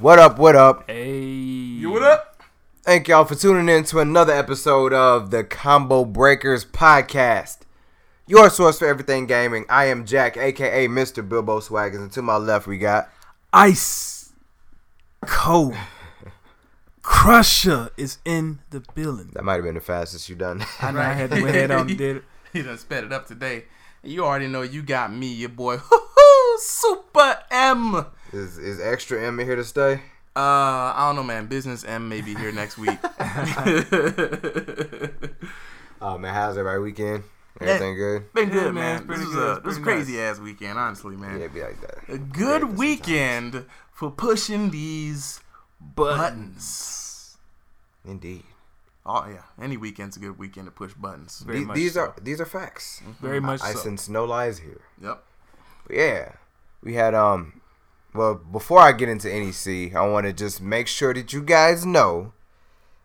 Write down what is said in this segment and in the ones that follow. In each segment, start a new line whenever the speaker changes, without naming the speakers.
What up, what up?
Hey.
You what up?
Thank y'all for tuning in to another episode of the Combo Breakers Podcast. Your source for everything gaming. I am Jack, aka Mr. Bilbo Swaggins, and to my left we got
Ice Cold Crusher is in the building.
that might have been the fastest you done.
I know I had to went ahead on and did it.
He done sped it up today. You already know you got me, your boy. Hoo-hoo, Super M. Uh,
is is extra M here to stay?
I don't know, man. Business M may be here next week.
Oh man, how's everybody weekend? Everything good?
Been good,
Yeah, man,
man.
it's
This
pretty
was
good.
a
It's
this was
pretty nice.
crazy ass weekend, honestly, man.
Yeah, be like that.
A
Yeah,
good
sometimes.
weekend for pushing these buttons.
Indeed.
Oh yeah, any weekend's a good weekend to push buttons.
Very
The-
much
these
so.
are these are facts.
Very much
I
so.
sense no lies here.
Yep.
But yeah, we had um. Well, before I get into NEC, I want to just make sure that you guys know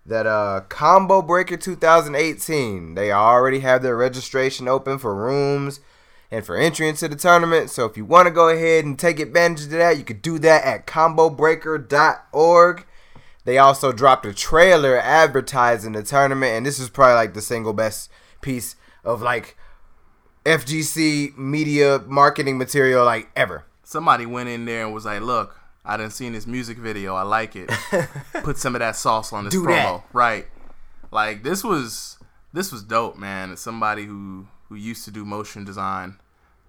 that uh Combo Breaker 2018 they already have their registration open for rooms and for entry into the tournament. So if you want to go ahead and take advantage of that, you could do that at combobreaker.org. They also dropped a trailer advertising the tournament, and this is probably like the single best piece of like FGC media marketing material like ever.
Somebody went in there and was like, "Look, I done seen this music video. I like it. Put some of that sauce on this
Do that.
promo, right? Like this was this was dope, man. As somebody who who used to do motion design,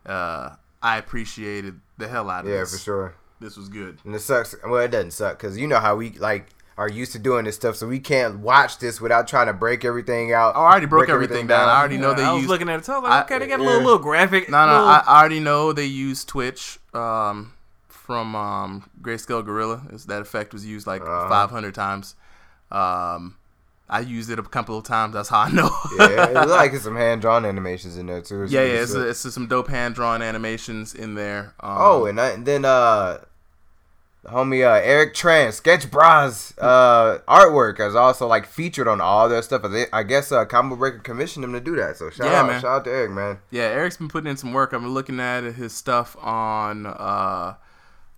uh, I appreciated the hell out of
Yeah,
this.
for sure.
This was good.
And it sucks. Well, it doesn't suck because you know how we like are used to doing this stuff, so we can't watch this without trying to break everything out.
Oh, I already broke everything down. I already know
Yeah,
they
I was
used.
looking at it. I was
I-
like, okay, they got a
yeah.
little, little graphic.
No, no,
little,
I, I already know they use Twitch um, from um, Grayscale Gorilla. It's- That effect was used like
Uh-huh.
500 times. Um, I used it a couple of times. That's how I know.
yeah, it look like it's some hand drawn animations in there too. It's
yeah,
pretty
yeah. It's,
sick.
it's some dope hand drawn animations in there. Um,
oh, and, I, and then uh, the homie uh, Eric Tran Sketch Bras uh artwork is also like featured on all their stuff. I thi- I guess uh, Combo Breaker commissioned him to do that. So shout
Yeah,
out,
man.
shout out to Eric, man.
Yeah, Eric's been putting in some work. I've been looking at his stuff on uh,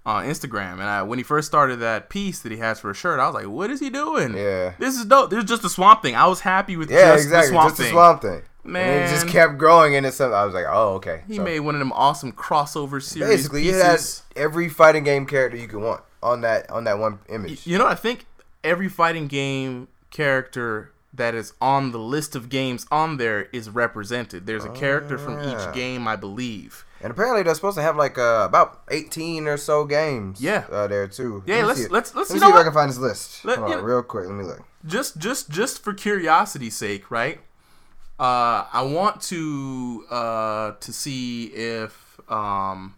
on Instagram, and I, when he first started that piece that he has for a shirt, I was like, "What is he doing?
Yeah.
this is dope. This is just a swamp thing. I was happy with
Yeah,
just
exactly.
the swamp
just
thing.
the swamp thing. And it
Man.
just kept growing into something. I was like, oh, okay.
He
So,
made one of them awesome crossover series
basically it
pieces.
has every fighting game character you can want on that on that one image.
You know, I think every fighting game character that is on the list of games on there is represented. There's a character from
yeah.
each game, I believe.
And apparently they're supposed to have like uh, about eighteen or so games.
Yeah.
uh, there too.
Yeah,
Let me
let's-
see it.
let's- let's-
let me
you
see
know
if I
what?
can find this list.
Let-
Hold
you
on,
know-
real quick. Let me look.
Just, just, just for curiosity's sake, right? Uh, I want to uh, to see if um,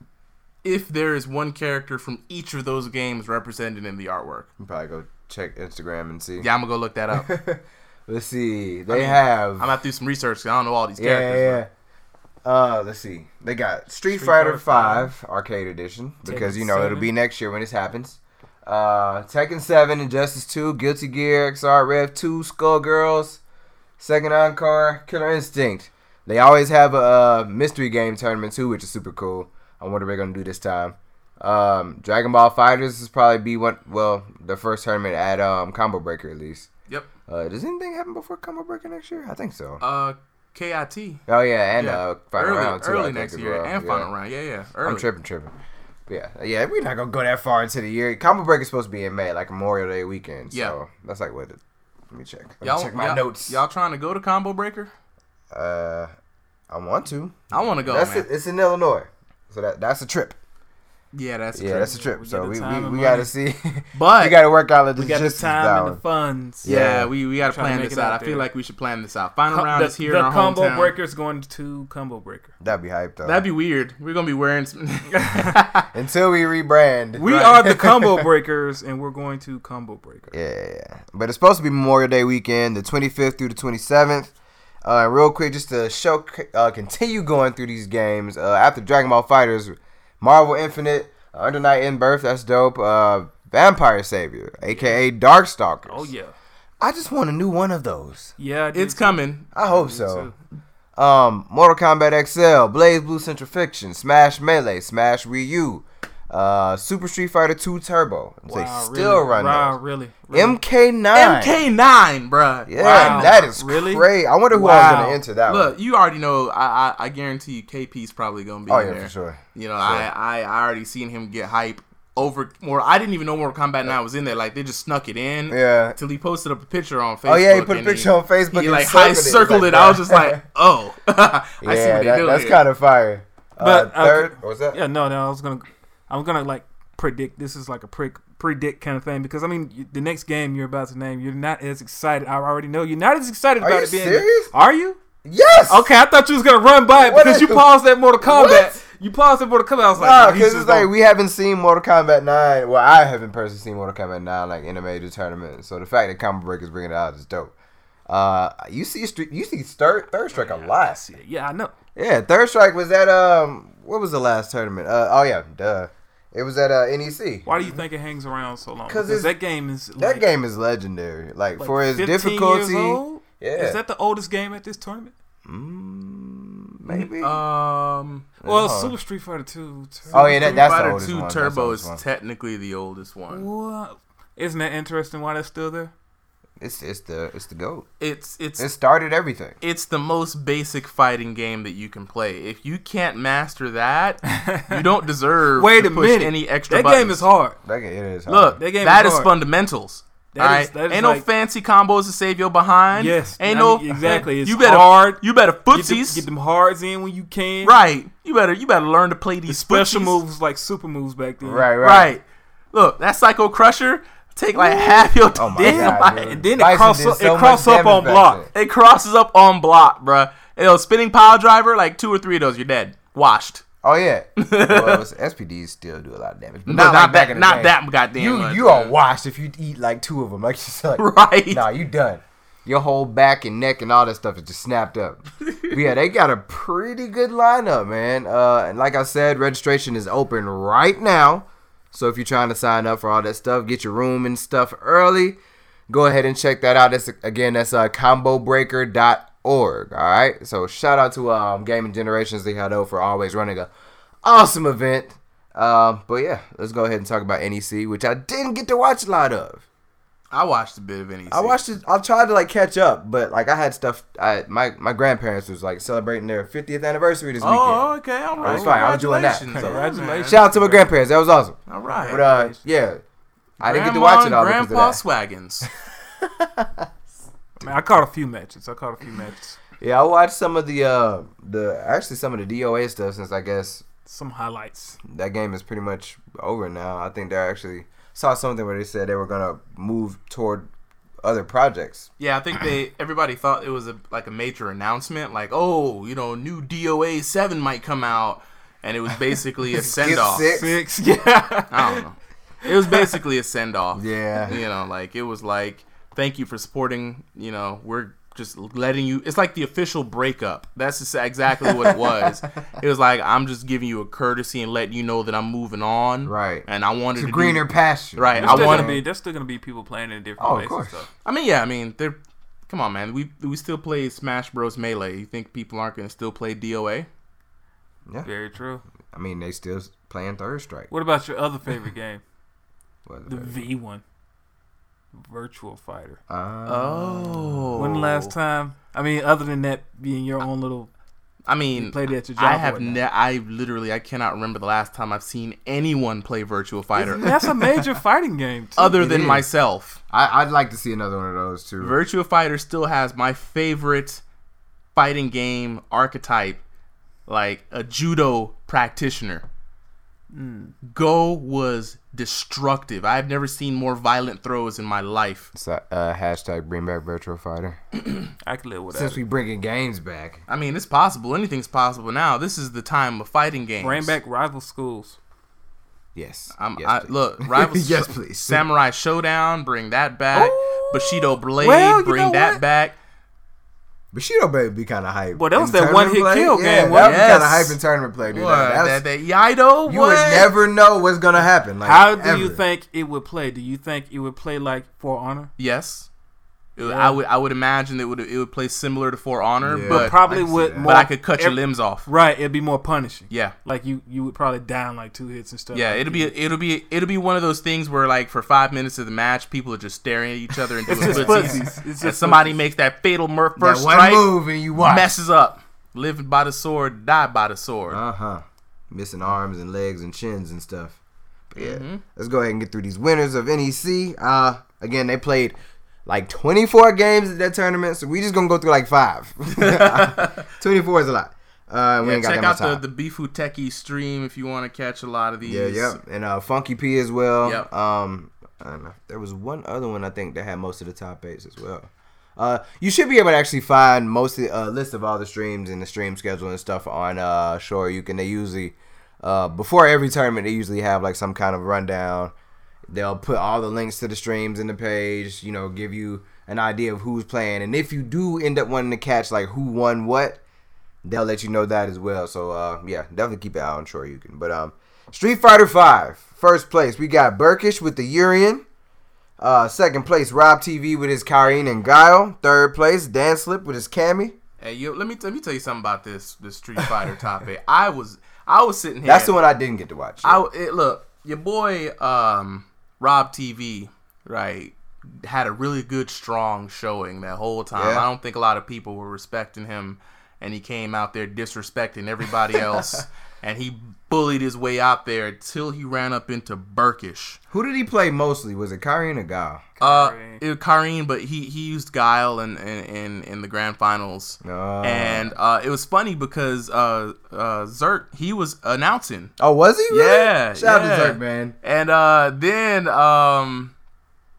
if there is one character from each of those games represented in the artwork.
You can probably go check Instagram and see.
Yeah, I'm gonna go look that up. I'm
Let's see. They have.
gonna have to do some research 'cause I don't know all these
yeah,
characters. but-
yeah. yeah. Uh, let's see. They got Street, Fighter
Fighter V.
Five Arcade Edition because you
Tekken
know it'll
7.
be next year when this happens. Uh, Tekken Seven, Injustice Two, Guilty Gear, XR Rev Two, Skullgirls, Second Encore, Killer Instinct. They always have a uh, mystery game tournament too, which is super cool. I wonder what they're gonna do this time. Um, Dragon Ball Fighters is probably be one. Well, the first tournament at um, Combo Breaker at least.
Yep.
Uh, does anything happen before Combo Breaker next year? I think so.
Uh, KIT.
Oh yeah, and
Yeah.
uh, final
early,
round too. I
early
think,
next
as
year
well.
and
yeah.
final round. Yeah, yeah. Early.
I'm tripping, tripping. Yeah, yeah, we're not gonna go that far into the year. Combo break is supposed to be in May, like Memorial Day weekend. So
Yeah.
that's like what. The, let me check. Let me
Y'all,
check my
y'all-
notes.
Y'all trying to go to Combo Breaker?
Uh, I want to.
I want to go,
that's
man.
it. It's in Illinois, so that that's a trip.
Yeah, that's
Yeah,
true.
that's a trip.
We
so
got the
we
time
we,
and
we
money.
gotta see.
But-
we gotta work out the
we got the
logistics
time and
down.
the funds.
yeah,
Yeah.
we, we got to
Trying to
plan
make
this
it
out.
out
I feel
there.
like we should plan this out. Final
Com-
round
the,
is here
the
in our
combo
hometown.
breaker's going to combo breaker.
That'd be hype though.
That'd be weird. We're gonna be wearing. Some-
Until we rebrand.
We
Right.
are the combo breakers, and we're going to combo breaker.
Yeah, but it's supposed to be Memorial Day weekend, the 25th through the 27th. Uh, and real quick, just to show, uh, continue going through these games. Uh, after Dragon Ball Fighters, Marvel Infinite, uh, Under Night in Birth, that's dope. Uh, Vampire Savior, aka Darkstalkers.
Oh yeah,
I just want a new one of those.
yeah. I did
it's
see-
coming.
I hope so. Um, Mortal Kombat XL, Blaze Blue Central Fiction, Smash Melee, Smash Ryu, uh, Super Street Fighter 2 Turbo. they
Wow,
still
really?
run
wow,
those.
really, really?
MK9.
MK9, bruh.
Yeah,
Wow.
that is
Really?
crazy. I wonder who I was
Wow.
going to enter that
Look,
one.
you already know. I I, I guarantee you, KP's probably gonna be
Oh,
in
yeah,
there.
for sure.
You know, I, I I already seen him get hype over more. I didn't even know Mortal Kombat 9 was in there. Like they just snuck it in.
Yeah.
Till he posted up a picture on Facebook.
Oh, yeah, he put a
and
picture on Facebook.
He
and
like high
it.
circled it.
Like,
I was just like, oh, I see what
yeah,
they
that-
doing.
that's
here.
kind of fire. But
But,
uh,
uh,
third, what was that?
Yeah, no, no. I was gonna, I'm gonna like predict. This is like a pre- predict kind of thing because I mean, you, the next game you're about to name, you're not as excited. I already know you're not as excited
Are
about
you
it. Being
serious?
Are you?
Yes.
Okay, I thought you was gonna run by it
What
because
is-
you paused that Mortal Kombat.
What?
You paused that Mortal Kombat. I was like,
Nah,
nah, he's
because
just
it's like
gonna-
we haven't seen Mortal Kombat 9. Well, I haven't personally seen Mortal Kombat 9 like in a major tournament. So the fact that Combo Breaker's bringing it out is dope. Uh, you see, Stre- you see third, third strike a lot.
yeah, I know.
Yeah, Third Strike was at um what was the last tournament? Uh oh yeah, duh. It was at uh NEC.
Why do you think it hangs around so long?
'Cause
Because
it's-
that game is like,
That game is legendary. Like,
like,
for its
15 years
difficulty.
old?
Yeah.
Is that the oldest game at this tournament?
Mm, maybe.
Oh,
Um,
Well,
No.
Super Street Fighter Two.
Uh-huh. oh yeah, that,
Street
that's the
Fighter
oldest
2
one. That's the
Turbo
oldest
is
one.
technically the oldest
Mm.
one.
What? Isn't that interesting? Why that's still there?
It's it's the it's the goat.
It's it's
It started everything.
it's the most basic fighting game that you can play. If you can't master that, you don't deserve
Wait
to
a
push
minute.
any extra
That
buttons.
game is hard.
That ga- it is.
Look,
hard.
That game
that
is
is
hard.
fundamentals.
That
all
is-
right?
that is
ain't no
like-
fancy combos to save your behind.
Yes,
ain't
I
no
mean, exactly. It's
you better
hard.
You better
Get them,
footsies.
get them hards in when you can.
right. You better you better learn to play these
Special
footsies.
moves like super moves back then.
right,
Right.
right.
Look, that Psycho Crusher take like half your
Oh my
damn
god.
life.
dude.
And then it
Bison
cross
did
up-
so
it cross
much
up on
damage back
block.
then.
It crosses up on block, bruh. You know, spinning pile driver, like two or three of those, you're dead. Washed.
Oh yeah. well, it's- SPDs still do a lot of damage. But
No,
not, like
not
back
that-
in the
not
day.
that goddamn
You
much,
you are
yeah.
washed if you eat like two of them. Like you said.
Right.
Nah, you done. Your whole back and neck and all that stuff is just snapped up. But yeah, they got a pretty good lineup, man. Uh, and like I said, registration is open right now. So if you're trying to sign up for all that stuff, get your room and stuff early. Go ahead and check that out. That's again, that's uh, combobreaker.org. All right. So shout out to um, Gaming Generations they had for always running a awesome event. Um, but yeah, let's go ahead and talk about NEC, which I didn't get to watch a lot of.
I watched a bit of NEC.
I watched it. I tried to like catch up, but like I had stuff. I my my grandparents was like celebrating their 50th anniversary this
Oh,
weekend.
okay. All right.
was fine. I was doing that.
Congratulations.
Congratulations.
Shout out to my grandparents. That was awesome.
All right.
But uh, yeah, I didn't get to
Grandma
watch it
and
all because of
Grandpa
that.
Swaggins.
I, mean, I caught a few matches. I caught a few matches.
Yeah, I watched some of the uh the actually some of the DOA stuff since I guess
Some highlights.
that game is pretty much over now. I think they're actually saw something where they said they were gonna move toward other projects.
Yeah, I think they everybody thought it was a like a major announcement, like oh, you know, new DOA seven might come out, and it was basically a send off.
sick.
Six. Yeah.
I don't know. It was basically a send off.
Yeah.
you know, like it was like thank you for supporting. You know, we're just letting you. It's like the official breakup. That's just exactly what it was. it was like I'm just giving you a courtesy and letting you know that I'm moving on.
Right.
and I wanted
To
do-
greener pasture.
Right,
There's
I
still
wanna-
gonna be there's still gonna be people playing in different
Oh, of
ways.
course.
And stuff.
I mean, yeah, I mean, they're. Come on, man. We we still play Smash Bros. Melee. You think people aren't gonna still play DOA?
Very true.
I mean, they still playing Third Strike.
What about your other favorite game?
What is
The
it?
V one. Virtual Fighter.
Uh,
Oh.
When last time? I mean, other than that being your own little
I mean,
played it at your job.
I
or
have.
whatnot.
Ne- I literally. I cannot remember the last time I've seen anyone play Virtual Fighter
That's a major fighting game. Too.
other
It
than
is.
myself.
I, I'd like to see another one of those too.
Virtua Fighter still has my favorite fighting game archetype, like a judo practitioner.
Hmm.
Go was destructive. I've never seen more violent throws in my life.
So, uh, hashtag bring back Virtual Fighter.
I can live with
Since
that.
we bringing games back,
I mean, it's possible. Anything's possible now. This is the time of fighting games.
Bring back rival schools.
yes.
I'm,
yes,
I,
please.
look, Rivals.
Yes, please.
Samurai Showdown, bring that back.
Ooh.
Bushido Blade,
Oh! Well, you
bring
know
that
what?
back.
Bushido Baby be kind of hype.
Well, that
in
was that
tournament
one-hit
play.
kill
yeah, That
game, wasn't
was
it?
kind of
Yes.
hype in tournament play, dude.
What?
That- that's-
That, that Yido?
you
what?
would never know what's gonna happen. Like,
How do you
ever.
think it would play? Do you think it would play like For Honor?
Yes. It would- I would I would imagine it would it would play similar to For Honor,
Yeah.
but
But probably
I can see
with
that.
more.
but I could cut your
ev-
limbs off.
Right, it'd be more punishing.
Yeah.
Like you, you would probably down like two hits and stuff.
Yeah,
like
it'll
that.
be it'll be it'll be one of those things where like for five minutes of the match, people are just staring at each other and doing
just
footsies.
footsies. It's
And
just
somebody makes that fatal mur-
That
first
one
strike,
move and you watch.
messes up, live by the sword, die by the sword.
Uh huh. Missing arms and legs and chins and stuff. But yeah,
Mm-hmm.
let's go ahead and get through these winners of NEC. Uh, again, they played like 24 games at that tournament, so we just gonna go through like five. 24 is a lot. Uh, we
Yeah,
ain't got
check
that much
out the
time.
the Bifu Techie stream if you want to catch a lot of these.
yeah, yeah, and uh, Funky P as well.
Yep.
Um, I don't know. There was one other one I think that had most of the top eights as well. Uh, you should be able to actually find most of the uh, list of all the streams and the stream schedule and stuff on uh Shore. You can they usually uh before every tournament they usually have like some kind of rundown. They'll put all the links to the streams in the page. You know, give you an idea of who's playing, and if you do end up wanting to catch like who won what, they'll let you know that as well. So uh, yeah, definitely keep an eye on Troy Eukin. But um, Street Fighter Five, first place we got Burkish with the Urian. Uh, second place Rob TV with his Kyrene and Guile. Third place Dan Slip with his Cammy.
Hey, yo, let me let me tell you something about this this Street Fighter topic. I was I was sitting here.
That's the one I didn't get to watch.
I it, look your boy um Rob TV right had a really good strong showing that whole time.
Yeah.
I don't think a lot of people were respecting him, and he came out there disrespecting everybody else, and he bullied his way out there until he ran up into Burkish.
Who did he play mostly? Was it Kyrene or Guile?
Uh,
Kareem.
it was Kareem, but he, he used Guile in, in, in, in the grand finals.
Ah.
and uh, it was funny because uh, uh, Zerk, he was announcing.
Oh, was he? Really?
Yeah,
Shout
yeah.
out to Zerk, man.
And uh, then um,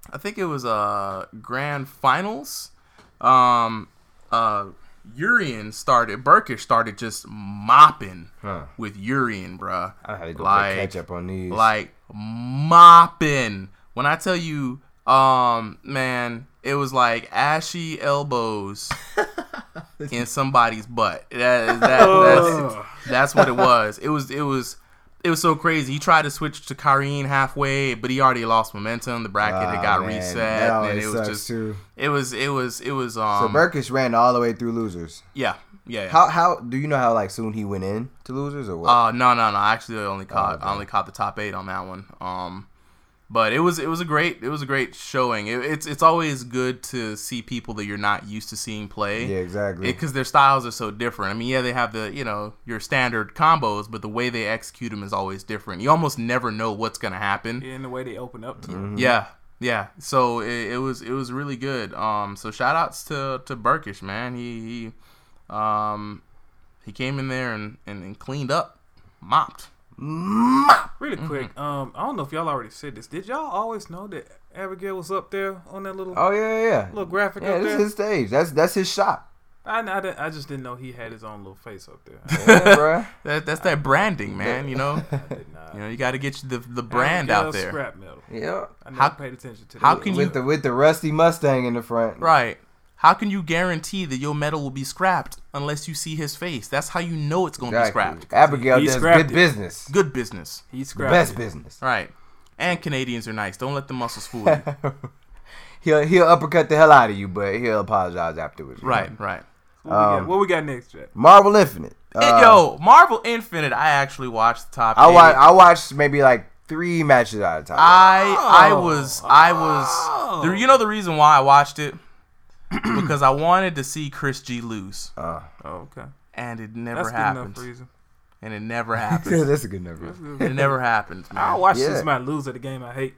I think it was uh, grand finals. Um, uh, Urian started, Burkish started just mopping
Huh.
with Urian, bruh.
I had to go
Like-
play catch up on these.
Like mopping. When I tell you, um, man, it was like ashy elbows in somebody's butt. That is that
Oh.
Ugh.
that's that's what it was. It was it was it was so crazy. He tried to switch to Kyrene halfway, but he already lost momentum. The bracket
Ah,
had got
man,
reset,
that
and
always
it was
sucks,
just
too.
it was it was it was
So
um
Burkish ran all the way through losers.
yeah yeah. yeah.
How how do you know how like soon he went in to losers or what?
Uh no no no. I Actually, I
Oh,
only caught I only caught the top eight on that one. Um, but it was it was a great it was a great showing. It, it's it's always good to see people that you're not used to seeing play.
yeah, exactly.
Because their styles are so different. I mean, yeah, they have the you know your standard combos, but the way they execute them is always different. You almost never know what's gonna happen.
Yeah, and the way they open up to it.
Yeah, yeah. So it, it was it was really good. Um, so shout outs to to Burkish man. He he, um, he came in there and and, and cleaned up, mopped.
Really quick, um, I don't know if y'all already said this. Did y'all always know that Abigail was up there on that little
Oh yeah, yeah, yeah.
little graphic
yeah,
up
this
there?
is his stage. That's that's his shop,
I, I, didn't- I just didn't know he had his own little face up there. I,
yeah, bruh.
That that's that branding, man. You know,
I did not.
you know, you got to get the the brand out
Abigail
there,
Scrap metal.
Yeah,
I never
How-
paid attention to that.
how can you-
with the with the rusty Mustang in the front.
right? How can you guarantee that your metal will be scrapped unless you see his face? That's how you know it's going to
Exactly.
be scrapped.
Abigail
He
does
scrapped
good
it.
business,
Good business,
He scrapped
best
it.
business.
right? And Canadians are nice. Don't let the muscles fool you.
He'll he'll uppercut the hell out of you, but he'll apologize afterwards.
right, right.
What, we
um,
got, what we got next, Jack?
Marvel Infinite.
Hey,
Uh,
yo, Marvel Infinite. I actually watched the top.
I
eight.
watch I watched maybe like three matches out of time.
Ah. I I
Oh.
was I was the, you know the reason why I watched it because I wanted to see Chris G lose
uh,
Oh, okay.
and it never
That's good
happened
enough reason.
and it never happened
that's a good number.
it never happened
I'll
man.
watch
Yeah.
this man lose at the game I hate.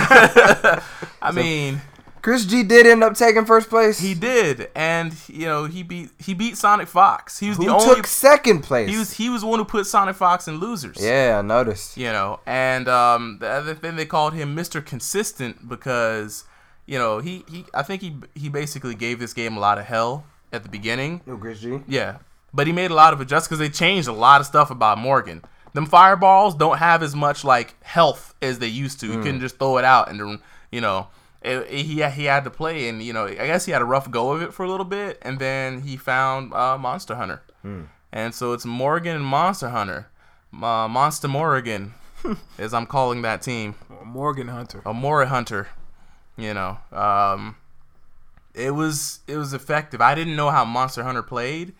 I mean
Chris G did end up taking first place.
he did and you know he beat he beat Sonic Fox he was
Who
the only
took second place?
he was he was the one who put Sonic Fox in losers
yeah, I noticed.
you know and um the other thing they called him mr consistent because you know he, he i think he he basically gave this game a lot of hell at the beginning
Who, Chris G.
yeah but he made a lot of adjustments because they changed a lot of stuff about morgan them fireballs don't have as much like health as they used to you couldn't just throw it out and you know it, it- he, he had to play and you know i guess he had a rough go of it for a little bit and then he found uh, monster hunter and so it's morgan and monster hunter uh, monster morgan as i'm calling that team
Oh, Morgan Hunter.
a Mora Hunter, you know. Um, it was it was effective. I didn't know how Monster Hunter played,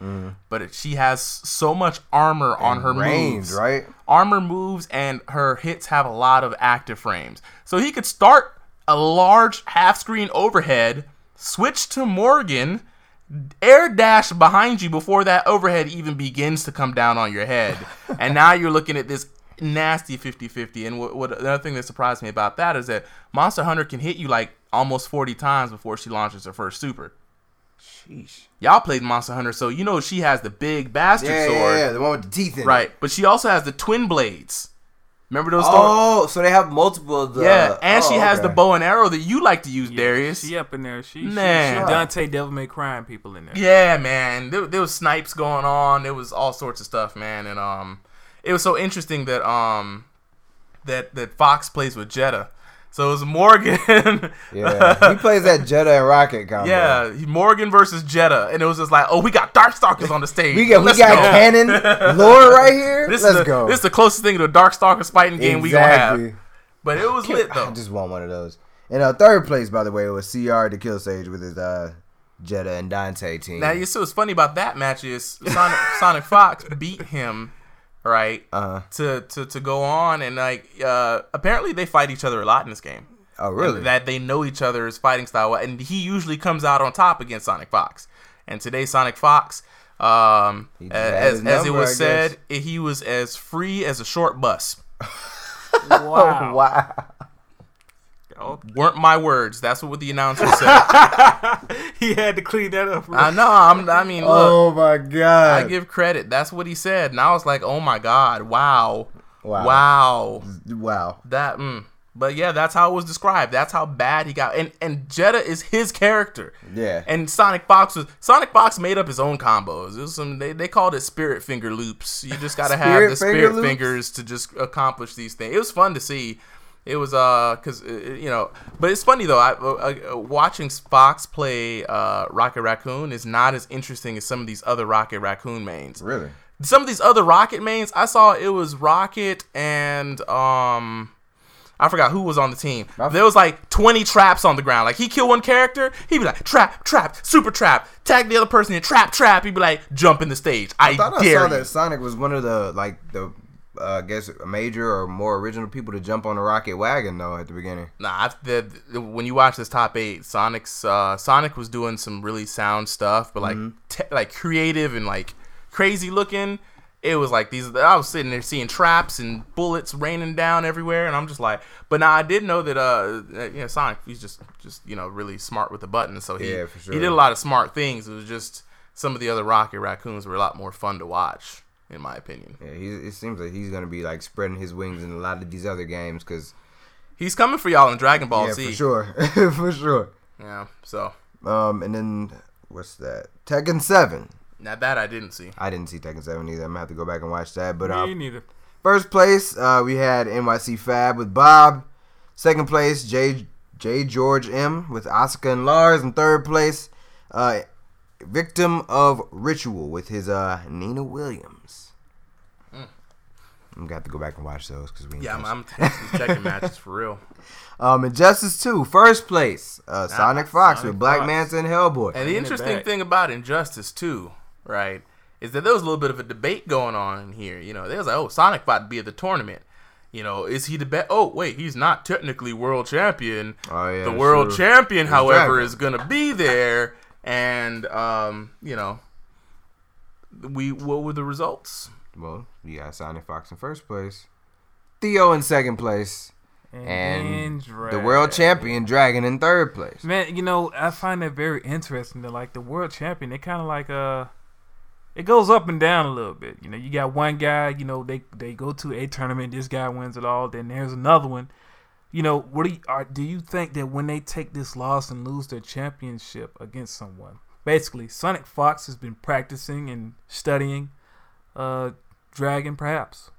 but it, she has so much armor on her
range,
moves,
right?
Armor moves and her hits have a lot of active frames. So he could start a large half screen overhead, switch to Morgan, air dash behind you before that overhead even begins to come down on your head. and now you're looking at this nasty 50-50 and what, what another thing that surprised me about that is that monster hunter can hit you like almost 40 times before she launches her first super
Sheesh.
y'all played monster hunter so you know she has the big bastard
Yeah, yeah,
sword
yeah, yeah, the one with the teeth in. it.
right but she also has the twin blades remember those oh,
Oh, so they have multiple. Of the,
yeah and
oh,
she has
okay.
the bow and arrow that you like to use darius
She up in there. She, she, she
Man.
Dante Devil May Crying people in there.
Yeah, man. There, there was snipes going on. There was all sorts of stuff, man. And um, it was so interesting that um, that that Fox plays with Jetta. So it was Morgan.
Yeah, he plays that Jetta and Rocket combo.
yeah, Morgan versus Jetta, and it was just like, oh, we got Darkstalkers on the stage.
we got we
Let's
got
go.
Cannon Lore right here.
This
Let's
is the,
go.
This is the closest thing to a Darkstalkers fighting game we gonna have. But it was lit
I
though.
just want one of those. And uh, third place, by the way, was CR the Kill Sage with his uh, Jetta and Dante team.
Now, you see what's funny about that match is Sonic, Sonic Fox beat him, right?
Uh-huh.
To, to to go on and like uh, apparently they fight each other a lot in this game.
oh really?
That they know each other's fighting style, and he usually comes out on top against Sonic Fox. And today, Sonic Fox, um,
just had
as
his
as it
number,
was
I
said, he was as free as a short bus.
Wow.
wow.
Weren't my words. That's what the announcer said.
he had to clean that up.
I know. I'm, I mean, look.
Oh my
I
god.
give credit. That's what he said. And I was like, oh my God. Wow.
Wow.
Wow.
wow.
That, mm. but yeah, that's how it was described. That's how bad he got. And and Jetta is his character.
Yeah.
And Sonic Fox was Sonic Fox made up his own combos. It was some they, they called it spirit finger loops. You just gotta have
Spirit
the
finger
spirit
loops?
fingers to just accomplish these things. It was fun to see. It was uh, cause uh, you know, but it's funny though. I, uh, uh, watching Fox play uh, Rocket Raccoon is not as interesting as some of these other Rocket Raccoon mains
really?
some of these other Rocket mains, I saw it was Rocket and um I forgot who was on the team. There was like 20 traps on the ground. Like he kill one character, he'd be like trap, trap, super trap, tag the other person in trap, trap. He'd be like jump in the stage. I,
I thought I
dare
saw
you.
that Sonic was one of the like the uh, I guess major or more original people to jump on the rocket wagon though at the beginning.
Nah, I've, the, the- when you watch this top eight, Sonic's uh, Sonic was doing some really sound stuff, but like
Mm-hmm.
te- like creative and like crazy looking. It was like these. I was sitting there seeing traps and bullets raining down everywhere, and I'm just like, but now I did know that uh, uh, you know, Sonic he's just just you know really smart with the buttons, so he
Yeah, for sure.
he did a lot of smart things. It was just some of the other Rocket Raccoons were a lot more fun to watch, in my opinion.
Yeah, he, it seems like he's gonna be like spreading his wings in a lot of these other games because
He's coming for y'all in Dragon Ball
yeah,
Z.
for sure, for sure.
Yeah, so
Um, and then what's that? Tekken Seven.
now that I didn't see.
I didn't see Tekken Seven either. I'm gonna have to go back and watch that. But
Me
uh,
neither.
first place, uh, we had NYC Fab with Bob. Second place, J J George M with Asuka and Lars. And third place, uh, Victim of Ritual with his uh Nina Williams. I'm gonna have to go back and watch those because we. ain't
Yeah, I'm,
touched
I'm actually checking matches for real.
Um, Injustice 2, first place. Uh, Sonic Fox
Sonic
with Black
Fox.
Manta and Hellboy.
And the
Bringing it
interesting
back.
thing about Injustice too, right, is that there was a little bit of a debate going on here. You know, there was like, oh, Sonic about to be at the tournament. You know, is he the best? Oh, wait, he's not technically world champion.
Oh, yeah,
the world
true.
champion, however,
Dragon.
is gonna be there, and um, you know, we what were the results?
well, you got Sonic Fox in first place, Theo in second place, and the
Andrade.
world champion Dragon in third place.
Man, you know, I find that very interesting. That like the world champion, it kind of like uh, it goes up and down a little bit. You know, you got one guy. You know, they they go to a tournament. This guy wins it all. Then there's another one. You know, what do you are, do you think that when they take this loss and lose their championship against someone? Basically, Sonic Fox has been practicing and studying, uh, Dragon perhaps.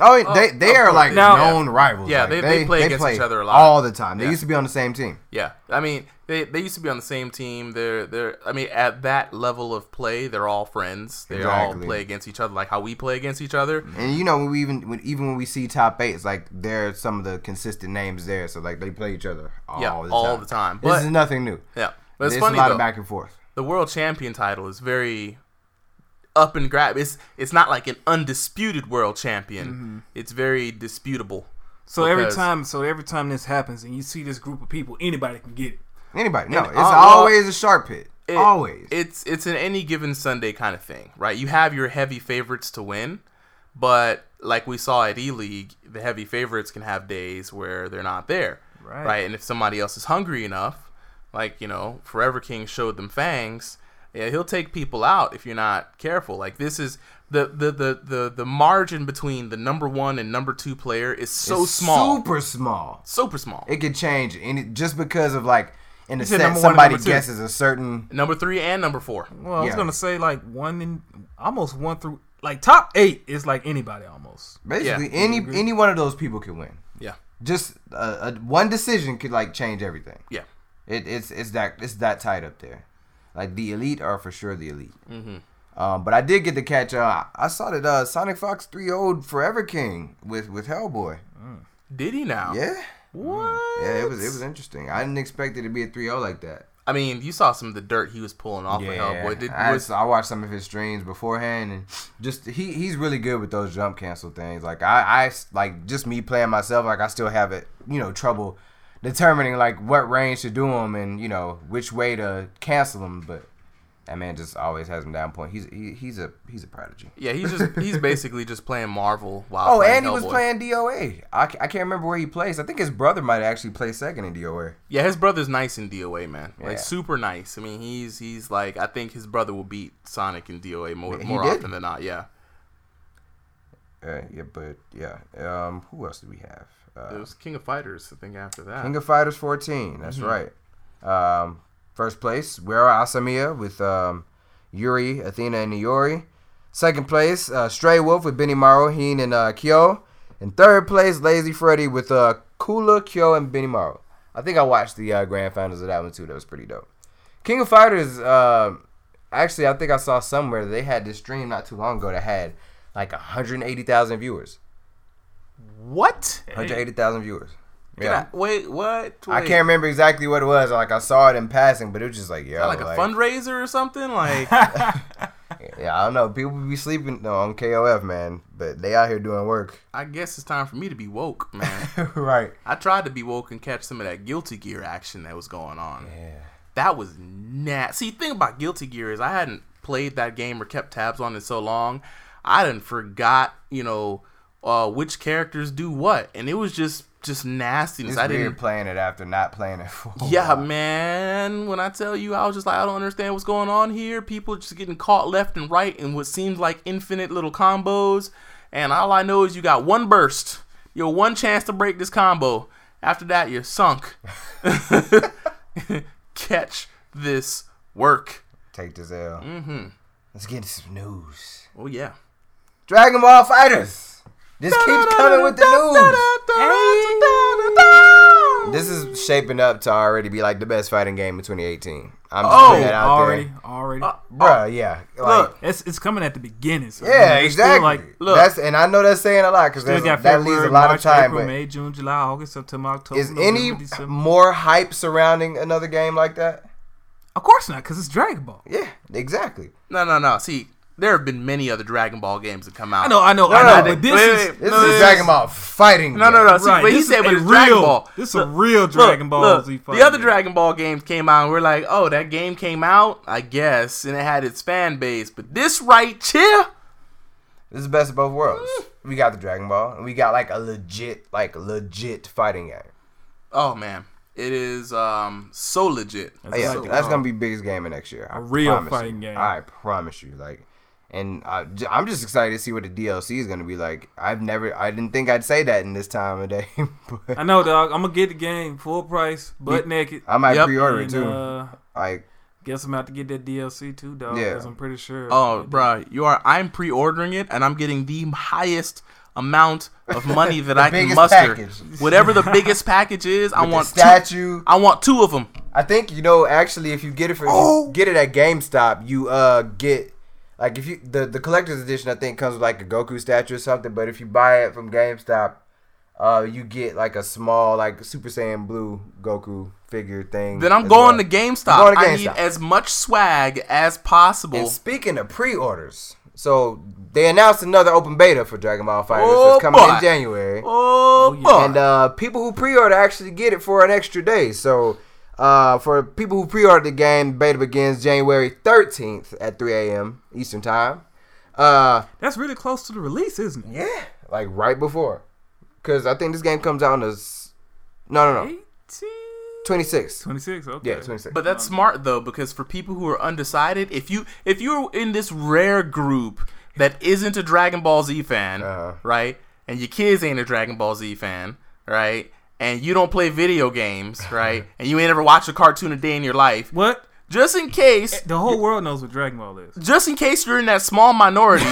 Oh, yeah, they they
of
are
course.
like
Now-
known rivals.
Yeah,
Like,
they- they play against each other a lot.
all the time. They
Yeah.
used to be on the same team.
Yeah, I mean, they, they used to be on the same team. They're they're I mean, at that level of play, they're all friends. They all
Exactly.
play against each other, like how we play against each other.
And you know, when we even when, even when we see top eight, it's like they're some of the consistent names there. So like they play each other all
yeah,
the
all
time.
the time.
This
But
is nothing new.
yeah, But it's
There's
funny
a lot
though.
of back and forth.
the world champion title is very up and grab. It's it's not like an undisputed world champion.
Mm-hmm.
It's very disputable.
So every
Because-
time, so every time this happens, and you see this group of people, anybody can get it.
Anybody? No,
And
it's
all-
always a sharp pit.
It-
always.
It's it's an any given Sunday kind of thing, right? You have your heavy favorites to win, but like we saw at E League, the heavy favorites can have days where they're not there,
Right.
And if somebody else is hungry enough, like you know, Forever King showed them fangs. Yeah, he'll take people out if you're not careful. Like this is the the the the, the margin between the number one and number two player is so
It's
small,
Super small.
super small.
It could change any just because of like in the
said
set
number one and
somebody
number two.
guesses a certain.
Number three and number four.
Well, I was
Yeah.
gonna say like one in almost one through like top eight is like anybody almost.
Basically,
Yeah. Mm-hmm.
any any one of those people can win.
Yeah,
Just uh, a, one decision could like change everything.
yeah.
It, it's it's that it's that tight up there. Like the elite are for sure the elite. Mm-hmm. Um, but I did get to catch. Uh, I saw that uh, Sonic Fox 3 would Forever King with with Hellboy.
Did he now?
Yeah,
What?
yeah, it was it was interesting. I didn't expect it to be a 3-0 like that.
I mean, you saw some of the dirt he was pulling off of Hellboy. Did,
I,
was,
saw- I watched some of his streams beforehand, and just he he's really good with those jump cancel things. Like I, I s- like just me playing myself. Like I still have it, you know, trouble determining like what range to do them and you know which way to cancel them. But that man just always has him down point. He's he, he's a he's a prodigy.
yeah, he's just he's basically just playing Marvel while
Oh,
playing
and he was
Hellboy.
playing DOA. I, ca- I can't remember where he plays. I think his brother might actually play second in DOA.
Yeah, his brother's nice in DOA, man.
Yeah.
Like super nice. I mean, he's he's like I think his brother will beat Sonic in DOA more,
He
more
did?
often than not. Yeah,
Uh, yeah, but yeah. Um, who else do we have? Uh,
it was King of Fighters. I think after that.
King of Fighters 14. That's right. Um, first place, Wera Asamiya with um, Yuri, Athena, and Iori. Second place, uh, Stray Wolf with Benny Maro, Heen, and uh, Kyo. And third place, Lazy Freddy with uh, Kula, Kyo, and Benny Maro. I think I watched the uh, grand finals of that one too. That was pretty dope. King of Fighters, uh, actually, I think I saw somewhere they had this stream not too long ago that had like 180,000 viewers.
what?
180,000 viewers.
Yeah. wait, what?
I
Wait.
can't remember exactly what it was. Like I saw it in passing, but it was just like, yo,
Like a
like-
fundraiser or something? Like
yeah, I don't know. People be sleeping no, on KOF, man, but they out here doing work.
I guess it's time for me to be woke, man.
right.
I tried to be woke and catch some of that Guilty Gear action that was going on.
Yeah.
That was nasty. See, the thing about Guilty Gear is I hadn't played that game or kept tabs on it so long, I didn't forgot, you know, uh, which characters do what, and it was just just nastiness.
It's
I
weird
didn't.
playing it after not playing it for. a
yeah,
while.
man. When I tell you, I was just like, I don't understand what's going on here. People just getting caught left and right in what seems like infinite little combos, and all I know is you got one burst, your one chance to break this combo. After that, you're sunk. Catch this work.
Take this L. Mm-hmm. Let's get some news.
Oh yeah.
Dragon Ball Fighters. This keeps coming with the news. This is shaping up to already be like the best fighting game in 2018. I'm just
Oh,
putting that out
already,
there. Uh,
already.
Bruh, yeah. Like,
Look,
it's it's coming at the beginning. So you know,
Yeah,
it's still,
exactly.
Like
look.
that's and I know that's saying a lot because
still
that
got February,
leaves a lot
March,
of time.
April,
but
May, June, July, August, September, October.
is
November,
any
December.
more hype surrounding another game like that?
Of course not, because it's Dragon Ball.
Yeah, exactly.
no, no, no. See, there have been many other Dragon Ball games that come out.
I know, I know,
no,
I know.
they-
but this
wait,
is
wait,
This
No,
is
this
a
is-
Dragon Ball fighting.
No, no,
game.
no. See,
right.
but he
this
said
is
with
a
his Dragon
real-
Ball.
This is a
Look,
real Dragon Ball
look,
Z.
The other
fighting game.
Dragon Ball games came out, and we're like, oh, that game came out, I guess, and it had its fan base. But this right here,
This is the best of both worlds. We got the Dragon Ball, and we got like a legit, like legit fighting game.
oh man, it is um so legit.
Oh, yeah,
So,
that's
uh,
gonna be biggest game of next year. I
a real
promise
fighting
you.
game.
I promise you. Like, and I, j- I'm just excited to see what the DLC is gonna be like. I've never, I didn't think I'd say that in this time of day. but
I know, dog. I'm gonna get the game full price, butt naked.
I might
Yep,
pre-order it
and,
too.
uh,
like,
guess I'm out to get that DLC too, dog.
Yeah.
Because I'm pretty sure.
Oh, bruh, you are. I'm pre-ordering it, and I'm getting the highest amount of money that I can
biggest
muster.
package.
Whatever the biggest package is, I
I want
want.
the
Two,
statue.
I want two of them.
I think you know actually if you get it for
Oh.
you get it at GameStop, you uh get like if you the the collector's edition I think comes with like a Goku statue or something, but if you buy it from GameStop, uh, you get like a small like Super Saiyan Blue Goku figure thing.
Then I'm
as
going,
well.
to GameStop.
Going to
I need
GameStop.
as much swag as possible.
And speaking of pre-orders, so they announced another open beta for Dragon Ball Fighters
Oh,
that's coming
boy.
in January.
oh,
yeah.
boy.
And uh, people who pre-order actually get it for an extra day. So uh, for people who pre-order the game, beta begins January 13th at 3 a.m. Eastern Time. Uh,
That's really close to the release, isn't it?
yeah, like right before, because I think this game comes out on the s- no no no
18?
26th.
26, okay.
Yeah, 26th.
But that's smart though, because for people who are undecided, if you if you're in this rare group that isn't a Dragon Ball Z fan,
Uh-huh.
right, and your kids ain't a Dragon Ball Z fan, right, and you don't play video games, right, and you ain't ever watched a cartoon a day in your life,
What?
just in case,
The whole world knows what Dragon Ball is.
just in case you're in that small minority,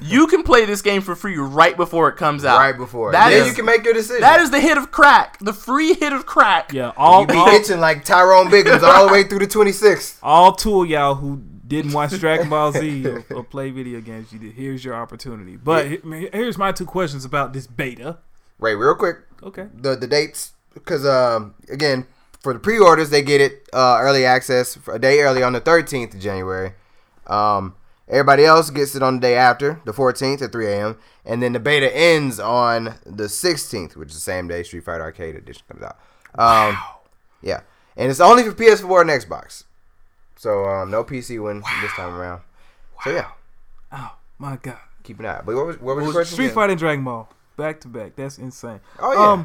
you can play this game for free right before it comes out.
right before.
uh, That
then
is-
you can make your decision.
that is the hit of crack, the free hit of crack.
Yeah, all
you be
all,
bitching like Tyrone Biggins all the way through the 26th.
all two of y'all who didn't watch Dragon Ball Z or, or play video games, you did. Here's your opportunity. But he- man, here's my two questions about this beta.
Wait, real quick,
Okay.
the the dates because um again for the pre-orders they get it uh, early access for a day early on the 13th of January. Um, everybody else gets it on the day after the 14th at 3 a.m. and then the beta ends on the 16th, which is the same day Street Fighter Arcade Edition comes out. Um, Yeah, and it's only for PS4 and Xbox, so um, no PC win this time around. So yeah,
Oh my god.
keep an eye. But what was what was, your question?
Street
again?
Fighter and Dragon Ball back to back. That's insane. Um,
Oh, yeah.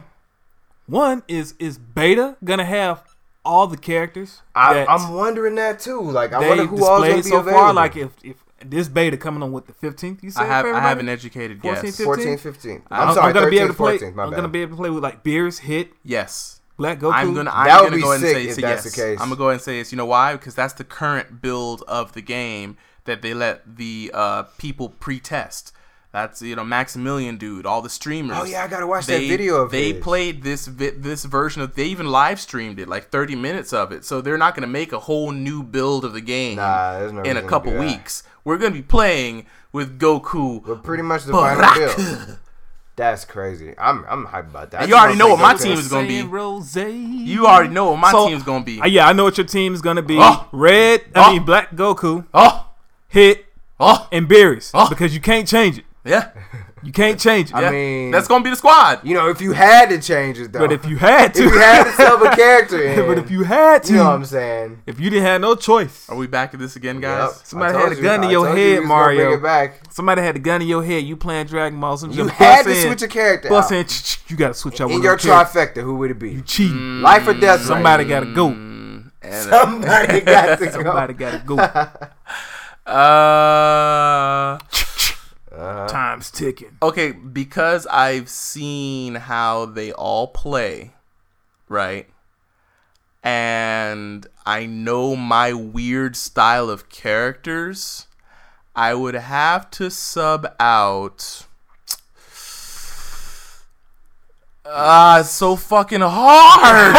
one is is beta gonna have all the characters
I,
that
I'm wondering that too. Like I
they
wonder who all's gonna be
displayed so
available.
far? Like if if this beta coming on with the 15th, you said
I have
for
I have
everybody?
an educated
14,
guess.
15?
14, 15.
I'm,
I'm, sorry,
I'm gonna
13,
be able to play.
14. My
I'm
bad.
gonna be able to play with like Beerus, Hit,
Yes.
Black Goku.
I'm gonna
That
I'm
would
gonna
be
go ahead and
sick
say
if
it's a
that's
yes.
the case.
I'm gonna go ahead and say yes. You know why? Because that's the current build of the game that they let the uh, people pre-test. That's you know Maximilian dude, all the streamers.
Oh, yeah, I gotta watch that
they,
video of
They
his.
played this vi- this version of. They even live streamed it, like 30 minutes of it. So they're not gonna make a whole new build of the game
Nah, there's no
in a
reason to
couple
do that.
weeks. We're gonna be playing with Goku.
But pretty much the final build.
Baraka.
That's crazy. I'm I'm hyped about that.
And you already know what my team is gonna be.
Saiyan Rose.
You already know what my
So-
team's gonna be.
Uh, yeah, I know what your team is gonna be.
Oh.
Red, I
Oh.
mean Black Goku,
oh,
Hit,
oh,
and Beerus
Oh.
because you can't change it.
yeah.
You can't change it.
I
Yeah,
mean-
that's gonna be the squad.
You know, if you had to change it though.
but if you had to,
if you had to sub a character in,
but if you had to,
you know what I'm saying.
if you didn't have no choice,
Are we back at this again, guys?
Yep.
Somebody
I told
had a
you-
gun to
I
your
told you
head,
you was gonna
Mario.
Bring it back.
somebody had a gun in your head, you playing Dragon Ball, some
You
jump
had
bus
to
in,
switch a character
bus
out.
in, ch- ch- you gotta switch out
In
one
your
of them characters.
trifecta, who would it be?
Cheat.
Mm,
Life or death.
Mm. Somebody
rate.
gotta go.
Somebody got to go.
Somebody gotta go.
Uh,
Time's ticking.
okay, because I've seen how they all play, right? And I know my weird style of characters. I would have to sub out. Ah, it's so fucking hard.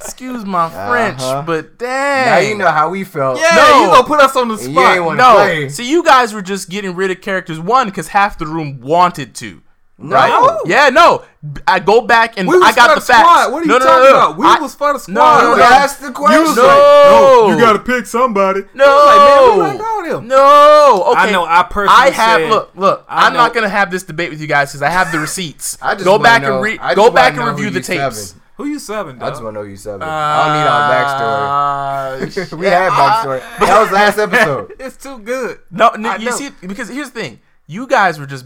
Excuse my French,
Uh-huh.
but dang.
Now you know how we felt.
Yeah,
No.
you gonna put us on the
You
spot.
ain't wanna
No,
play.
see, you guys were just getting rid of characters one because half the room wanted to.
No.
Right? Yeah, no. B- I go back and
We was
I got
for
the
the
facts.
squad. What are
No,
you
no,
talking
no, no.
about? We
I-
was for the
No,
squad.
no,
You
no.
asked the question.
You, no,
you gotta pick somebody.
No,
We was like, man, we like all them.
no. Okay,
I know. I personally
I have.
said-
look, look.
I
I'm not
know-
gonna have this debate with you guys because I have the receipts.
I just
go
wanna
back
know-
and read.
I just
Go
wanna
back and
know
review
who
the
you
tapes.
subbing.
Who you subbing?
I just want
dawg?
to know you seven.
Uh,
I
don't need all
don't need all backstory. we had backstory. That was last episode.
It's too good.
No, n-
I
you
know.
see, because here's the thing: you guys were just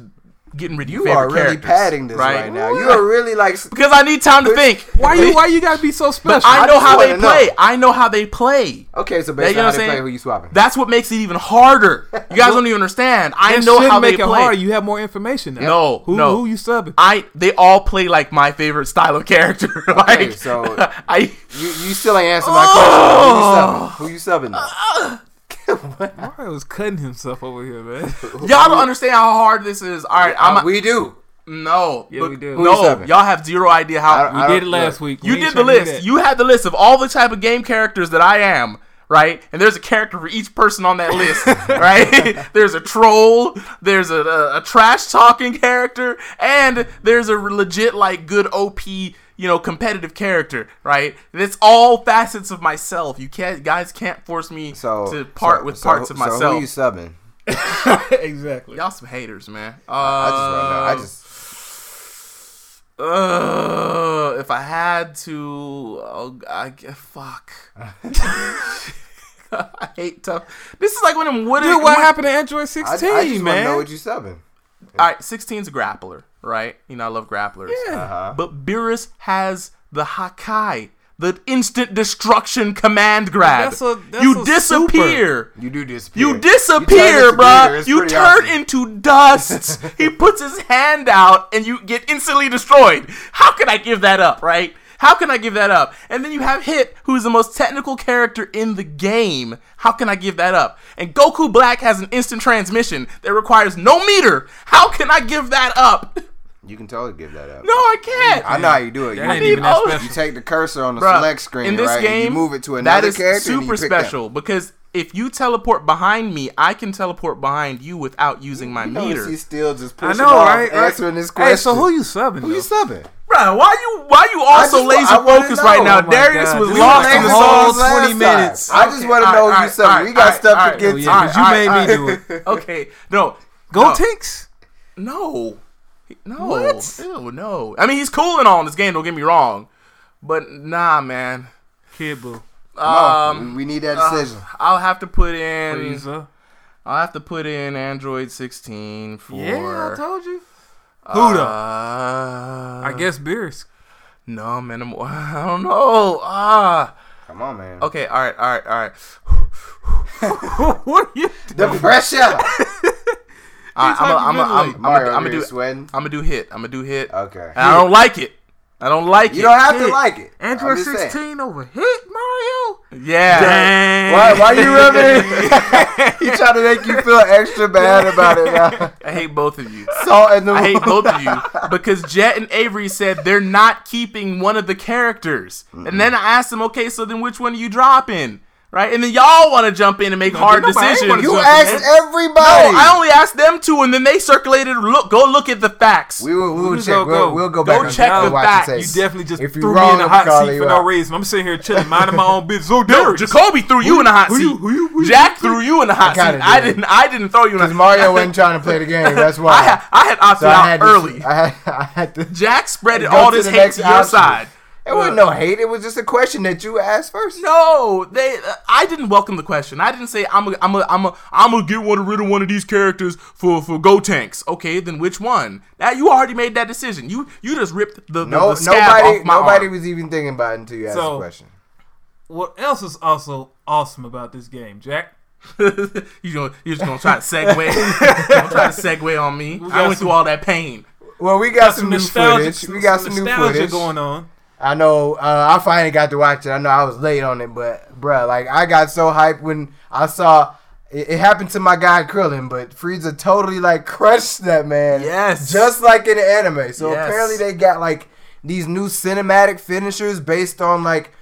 getting rid of
You
your
are
favorite
really
characters,
padding this right, now. You are really like. s-
because I need time to think.
Why you? Why you gotta be so special?
I
I
know
just
how they
wanna know.
play. I know how they play.
Okay, so
Yeah, you
basically,
know
how
what I'm
they play
saying?
who you swapping?
That's what makes it even harder. You guys don't even understand. I
That
know
shouldn't
how
make
they
it
play.
harder. You have more information now.
No,
who,
no.
Who you subbing?
I they all play like my favorite style of character. like
so-
I
you, you still ain't answering my
Oh!
question. Who you subbing? Who you
Uh,
subbing?
Mario was cutting himself over here, man.
y'all don't understand how hard this is. All right, I'm
Uh, we do.
no,
Yeah,
but-
we do.
Who's
no.
seven?
Y'all have zero idea
I
how
don't-
We
I
did it
don't-
last
look,
week.
you
We ain't
did the
trying to do
list.
that.
You had the list of all the type of game characters that I am. right? And there's a character for each person on that list, right? there's a troll, there's a, a, a trash talking character, and there's a legit like good OP, you know, competitive character, right? And it's all facets of myself. You can't guys can't force me
So
to part
so-
with
so-
parts of
So who
myself.
you subbing?
exactly.
Y'all some haters, man. Uh,
I just right now. I just
Uh, if I had to, oh, I g- fuck. I hate tough. This is like when I'm Woody.
Dude, what happened to Android
I, I
16,
just want to
man?
know what you subbing.
All right, 16's a grappler, right? You know, I love grapplers.
yeah.
Uh-huh.
But Beerus has the Hakai, the instant destruction command grab.
That's a- that's
you
a
disappear.
You do disappear.
You disappear,
turn
bruh.
It's
You
pretty
turn
awesome.
into dust. he puts his hand out and you get instantly destroyed. How can I give that up, right? How can I give that up? And then you have Hit, who is the most technical character in the game. How can I give that up? And Goku Black has an instant transmission that requires no meter. How can I give that up?
You can totally give that up.
No, I can't.
I know how you do it. You,
That ain't
need
even that
all-
you
special.
take the cursor on the
Bruh,
select screen,
in this
right?
game,
you move it to another
that is
character. and you
super
pick that.
special because if you teleport behind me, I can teleport behind you without using my
Notice
meter.
he's still just
I
pushing
know,
off,
right? right.
answering this question.
Hey, so who you subbing?
Who you
though?
subbing?
Bro, why you why you all
I
so
just wa-
lazy
I wanna
focused
know.
right now?
Oh
my
Darius
God,
was
this
We
lost
made
in the
this
whole
last
sauce.
last
20
time.
minutes. I just
Okay,
want to
alright,
know who you
alright,
subbing. we
alright,
got stuff
alright,
to get
Oh,
to.
yeah, 'cause you made
Alright,
me do it.
Okay, no,
Go
no,
Tinks.
no, no,
What?
Ew, no. I mean, he's cool and all in this game. Don't get me wrong, but nah, man.
Kid Boo.
Um,
we, we need that decision.
I'll have to put in.
Please, uh,
I'll have to put in Android 16 for. uh,
yeah, I told you.
Who
Who the?
Uh,
I guess Beers.
no, man. I'm, I don't know. Ah,
Come on, man.
okay. All right, all right, all right.
what are you?
The pressure.
All right I'm gonna I'm
Mario, I'm
gonna
do
do.
sweating.
I'm gonna do hit. I'm gonna do hit.
Okay.
And I don't like it. I don't like it.
You don't have to
Kid.
like it. I'm
Android
just saying.
16 over Hit Mario?
yeah.
Dang.
Why? Why you rubbing it? he trying to make you feel extra bad about it now.
I hate both of you.
Salt in the
I hate
wound.
both of you because Jet and Avery said they're not keeping one of the characters, and then I asked them, okay, so then which one are you dropping, right? And then y'all want to jump in and make hard
nobody ain't
decisions.
wanna
You
jump
asked everybody.
No, I only asked them two, and then they circulated. Look, go look at the facts.
we will. We will
We'll
check.
go,
we'll,
go.
we'll go
Go
back. and
check the
watch
facts.
tape.
You definitely just
If you
threw me
wrong,
in the
I'm
hot
calling
seat
you
for no
out.
reason. I'm sitting here chilling, minding my own business. So
no,
Darius,
Jacoby threw you in a hot
who
seat.
you- who you- who you-
Jack threw you in a hot
I kinda
seat. I
did.
didn't. I didn't throw you in a
Because Mario wasn't trying to play the game. That's why.
I had, I had opted
So
out
I had to-
early.
I had, I had to.
Jack spreaded
Go
all
to
this
the
hate
next
to your
option.
side.
It wasn't no hate. It was just a question that you asked first.
No, they. Uh, I didn't welcome the question. I didn't say I'm. A, I'm. A, I'm. A, I'm gonna get one rid of one of these characters for for Go Tanks. Okay, then which one? Now you already made that decision. You you just ripped the, the,
No,
the scab
nobody.
off my
Nobody
arm.
was even thinking about it until you asked
So-
the question.
what else is also awesome about this game, Jack?
you gonna, you're just gonna try to segue. you're gonna try to segue on me. I went through all that pain.
Well, we got some new
nostalgia-
footage. We got some new
nostalgia
footage.
going on.
I know. Uh, I finally got to watch it. I know I was late on it, but bruh, like I got so hyped when I saw. It, it happened to my guy Krillin, but Frieza totally like crushed that man.
Yes.
just like in the anime. So
Yes.
apparently they got like these new cinematic finishers based on like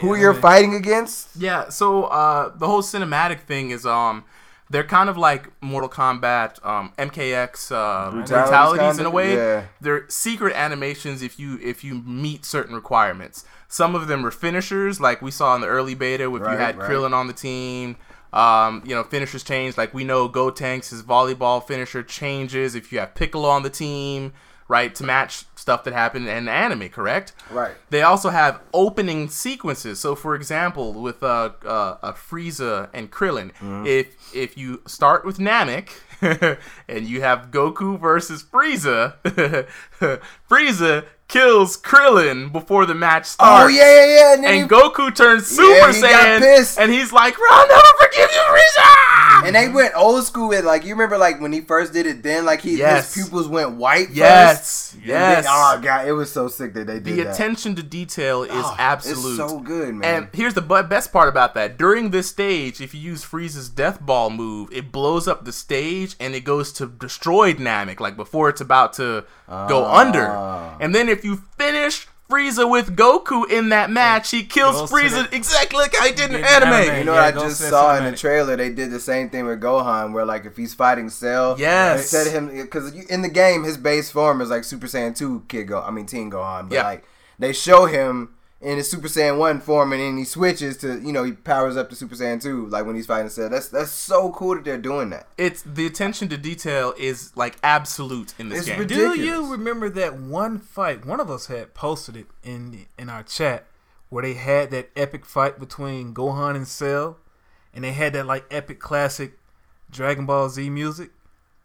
who
Yeah,
you're
they-
fighting against.
Yeah, so uh, the whole cinematic thing is um, they're kind of like Mortal Kombat, um, MKX uh,
Brutalities
brutalities
kind
in a
of?
way.
Yeah.
They're secret animations if you if you meet certain requirements. Some of them are finishers, like we saw in the early beta. If you
Right,
had
right.
Krillin on the team, um, you know finishers change. Like we know Go Tanks his volleyball finisher changes if you have Piccolo on the team, right? To match stuff that happened in anime, correct?
Right.
They also have opening sequences. So, for example, with uh, uh, a Frieza and Krillin,
Mm-hmm.
if if you start with Namek and you have Goku versus Frieza, Frieza kills Krillin before the match starts.
Oh yeah, yeah, yeah. And, then
And
he-
Goku turns Super
Yeah, he got
Saiyan,
pissed.
and he's like, "I'll never forgive you, Frieza."
and they went old school with like you remember like when he first did it. Then like he
Yes.
his pupils went white. first,
yes,
and then-
yes.
oh god, it was so sick that they did
the
that.
attention to detail is
Oh,
absolute.
It's so good, man.
And here's the bu- best part about that. During this stage, if you use Frieza's death ball move, it blows up the stage and it goes to
Ah.
destroy Namek, like before it's about to go under. And then if you finish Frieza with Goku in that match. He kills
Goes to
Frieza
the-
exactly like I did in
did
anime.
anime.
You know
Yeah,
what I
Goku
just
said
saw in
something.
the trailer? They did the same thing with Gohan, where like if he's fighting Cell,
Yes.
instead of him because in the game his base form is like Super Saiyan two kid go, I mean Teen Gohan, but
Yeah.
like they show him in his Super Saiyan one form, and then he switches to you know he powers up to Super Saiyan two, like when he's fighting Cell. That's that's so cool that they're doing that.
It's the attention to detail is like absolute in this
It's
game.
ridiculous.
Do you remember that one fight? One of us had posted it in in our chat where they had that epic fight between Gohan and Cell, and they had that like epic classic Dragon Ball Z music.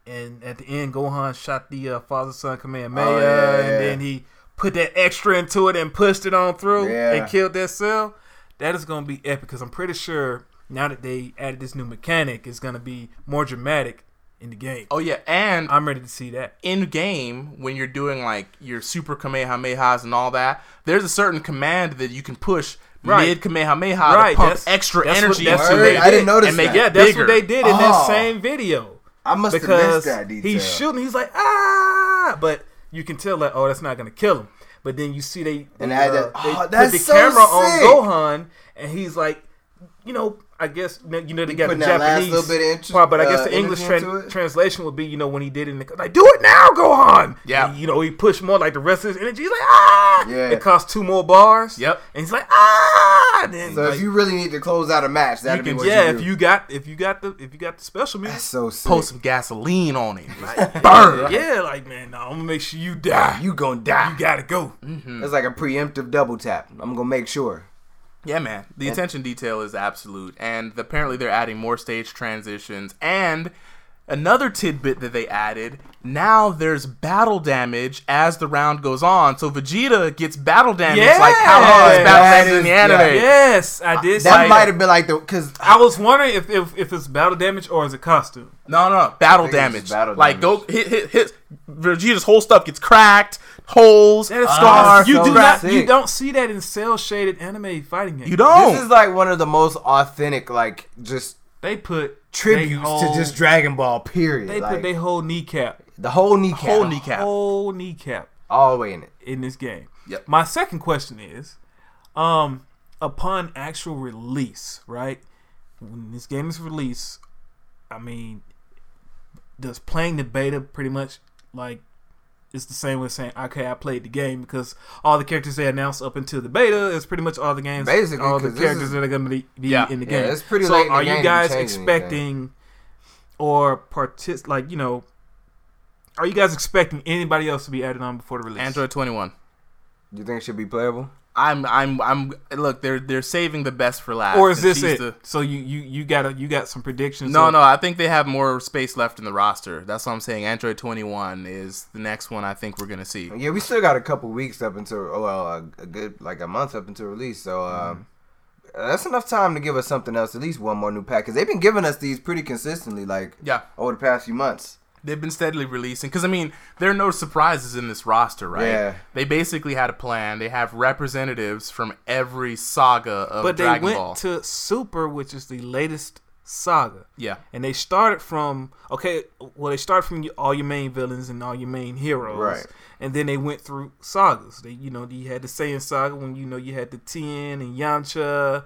And at the end, Gohan shot the uh, father son command
Oh, yeah, yeah.
and then he put that extra into it and pushed it on through
Yeah.
and killed that Cell. That is going to be epic because I'm pretty sure now that they added this new mechanic, it's going to be more dramatic in the game.
oh yeah, and
I'm ready to see that.
in game when you're doing like your super kamehamehas and all that, there's a certain command that you can push
Right.
mid kamehameha to
Right,
pump
that's-
extra
that's what-
energy
that's
into
what
it
they
I didn't
did.
notice
and make
that.
Yeah, that's what
bigger.
they did in that
Oh.
same video.
I must have missed
Because
that detail.
he's shooting, he's like, ah, but you can tell that, oh, that's not gonna kill him. But then you see they,
And
they,
add
uh,
that- oh,
they
that's
put the
so
camera
sick.
on Gohan, and he's like, you know, I guess you know, you know they got the
putting that last
Japanese
little bit of interest-
part, but I guess
uh,
the English
energy
tran-
into it.
translation would be, you know, when he did it, in the, like, do it now, Gohan.
Yeah.
And, you know, he pushed more like the rest of his energy. He's like, ah.
Yeah.
It costs two more bars.
Yep.
And he's like, ah. And then,
So
like,
if you really need to close out a match,
you
that'd be
can-
what
yeah,
you do.
if you got if you got the if you got the special music,
that's so sick.
Post some gasoline on it.
burn. Yeah, like man, no, I'm gonna make sure you die. You,
you gonna die.
gotta go.
That's like a preemptive double tap. I'm gonna make sure.
Yeah, man. The attention detail is absolute, and apparently they're adding more stage transitions. And another tidbit that they added: now there's battle damage as the round goes on. So Vegeta gets battle damage like how long is
Yeah,
battle
that
damage in
is-
the anime?
Yes, I did.
Uh, That
see
might have been like the because
I was wondering if, if if it's battle damage or is it costume.
No, no, battle
I think it's
damage.
just battle
like
damage.
go hit, hit, hit. Vegeta's whole stuff gets cracked, holes, uh,
That is
scars.
so
You do not.
sick.
You don't see that in cell shaded anime fighting games.
You don't.
This is like one of the most authentic, like just
They put
tributes
they whole,
to just Dragon Ball. Period.
They
Like,
put their whole kneecap,
the whole kneecap,
Whole kneecap.
whole kneecap
all the way in it.
in this game.
Yep.
My second question is, um, upon actual release, right? When this game is released, I mean, does playing the beta pretty much like it's the same with saying, okay, I played the game because all the characters they announced up until the beta is pretty much all the games,
Basically,
all the
'cause this
characters
is-
that are going to be, be
Yeah.
in the
Yeah,
game.
it's pretty
so
late in the
are
game to
you guys
change anything.
expecting or partic- like you know? Are you guys expecting anybody else to be added on before the release?
Android twenty one.
Do you think it should be playable?
I'm, I'm, I'm. Look, they're they're saving the best for last.
or is
and
this
she's
it?
the-
so you you you got a, you got some predictions?
No,
of-
no, I think they have more space left in the roster. That's what I'm saying. Android 21 is the next one I think we're going to see.
Yeah, we still got a couple weeks up until oh, well, a, a good like a month up until release. So um, that's enough time to give us something else, at least one more new pack. Because they've been giving us these pretty consistently, like
Yeah.
over the past few months.
They've been steadily releasing cuz I mean, there are no surprises in this roster, right?
Yeah.
They basically had a plan. They have representatives from every saga of
but
Dragon
they went
Ball.
to Super, which is the latest saga,
yeah.
and they started from okay. Well, they started from your- all your main villains and all your main heroes,
Right.
And then they went through sagas. They you know you had the Saiyan saga when you know you had the Tien and Yamcha.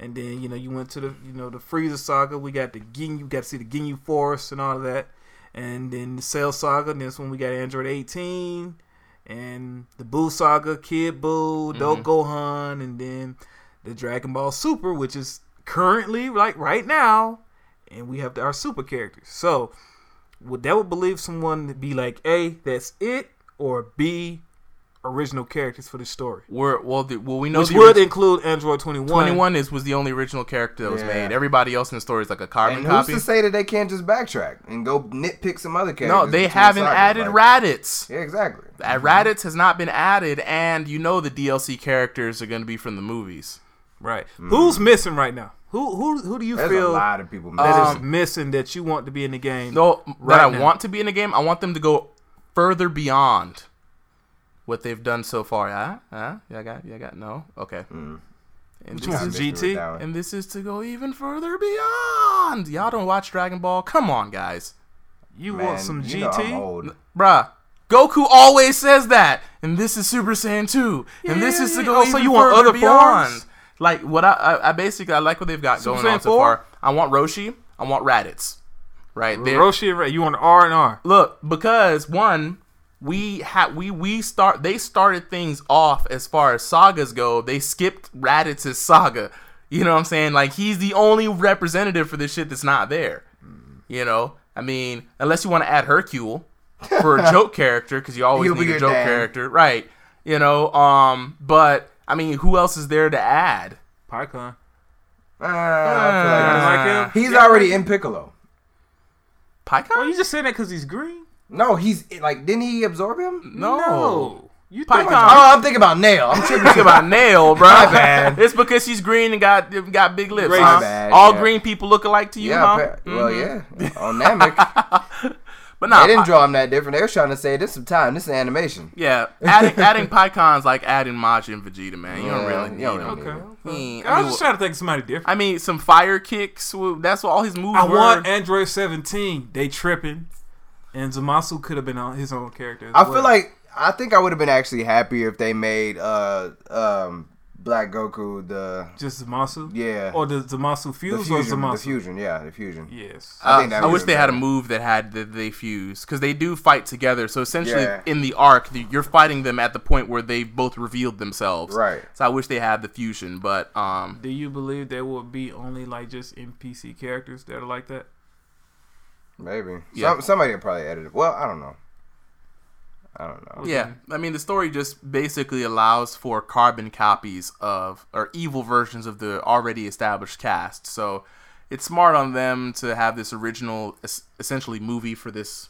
And then you know you went to the you know the Frieza saga. We got the Ginyu, we got to see the Ginyu Forest and all of that, and then the Cell saga. And that's when we got Android 18, and the Boo Saga, Kid Boo, Dope Gohan, and then the Dragon Ball Super, which is currently like right now, and we have our super characters. So would that would believe someone to be like A, that's it, or B, original characters for the story,
We're well, the, well we know
which
the
would
orig-
include Android 21.
21 is was the only original character that was
Yeah.
made. Everybody else in the story is like a carbon
And
copy.
who's to say that they can't just backtrack and go nitpick some other characters?
No, they
between
haven't
sagas,
added
like-
Raditz.
Yeah, Mm-hmm. exactly.
Uh, Raditz has not been added, and you know the DLC characters are going to be from the movies.
Right.
Mm.
Who's missing right now? Who who who do you
There's
feel
a lot of people.
that is
missing.
missing that you want to be in the game?
Um, No,
Right
that I
now.
want to be in the game. I want them to go further beyond what they've done so far. Yeah, yeah, yeah. I got, yeah, I got. No,
Mm.
okay. And,
one?
this is,
GT?
and this is to go even further beyond. Y'all don't watch Dragon Ball? Come on, guys,
You want some GT?
i
bruh. Goku always says that, and this is Super Saiyan two, and
Yeah,
this
yeah,
is
yeah.
to go
Oh,
even so you want other beyond. forms? Like what I, I, I basically I like what they've got
Super
going on
Saiyan
so far. I want Roshi. I want Raditz. Right there.
Roshi and Ra- you on R and R.
Look, because one, we had we we start they started things off as far as sagas go. They skipped Raditz's saga. You know what I'm saying? Like he's the only representative for this shit that's not there. You know, I mean, unless you want to add Hercule for a joke character, because you always
He'll be
need a
your
joke
dad.
character, right? You know, um, but I mean, who else is there to add?
PyCon.
Uh, I
like him?
Uh,
feel like ah. he's already in Piccolo.
Oh,
Pycon?
you just saying that because he's green?
No, he's like, didn't he absorb him?
No.
You
Pycon.
Oh,
think
I'm thinking about Nail. I'm tripping.
Think about nail, bro.
My bad.
It's because she's green and got got big lips.
Great.
huh?
My
bad,
All
yeah.
green people look alike to you,
yeah,
huh?
appa- well, yeah. On Namek,
But no,
they didn't draw him that different. They were trying to say this some time. This is animation.
yeah, adding adding Pycon's like adding Majin and Vegeta, man. You don't
Yeah,
really
you
need
don't
them.
really
Okay.
Yeah.
Mm,
I
I
was
mean,
just trying to think of somebody different.
I mean, some fire kicks. well, That's what all his moves
I
were.
want Android 17. They tripping. And Zamasu could have been on his own character. as
I
well.
feel like I think I would have been actually happier if they made uh um Black Goku the
just Zamasu.
yeah
Or the Zamasu
the
fuse or
fusion the
Zamasu?
fusion yeah the fusion.
Yes.
I
I,
think that
I wish
would've
they
been
had a
better.
move that had that they fuse because they do fight together. So essentially,
Yeah.
in the arc, the- you're fighting them at the point where they both revealed themselves.
Right.
So I wish they had the fusion, but um,
Do you believe there will be only like just NPC characters that are like that?
Maybe
Yeah.
Some, somebody would probably edit it. Well, I don't know. I don't know.
Yeah, I mean the story just basically allows for carbon copies of or evil versions of the already established cast. So it's smart on them to have this original es- essentially movie for this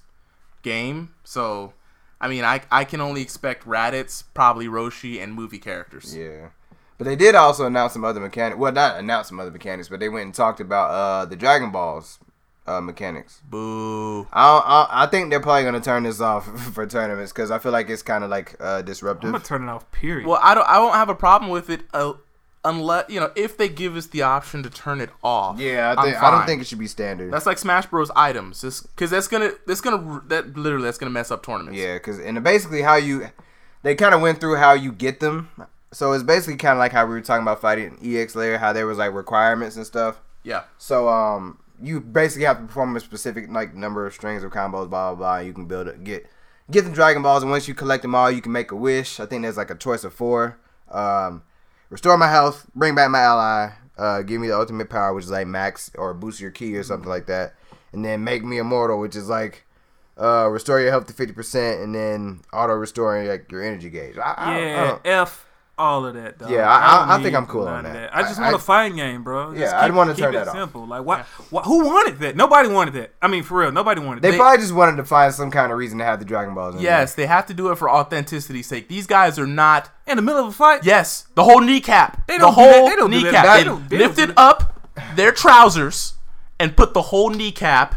game. So I mean I I can only expect Raditz, probably Roshi and movie characters.
Yeah. But they did also announce some other mechanics. Well, not announce some other mechanics, but they went and talked about uh, the Dragon Balls uh, mechanics.
Boo.
I, I I think they're probably gonna turn this off for tournaments because I feel like it's kind of like uh,
I'm
disruptive.
gonna turn it off. Period.
Well, I don't I won't have a problem with it uh, unless, you know, if they give us the option to turn it off.
yeah, I,
I'm
think, I don't
fine.
think it should be standard.
That's like Smash Bros. items, because that's gonna that's gonna that literally that's gonna mess up tournaments.
Yeah, because and basically how you, they kind of went through how you get them. So it's basically kind of like how we were talking about fighting EX layer, how there was like requirements and stuff.
yeah.
Mm-hmm.
So um, you basically have to perform a specific like number of strings or combos, blah blah blah. You can build it, get get the Dragon Balls, and once you collect them all, you can make a wish. I think there's like a choice of four. Um, restore my health, bring back my ally, uh, give me the ultimate power, which is like max or boost your key or something like that, and then make me immortal, which is like. Uh, restore your health to fifty percent, and then auto restoring like your energy gauge. I, I, don't- I
yeah.
don't-
F all of that. Dog.
Yeah, I-
don't
I- I think
need
I'm cool
none
on
of
that.
I
I-
just
I-
want a fighting game, bro. Just
Yeah, I
keep-
wanna
keep
turn
it
that off.
Simple. Like, why, why? Who wanted that? Nobody wanted that. I mean, for real, nobody wanted.
they,
that.
probably just wanted to find some kind of reason to have the Dragon Balls. In there.
Yes, they have to do it for authenicity's sake. These guys are not.
in the middle of a fight.
Yes, the whole kneecap.
They
the
don't do
whole
that. They don't do that.
kneecap.
They
They
don't- they don't
lifted
do
up their trousers and put the whole kneecap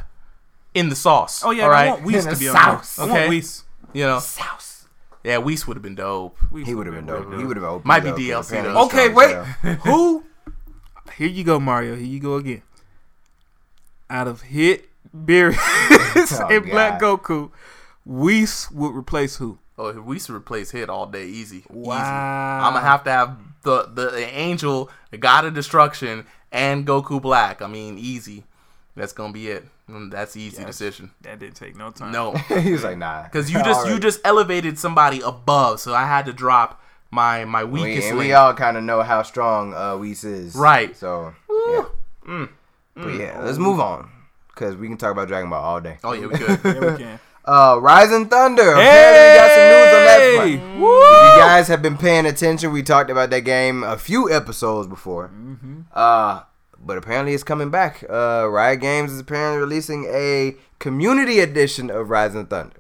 in the sauce.
Oh yeah,
all
I
right.
want Whis
In
to
the
be on. there.
South.
I want
Okay.
Whis.
you know,
South.
yeah, Weiss would have been dope.
Whis
He would have
would've
been dope. He would have opened.
Might
it
be
up, but
DLC
apparently
though.
it's
Okay,
not,
wait.
so.
Who? Here you go, Mario. Here you go again. Out of Hit, Beerus, and Black Goku, Whis would replace who?
Oh, if Weiss would replace Hit all day, easy. Easy. I'm gonna have to have the the, the angel, the god of destruction, and Goku Black. I mean, easy. That's gonna be it. Mm, That's easy decision.
That didn't take no time.
No.
he was like, nah.
Because you just you
Alright.
just elevated somebody above, so I had to drop my my
We,
weakest
and we
link.
all kind of know how strong uh, Whis is.
Right. Mm.
So. Yeah. But yeah, let's move on because we can talk about Dragon Ball all day.
oh yeah, we could.
Yeah, we can.
Uh, Rising Thunder. Apparently, we got some news on that front.
Hey! Woo!
If you guys have been paying attention, we talked about that game a few episodes before.
Mm-hmm.
Uh, but apparently it's coming back. Uh, Riot Games is apparently releasing a community edition of Rising Thunder,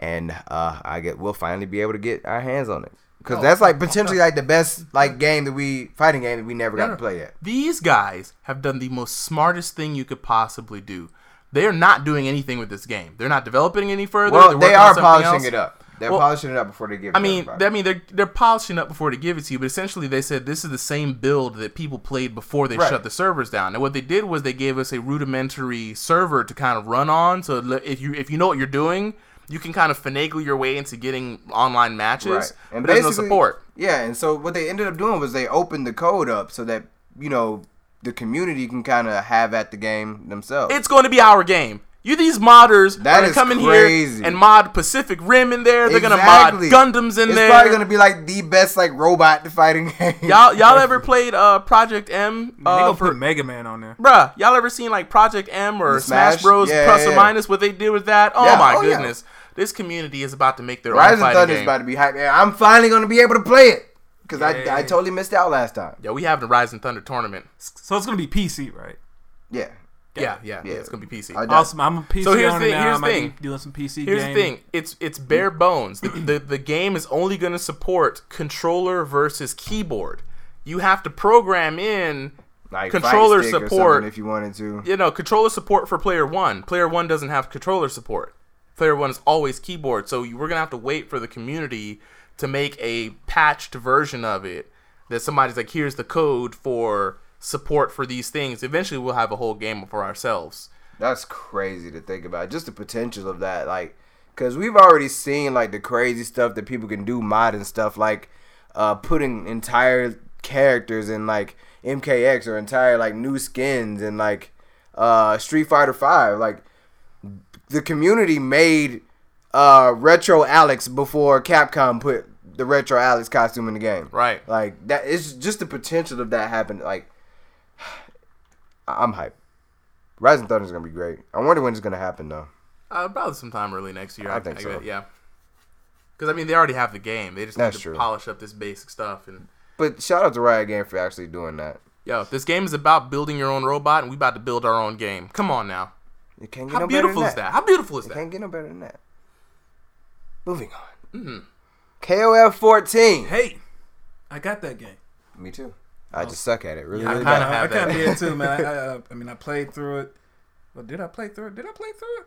and uh, I get we'll finally be able to get our hands on it
Oh.
because that's like potentially like the best like game that we fighting game that we never got to play yet.
These guys have done the most smartest thing you could possibly do. They are not doing anything with this game. They're not developing any further.
Well,
They're
they
working on
are
something
polishing
else.
it up. They're
Well,
polishing it up before they give. It
I mean,
to everybody.
I mean, they're they're polishing up before they give it to you. But essentially, they said this is the same build that people played before they
Right.
shut the servers down. And what they did was they gave us a rudimentary server to kind of run on. So it le- if you if you know what you're doing, you can kind of finagle your way into getting online matches,
Right. And
but there's no
basically-
support.
Yeah, and so what they ended up doing was they opened the code up so that you know the community can kind of have at the game themselves.
It's going to be our game. You these modders
That
are gonna
is
come in
crazy.
here and mod Pacific Rim in there. They're
Exactly.
gonna mod Gundams in
It's
there.
probably gonna be like the best like robot fighting game.
y'all y'all ever played uh Project M?
Man, they
uh,
gonna
for-
put Mega Man on there.
Bruh, y'all ever seen like Project M or
The
Smash,
Smash?
Bros.
Yeah,
plus
yeah,
or
yeah.
minus what they did with that? Oh
Yeah,
my
oh, yeah.
goodness, this community is about to make their own
Rise of
fighting
Thunder is
game.
about to be hype. Man, I'm finally gonna be able to play it because
Yeah.
I I totally missed out last time.
yeah, we have the Rise and Thunder tournament.
So it's gonna be PC, right?
Yeah,
Yeah, yeah, yeah,
Yeah.
it's gonna be PC.
I done.
Awesome. I'm a PC
So here's
owner
the-
now.
here's
I
the
might
thing.
be doing some PC
Here's
gaming.
the thing: it's it's bare bones. The, the the game is only going to support controller versus keyboard. You have to program in
like fight
controller
stick or
support.
something if you wanted to.
you know controller support for player one. Player one doesn't have controller support. Player one is always keyboard. So you, we're gonna have to wait for the community to make a patched version of it that somebody's like, here's the code for support for these things. Eventually, we'll have a whole game for ourselves.
That's crazy to think about. Just the potential of that, like, because we've already seen like the crazy stuff that people can do, mod and stuff, like uh, putting entire characters in like MKX or entire like new skins and like uh, Street Fighter Five. Like, the community made uh, Retro Alex before Capcom put the Retro Alex costume in the game.
Right.
Like that. It's just the potential of that happening. Like, I- I'm hyped. Rising Thunder is gonna be great. I wonder when it's gonna happen though.
Uh, probably sometime early next year.
I
I,
think
think
so.
yeah. Because I mean, they already have the game. They just
That's
need to
true.
polish up this basic stuff. And
But shout out to Riot Game for actually doing that.
yo, this game is about building your own robot, and we about to build our own game. Come on now.
It can't get
How
no better
beautiful
than
is that? How beautiful is
It
that?
can't get no better than that. Moving on.
Mm-hmm.
KOF 14.
Hey, I got that game.
Me too. I just suck at it. Really,
Oh. I
really
kinda
bad.
have
I kind
that.
of did too, man. I, I, uh, I mean, I played through it. But did I play through it? Did I play through it?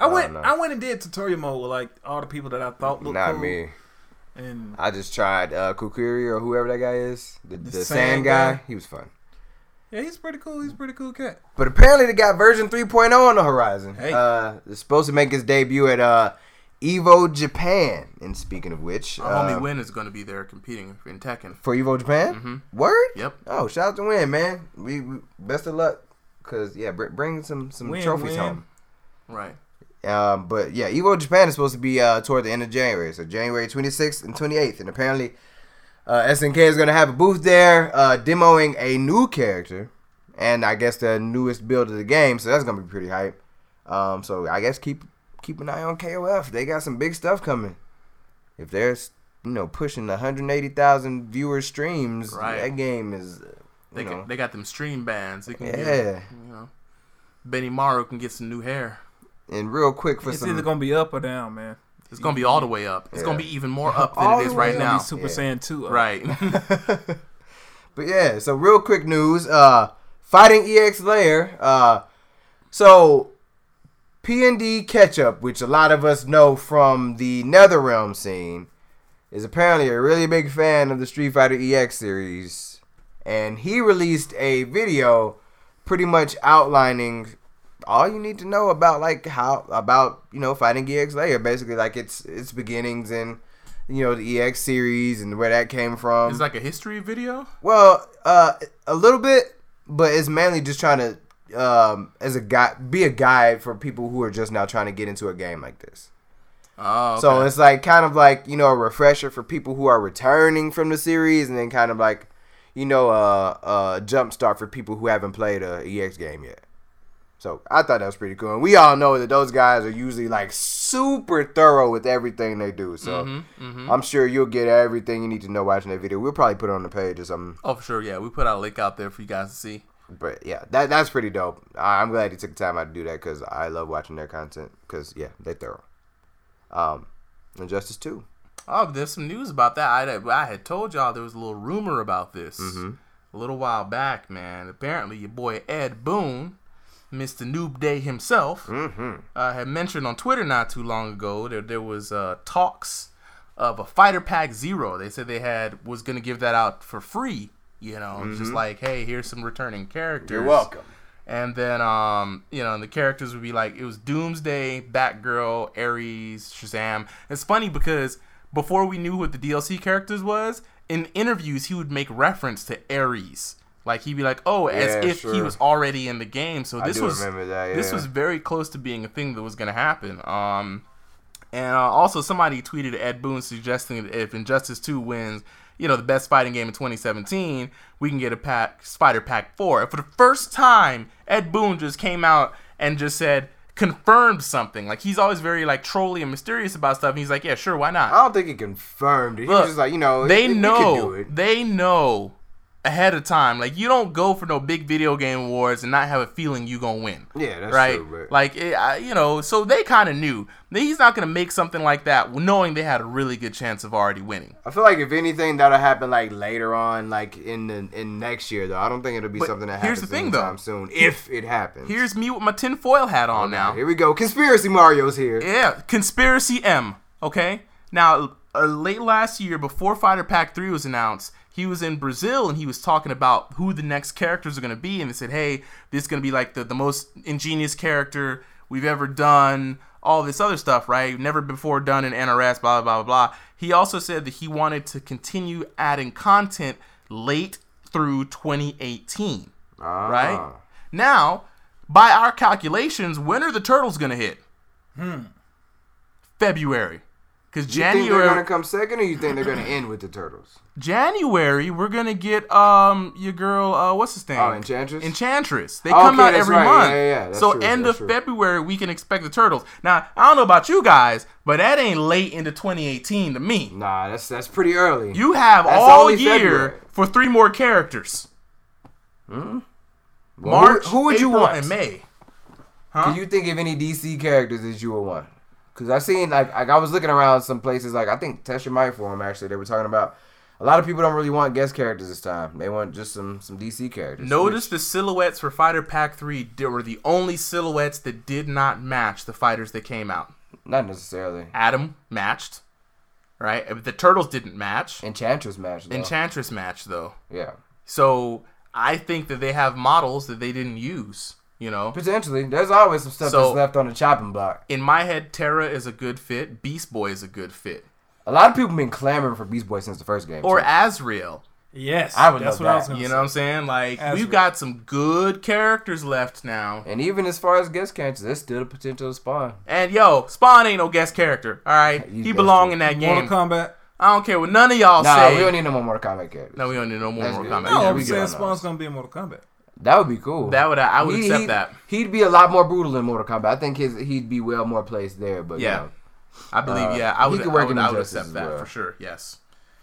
I
don't
went.
know.
I went and did tutorial mode with like all the people that I thought looked
Not
cool.
me.
And
I just tried uh, Kukuri or whoever that guy is. The, the,
sand
sand guy.
guy.
He was fun.
yeah, he's pretty cool. He's a pretty cool cat.
But apparently they got version 3.0 on the horizon.
Hey.
Uh, it's supposed to make its debut at uh, Evo Japan. And speaking of which,
Our
uh,
homie Win is going to be there competing in Tekken.
for Evo Japan.
Mm-hmm.
Word.
Yep.
Oh, shout out to Win, man. We, we best of luck, cause yeah, br- bring some some
Win,
trophies
Win.
home.
Right.
Um, but yeah, Evo Japan is supposed to be uh toward the end of January, so January 26th and 28th, and apparently, uh, SNK is gonna have a booth there, uh, demoing a new character, and I guess the newest build of the game. So that's gonna be pretty hype. Um, so I guess keep keep an eye on KOF. They got some big stuff coming. If there's you know pushing 180,000 viewer streams,
Right.
that game is. uh,
They
you know.
can, they got them stream bands. They can
Yeah.
Get, you know, Benny Morrow can get some new hair.
And real quick for
It's
some
either gonna be up or down, man.
It's going to be all the way up. It's going to
Yeah.
be even more up
All
than it
the
is
way
right
up.
It's gonna be
now.
Super
Yeah.
Saiyan two.
uh,
up.
Right.
But yeah, so real quick news. Uh fighting EX Layer, uh so P and D Ketchup, which a lot of us know from the Netherrealm scene, is apparently a really big fan of the Street Fighter EX series. And he released a video pretty much outlining all you need to know about like how about, you know, fighting EX Layer, basically like its its beginnings and you know, the EX series and where that came from.
it's like a history video.
Well, uh, a little bit, but it's mainly just trying to, um, as a guy, be a guide for people who are just now trying to get into a game like this.
Oh, okay.
So it's like kind of like you know a refresher for people who are returning from the series, and then kind of like you know a uh, a jump start for people who haven't played a EX game yet. So I thought that was pretty cool, and we all know that those guys are usually like super thorough with everything they do. So I'm sure you'll get everything you need to know watching that video. We'll probably put it on the page or something.
oh, for sure. Yeah, we put out a link out there for you guys to see.
But yeah, that that's pretty dope. I, I'm glad he took the time out to do that because I love watching their content. Because yeah, they thorough. Um, Injustice Two.
Oh, there's some news about that. I, I had told y'all there was a little rumor about this
Mm-hmm.
a little while back, man. Apparently, your boy Ed Boone, Mr. Noob Day himself,
Mm-hmm.
uh, had mentioned on Twitter not too long ago that there was uh, talks of a Fighter Pack Zero. They said they had was going to give that out for free. You know, just like, hey, here's some returning characters.
Mm-hmm. welcome.
And then, um, you know, and the characters would be like, it was Doomsday, Batgirl, Ares, Shazam. It's funny because before we knew what the DLC characters was, in interviews he would make reference to Ares. Like he'd be like, "Oh, as
Yeah,
if he
sure.
was already in the game." So
I
this
do
was
remember that,
this
yeah.
was very close to being a thing that was going to happen. Um, and uh, also somebody tweeted Ed Boon suggesting that if Injustice 2 wins, you know, the best fighting game in 2017, we can get a pack Spider Pack 4. And for the first time, Ed Boon just came out and just said confirmed something. Like he's always very like trolly and mysterious about stuff. And he's like, "Yeah, sure, why not?"
I don't think he confirmed it. He
Look,
was just like, you know,
they
we- we
know
can do it.
they know ahead of time like you don't go for no big video game awards and not have a feeling you gonna win
Yeah, that's
right
true, but-
like it, I, you know so they kind of knew that he's not gonna make something like that knowing they had a really good chance of already winning
I feel like if anything, that'll happen like later on, like in the in next year though. I don't think it'll be
But
something that happens
here's the thing, though.
anytime soon. If it happens,
here's me with my tinfoil hat
Oh,
on now
here we go. Conspiracy Mario's here.
Yeah, Conspiracy M. Okay. Now, uh, late last year, before Fighter Pack 3 was announced, he was in Brazil and he was talking about who the next characters are going to be. And they said, hey, this is going to be like the, the most ingenious character we've ever done. All this other stuff, right? Never before done in NRS, blah, blah, blah, blah. He also said that he wanted to continue adding content late through 2018.
Ah.
Right? Now, by our calculations, when are the turtles gonna hit? February. Because
Hmm. You think they're gonna
January,
come second, or you think they're gonna end with the turtles?
January, we're gonna get um your girl, uh, what's his name?
Oh, Enchantress?
Enchantress. They
Oh,
come
okay,
out
that's
every
right.
month.
Yeah, yeah, yeah. That's
so
true,
end
that's
of
true.
February, we can expect the turtles. Now, I don't know about you guys, but that ain't late into 2018 to me.
Nah, that's that's pretty early.
You have
That's
all
only
year
February.
for three more characters.
Well, who-
March,
Who, would you
April,
want?
And May.
Can you think of any DC characters that you would want? Because I seen like, like I was looking around some places like I think Tesha might for him actually. They were talking about a lot of people don't really want guest characters this time. They want just some some DC characters.
Notice the silhouettes for Fighter Pack 3 di- were the only silhouettes that did not match the fighters that came out.
Not necessarily.
Adam matched, right? Uh, The Turtles didn't match.
Enchantress match. Though.
Enchantress matched, though.
yeah.
So I think that they have models that they didn't use, you know?
Potentially, there's always some stuff
So-
that's left on the chopping block.
In my head, Terra is a good fit, Beast Boy is a good fit,
A lot of people been clamoring for Beast Boy since the first game.
or
too.
Azrael.
Yes,
I would love
that's what I was
that.
gonna
You
say.
know what I'm saying? Like,
Azrael.
we've got some good characters left now.
and even as far as guest characters, there's still the potential to spawn.
And yo, Spawn ain't no guest character, all right?
He's
He
guest
belong in that game.
Mortal Kombat.
I don't care what none of y'all
Nah,
say.
we don't need no more Mortal Kombat characters.
no, we don't need no more
That's
Mortal
good.
Kombat.
Yeah,
No,
we
I'm
get
saying
on those.
Spawn's gonna be in Mortal Kombat.
That would be cool.
That would I would
He-
accept
he'd-
that.
He'd be a lot more brutal in Mortal Kombat. I think his he'd be well more placed there. But uh,
Yeah.
yeah,
I believe,
Uh,
yeah, I
he
would.
could work
I would,
in
I would
Injustice
accept
as
that
well.
for sure. Yes.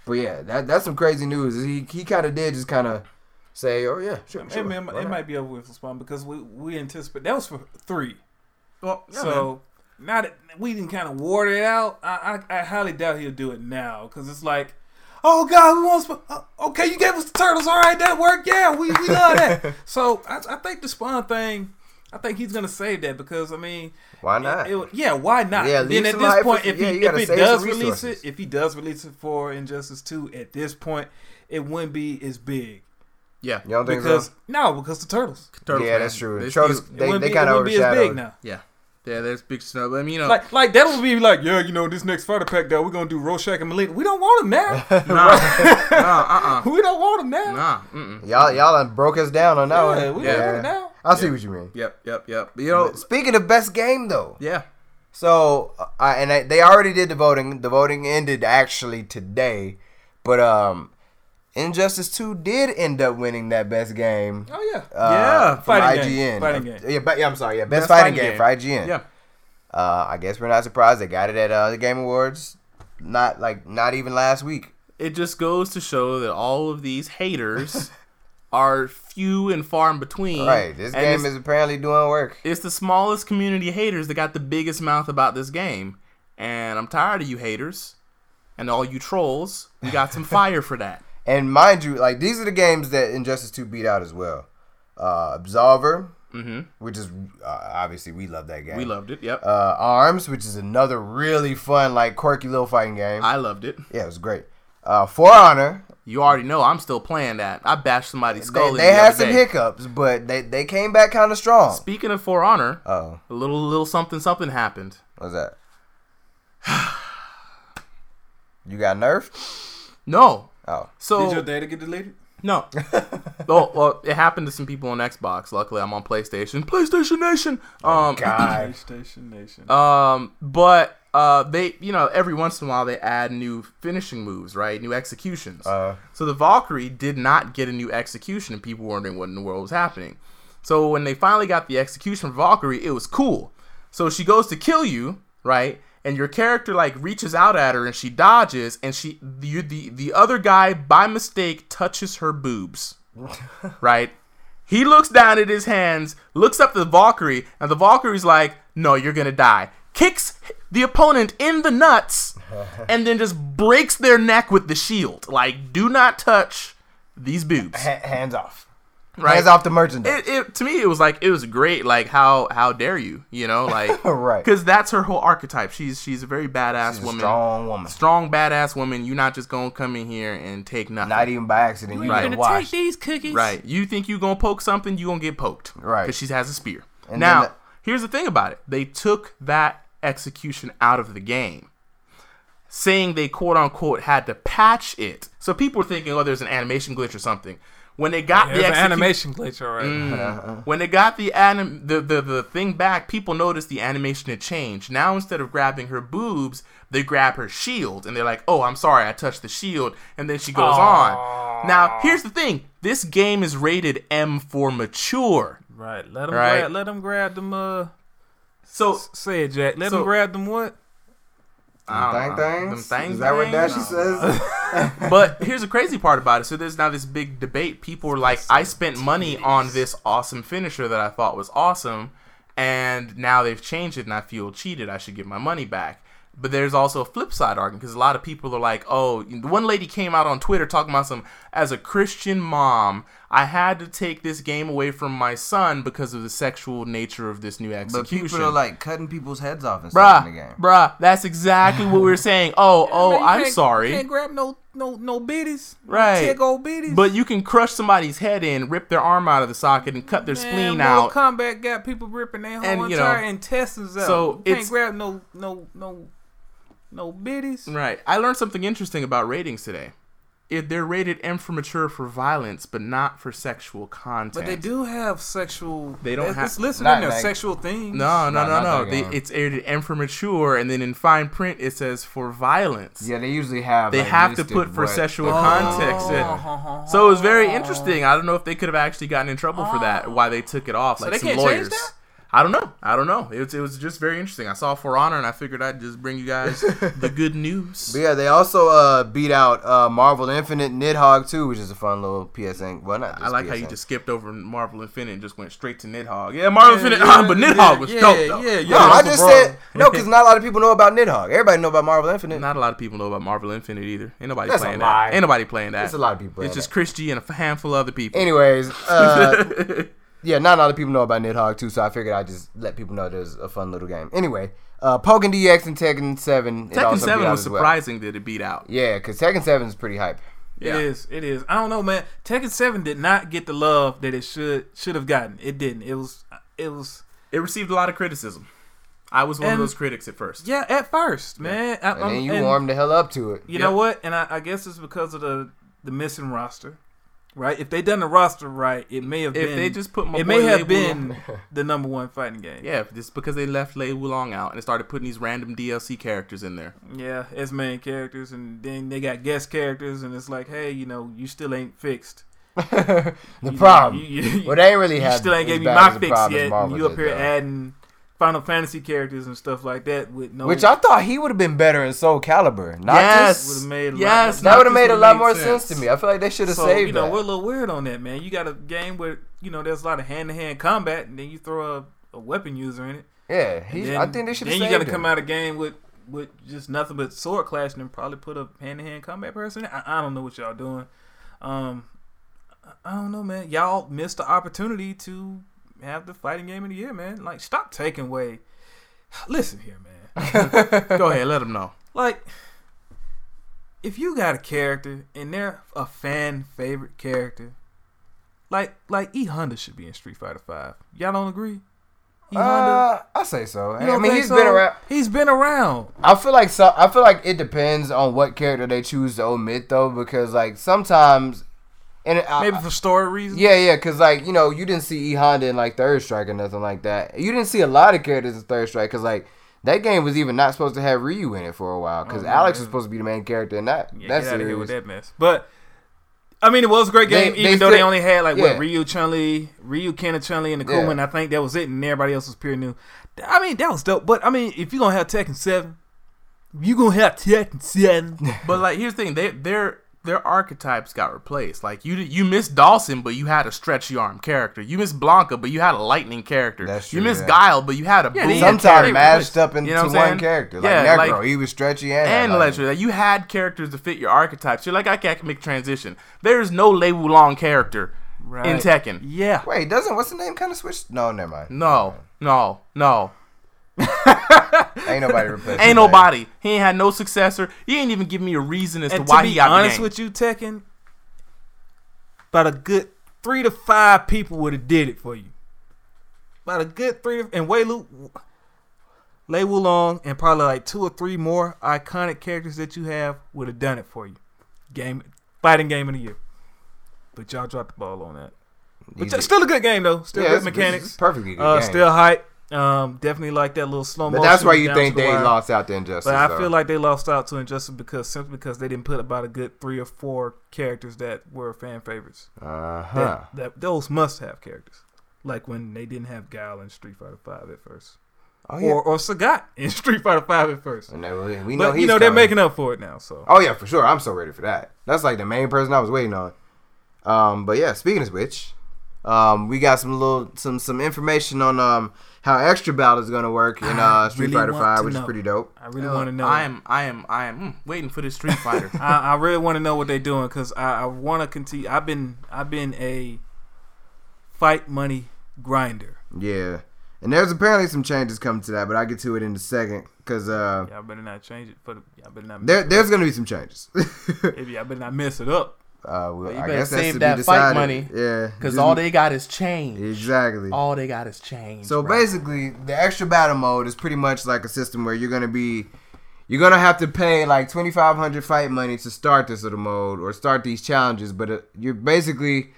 but yeah, that that's some crazy news. He he kind of did just kind of say, oh yeah, sure,
Hey,
sure,
man,
why
it
not?
might be over with for Spawn because we we anticipate that was for three.
Well,
so now that we didn't kind of ward it out, I, I I highly doubt he'll do it now because it's like, oh God, we want Spawn. oh, Okay, you gave us the turtles. All right, that worked. Yeah, we, we love that. so I, I think the Spawn thing. I think he's gonna save that because I mean,
Why not?
It, it, yeah, why not?
Yeah,
And
leave
then at
some
this
hype
point,
for-
if
yeah, you
he, if
gotta
he
save
does
some
release it,
resources.
if he does release it for Injustice Two, at this point, it wouldn't be as big
yeah,
Y'all think
because
so?
no, because the turtles.
Turtles,
yeah,
man,
that's true.
they
Turtles-
still-
It
They-
wouldn't
they
be,
kinda
it wouldn't be as
overshadowed.
big now.
yeah, yeah. There's big snow. I mean, you know,
Like, like that would be like, yeah, you know, this next fighter pack that we're gonna do Rorschach and Malik. We don't want him now.
nah, nah, uh, uh
we don't want him now.
nah. Mm-mm.
Y'all y'all done broke us down on that
Yeah,
one.
we
Oh, Yeah.
don't want him now.
I see what you mean.
Yep, yep, yep. You know,
Speaking of best game though,
yeah.
So, uh, I- and I, they already did the voting. The voting ended actually today, but um, Injustice Two did end up winning that best game.
Oh yeah.
Uh,
Yeah,
from
fighting
IGN.
game, fighting game.
Uh, Yeah, but, yeah, I'm sorry. Yeah, best, fighting, game, for IGN.
Yeah,
Uh, I guess we're not surprised they got it at uh, the Game Awards. Not like not even last week.
it just goes to show that all of these haters are few and far in between.
Right. This
and
game
it's-
is apparently doing work.
it's the smallest community of haters that got the biggest mouth about this game. And I'm tired of you haters and all you trolls. We got some fire for that.
And mind you, like these are the games that Injustice Two beat out as well. Uh, Absolver,
hmm
which is uh, obviously we love that game.
We loved it. Yep.
uh, Arms, which is another really fun, like quirky little fighting game.
I loved it.
yeah, it was great. Uh, For Honor,
You already know I'm still playing that. I bashed somebody's skull
They,
in
they
the
had
other
some
day.
hiccups, but they, they came back kind of strong.
Speaking of For Honor,
Oh,
a little little something something happened.
what's that? You got nerfed?
No.
Oh,
So
Did your data get deleted?
No. oh well, it happened to some people on Xbox. Luckily, I'm on PlayStation. PlayStation Nation. Um,
Oh, God.
PlayStation Nation.
um, but uh, they, you know, every once in a while they add new finishing moves, right? New executions.
Uh,
so the Valkyrie did not get a new execution, and people were wondering what in the world was happening. So when they finally got the execution from Valkyrie, it was cool. So she goes to kill you, right? And your character like reaches out at her, and she dodges, and she the the, the other guy by mistake touches her boobs, right? He looks down at his hands, looks up at the Valkyrie, and the Valkyrie's like, "No, you're gonna die." Kicks the opponent in the nuts, and then just breaks their neck with the shield. Like, do not touch these boobs,
ha- hands off.
right?
Hands off the merchandise.
It, it, to me, it was like it was great. Like, how how dare you? You know, like,
Right.
Because that's her whole archetype. She's she's a very badass
She's a
woman,
strong woman.
strong badass woman. You're not just gonna come in here and take nothing.
Not even by accident. You
Right.
get
Gonna
washed.
these cookies.
Right. You think you gonna poke something, you gonna get poked.
Right.
Because she has a spear.
And
now,
then the-
here's the thing about it. They took that execution out of the game. Saying they quote unquote had to patch it. So people were thinking, oh, there's an animation glitch or something. When they got
There's
the
an
execu-
animation glitch, all right.
Mm. when they got the anim the, the the thing back, people noticed the animation had changed. Now instead of grabbing her boobs, they grab her shield and they're like, "Oh, I'm sorry, I touched the shield." And then she goes on. Now, here's the thing. This game is rated M for mature.
Right. Let them
Right.
grab. Let them grab them. Uh,
So,
say it, Jack. Let
So-
them grab them. What?
I
Thang
don't know.
things?
Them thang
Is that what
things?
Dashi says?
but here's the crazy part about it. So there's now this big debate. People are like, I spent money on this awesome finisher that I thought was awesome, and now they've changed it, and I feel cheated. I should get my money back. But there's also a flip side argument because a lot of people are like, oh, one lady came out on Twitter talking about some, as a Christian mom, I had to take this game away from my son because of the sexual nature of this new
But
execution.
people are like cutting people's heads off and stuff in the
bruh,
game.
bruh, that's exactly what we were saying. Oh, oh,
Man, you
I'm
can't-
sorry.
Can't grab no no no bitties. No
Right.
Tick old bitties.
But you can crush somebody's head in, rip their arm out of the socket, and cut their spleen
Mortal
out.
Kombat got people ripping their whole
And, you know,
entire intestines out.
so
you can't
it's-
grab no no no no bitties.
right. I learned something interesting about ratings today. It, they're rated M for mature for violence, but not for sexual content.
But they do have sexual.
They don't
it's-
have-
It's listed
Not
in there
like-
sexual things.
No, no,
Not-
no,
not
no.
that
They,
young.
it's rated M for mature, and then in fine print it says for violence.
Yeah, they usually have.
They
like, Oh.
have to
listed
put for
what-
sexual context.
Oh,
in. So it was very interesting. I don't know if they could have actually gotten in trouble for that. Why they took it off? Like
Oh. they
some
can't change
lawyers.
that?
I don't know. I don't know. It was, it was just very interesting. I saw For Honor and I figured I'd just bring you guys the good news.
But yeah, they also uh, beat out uh, Marvel Infinite Nidhogg too, which is a fun little PSN. Well, not.
I like how you
PSN.
just skipped over Marvel Infinite and just went straight to Nidhogg. Yeah, Marvel Infinite, but Nidhogg was
yeah,
dope though.
yeah,
No,
yeah.
I
Uncle
just
Bro.
said no because not a lot of people know about Nidhogg. Everybody know about Marvel Infinite.
Not a lot of people know about Marvel Infinite either. Ain't nobody
That's a
playing
lie.
that. Ain't nobody playing that.
It's a lot of people.
It's
in
just
it.
Chris G and a handful of other people.
Anyways, uh, yeah, not a lot of people know about Nidhogg too, so I figured I'd just let people know there's a fun little game. Anyway, uh, Pokken DX and Tekken 7. it
Tekken
also beat
7
out
was
as well.
surprising that it beat out.
Yeah, because Tekken 7 is pretty hype.
Yeah.
It is. It is. I don't know, man. Tekken Seven did not get the love that it should should have gotten. It didn't. It was. It was.
It received a lot of criticism. I was one of
And-
those critics at first.
Yeah, at first, man. I,
And
I'm-
then you
and
warmed the hell up to it.
You
Yep.
know what? And I, I guess it's because of the the missing roster, right? If they done the roster right, it may have
If
been.
they just put my
it
boy
may have
Label-
been the number one fighting game.
Yeah, if just because they left Lei Wulong out and started putting these random DLC characters in there.
Yeah, as main characters, and then they got guest characters, and it's like, hey, you know, you still ain't fixed.
The
You-
problem.
you- you-
well, they ain't really
you
had
still ain't
as
gave me
bad
my
as a
fix
problem as
yet. and
Marvel
You up
did,
here
though.
adding Final Fantasy characters and stuff like that with no.
Which I thought he would have been better in Soul Calibur. Not just,
yes,
would've made a lot-
yes,
that would have
Noctis
made a
would've
lot more sense. to me. I feel like they should have
so
saved
you know
that.
we're a little weird on that, man. You got a game where you know there's a lot of hand to hand combat, and then you throw a, a weapon user in it.
yeah, he,
Then-
I think they should have
Then
saved
you got to
him.
come out of game with with just nothing but sword clashing and probably put a hand to hand combat person. in. I, I don't know what y'all doing. Um, I- I don't know, man. Y'all missed the opportunity to have the fighting game of the year, man. Like, stop taking away. Listen here, man.
Go ahead, let them know.
Like, if you got a character and they're a fan favorite character, like like E Honda should be in Street Fighter Five. Y'all don't agree? E
Uh, I say so.
You
I
don't
mean,
think
he's
so?
been around.
He's been around.
I feel like so, I feel like it depends on what character they choose to omit though, because like sometimes, and I,
Maybe for story reasons.
Uh, yeah, yeah, because like you know you didn't see E Honda in like Third Strike or nothing like that. You didn't see a lot of characters in Third Strike because like that game was even not supposed to have Ryu in it for a while because
Oh, yeah,
Alex
yeah.
was supposed to be the main character in that
Yeah,
that
get out of here with
series.
that mess. But I mean, it was a great
They-
game,
they
even though they
fit-
only had like
yeah.
what Ryu Chun Li, Ryu Ken Chun Li, and the
Yeah.
Kuma, and I think that was it, and everybody else was pure new. Th- I mean, that was dope. But I mean, if you're gonna have Tekken Seven, you gonna have Tekken Seven.
But like, here's the thing: they their their archetypes got replaced. Like you you missed Dawson, but you had a stretchy arm character. You missed Blanca, but you had a lightning character.
That's
you
true,
missed
yeah.
Guile, but you had a
Yeah,
boom
they had
Sometimes
characters.
mashed up into
You know what I'm
one
saying?
character, like
Yeah,
Necro,
like-
he was stretchy and
and
athletic.
Ledger. That you had characters to fit your archetypes. You're like, I can I can make transition. There is no Lei Wulong character in
Right.
Tekken.
Yeah,
Wait, doesn't what's the name kind of switch? No, never mind.
No, no, no.
Ain't nobody replaced.
Ain't
his name.
nobody. He ain't had no successor. He ain't even give me a reason as to
and
why
to
he
be
got
honest with
honest
you, Tekken, about a good three to five people would have did it for you. About a good three, to- and Waylu, Lei Wulong, and probably like two or three more iconic characters that you have would have done it for you. Game, fighting game of the year. But y'all dropped the ball on that. But
He's a-
it's still a good game though. Still
yeah,
good
it's- it's
mechanics.
Perfectly good.
Uh,
game.
still hype. Um, definitely like that little slow
But
motion.
that's why you
down
think
to the
they
wire.
lost out to Injustice.
But I
though.
feel like they lost out to Injustice because simply because they didn't put about a good three or four characters that were fan favorites. That,
uh-huh.
that those must have characters. Like when they didn't have Guile in Street Fighter Five at first.
Oh
Or or Sagat in Street Fighter Five at first.
And they- we- we know
but
he's
you know they're
coming.
making up for it now, so
Oh yeah, for sure. I'm so ready for that. That's like the main person I was waiting on. Um, but yeah, speaking of which, um, we got some little some some information on um how extra battle is gonna work in
I
uh Street
really
Fighter
want
Five,
to
which is
know.
pretty dope.
I really want to know.
I am, I am, I am mm, waiting for this Street Fighter.
I, I really want to know what they're doing because I, I want to continue. I've been I've been a fight money grinder.
Yeah, and there's apparently some changes coming to that, but I'll get to it in a second because uh
Y'all better not change it for the. Y'all better not.
there there's gonna be some changes. uh,
Maybe y'all better not mess it up.
well,
you
I
better
guess that's
save
to
that
be
fight
decided.
money,
yeah,
Because
just-
all they got is change.
exactly
All they got is change.
So
bro.
basically, the extra battle mode is pretty much like a system where you're gonna be, you're gonna have to pay like 2,500 fight money to start this little mode or start these challenges. But uh, you're basically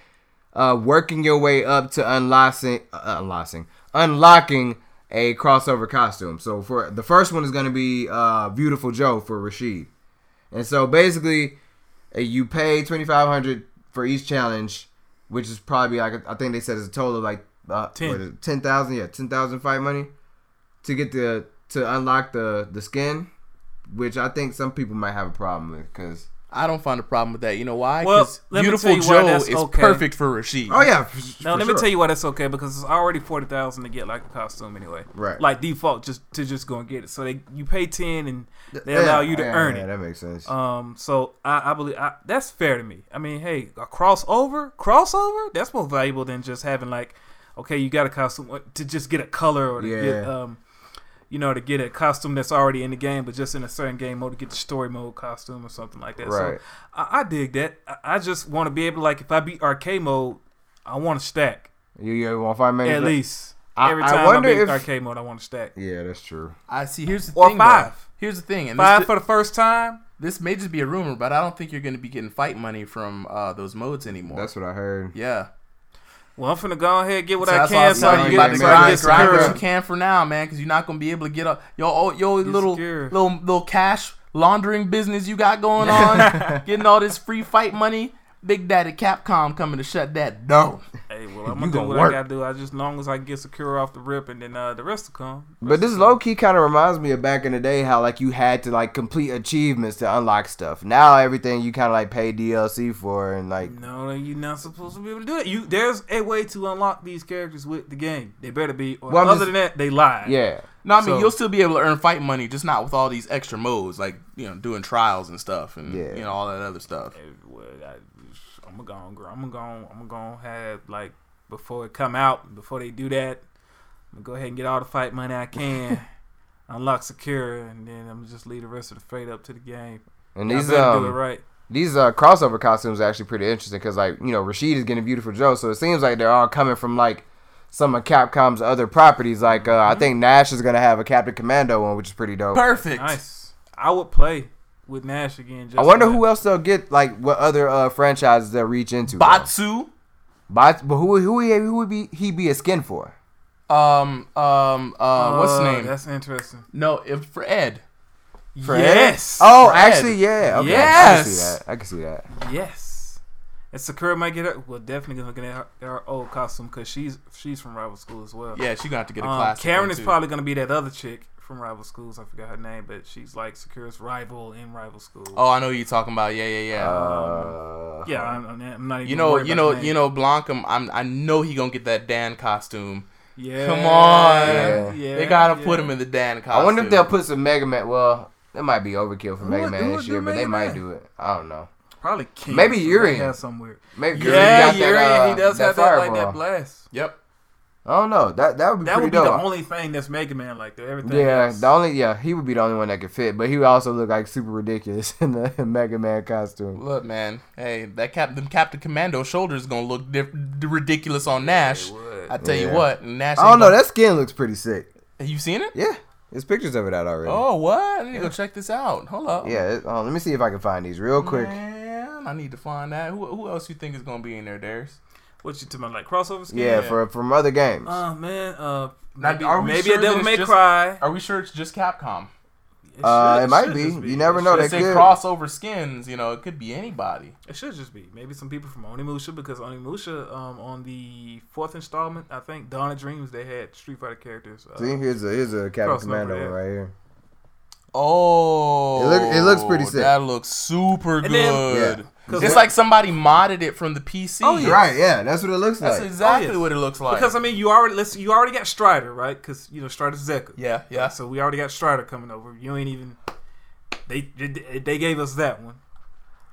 uh, working your way up to unlocking, uh, unlocking, unlocking a crossover costume. So for the first one is gonna be uh, Beautiful Joe for Rashid, and so basically, uh, you pay 2,500 for each challenge, which is probably like I think they said it's a total of like uh,
Ten.
what is it, 10,000, yeah, 10,000 fight money to get the to unlock the the skin, which I think some people might have a problem with because
I don't find a problem with that. You know why?
Well,
'Cause
let me
Beautiful
tell you why
Joe
that's
is
okay.
perfect for Rasheed.
oh yeah, for,
Now let me tell you why that's okay because it's already forty thousand to get like a costume anyway.
Right.
Like default, just to just go and get it. So they you pay ten and they
Yeah,
allow you to
yeah,
earn
yeah,
it.
That makes sense.
Um. So I, I believe I, that's fair to me. I mean, hey, a crossover, crossover. That's more valuable than just having like, okay, you got a costume uh, to just get a color or to get
Yeah.
um, you know, to get a costume that's already in the game, but just in a certain game mode to get the story mode costume or something like that.
Right.
So I, I dig that. I, I just want to be able to like if I beat arcade mode, I want to stack
you you want five minutes?
at least.
I-
Every
I
time I,
wonder
beat
if-
arcade mode, I want to stack.
Yeah, that's true.
I see. Here's the
Or
thing. though.
five.
Here's the thing. And
Five
this,
for the first time.
this may just be a rumor, but I don't think you're going to be getting fight money from uh, those modes anymore.
That's what I heard.
yeah.
Well, I'm finna go ahead and get what
So
I
that's why
can.
I'm
So I
telling
can
you
you
about
get
to
make
so I
grind,
can
money.
get
grind what
secure.
you can for now, man, because you're not gonna be able to get up your oh, your little
secure.
little little cash laundering business you got going on, getting all this free fight money. Big Daddy Capcom coming to shut that down.
Hey, well, I'm
You
gonna do
gonna
what
work.
I gotta do. I just as long as I can get secure off the rip, and then uh, the rest will come.
But this low key kind of reminds me of back in the day how like you had to like complete achievements to unlock stuff. Now everything you kind of like pay DLC for and like
No, you're not supposed to be able to do that. You there's a way to unlock these characters with the game. They better be. Or
Well, I'm
other
just-
than that, they lie.
yeah.
No, I mean
So-
you'll still be able to earn fight money, just not with all these extra modes, like you know doing trials and stuff, and
Yeah.
you know all that other stuff.
Hey, well, I, I'm gonna go. on, girl. I'm gonna go. on- I'm gonna go have like before it come out. Before they do that, I'm gonna go ahead and get all the fight money I can, unlock secure, and then I'm gonna just leave the rest of the fate up to the game.
And
Y'all
these
better do it
um
right.
these uh crossover costumes are actually pretty interesting because like you know Rashid is getting Beautiful Joe, so it seems like they're all coming from like some of Capcom's other properties. Like uh,
Mm-hmm.
I think Nash is gonna have a Captain Commando one, which is pretty dope.
Perfect.
Nice. I would play with Nash again. Just
I wonder
for that.
who else they'll get. Like what other uh, franchises they'll reach into. though.
Batsu.
Bots, but who who he, who would be he be a skin for?
Um. Um. Uh. what's the
Uh,
name?
That's interesting.
No, if for Ed.
Fred?
Yes.
Oh,
Fred.
actually, yeah. Okay. I can see
Yes.
that. I can see that.
Yes. And Sakura might get her. Well, definitely gonna get her, her old costume because she's she's from rival school as well.
Yeah, she's gonna have to get a
Um,
class.
Karen is probably gonna be that other chick from rival schools. I forgot her name, but she's like Sakura's rival in rival school.
Oh, I know who you're talking about. Yeah, yeah, yeah.
Uh,
yeah, I'm, I'm, I'm not even.
you know,
worried
you
about
know,
her name.
you know, Blanca. I'm. I know he gonna get that Dan costume.
Yeah.
Come on.
Yeah.
they gotta
yeah.
put him in the Dan costume.
I wonder if they'll put some Mega Man. Well, that might be overkill for
Who
Mega
would-
Man
who
this
would
year,
do
but they
Mega
might
Man?
do it. I don't know.
Probably King.
Maybe
He
Yuri.
has some weird.
Maybe 'cause he
Yeah,
got that,
Yuri.
uh,
he does have that like that
fireball.
blast.
Yep.
I don't know. That that would be
That would
pretty
be
dope.
the only thing that's Mega Man like that. Everything.
yeah,
else.
the only yeah he would be the only one that could fit, but he would also look like super ridiculous in the Mega Man costume.
Look, man. Hey, that cap, them Captain Commando shoulders gonna look diff- ridiculous on Nash. I tell you
Yeah.
what, Nash.
I don't
ain't
know.
gonna-
That skin looks pretty sick.
Have you seen it?
Yeah, there's pictures of it out already.
Oh, what? I need to go check this out. Hold up.
Yeah, it, uh, let me see if I can find these real quick.
Man, I need to find that. Who, who else you think is gonna be in there, Darius?
What you talking about? Like crossover skin?
Yeah, for from other games.
Oh man, uh,
Now,
maybe,
are we
maybe
sure
a
that
Devil
it's
May
just-
Cry.
Are we sure it's just Capcom?
It,
Uh,
should-
it might
should
be.
just
You never
It
know.
should-
They
They say
could.
crossover skins. You know, it could be anybody.
It should just be maybe some people from Onimusha because Onimusha, um, on the fourth installment, I think Dawn of Dreams, they had Street Fighter characters. Uh,
See, here's a here's a Captain
Crossover,
Commando
yeah.
one right here.
Oh,
It look- it looks pretty sick.
That looks super
And then-
good.
Yeah.
'Cause
It's
what-
like somebody modded it from the PC.
Oh, yeah.
Right, yeah, that's what it looks
That's
like.
exactly
Oh, yes.
what it looks like.
because I mean, you already let's, you already got Strider, right? Because you know Strider's Zeka.
yeah, yeah.
So we already got Strider coming over. You ain't even they they they gave us that one.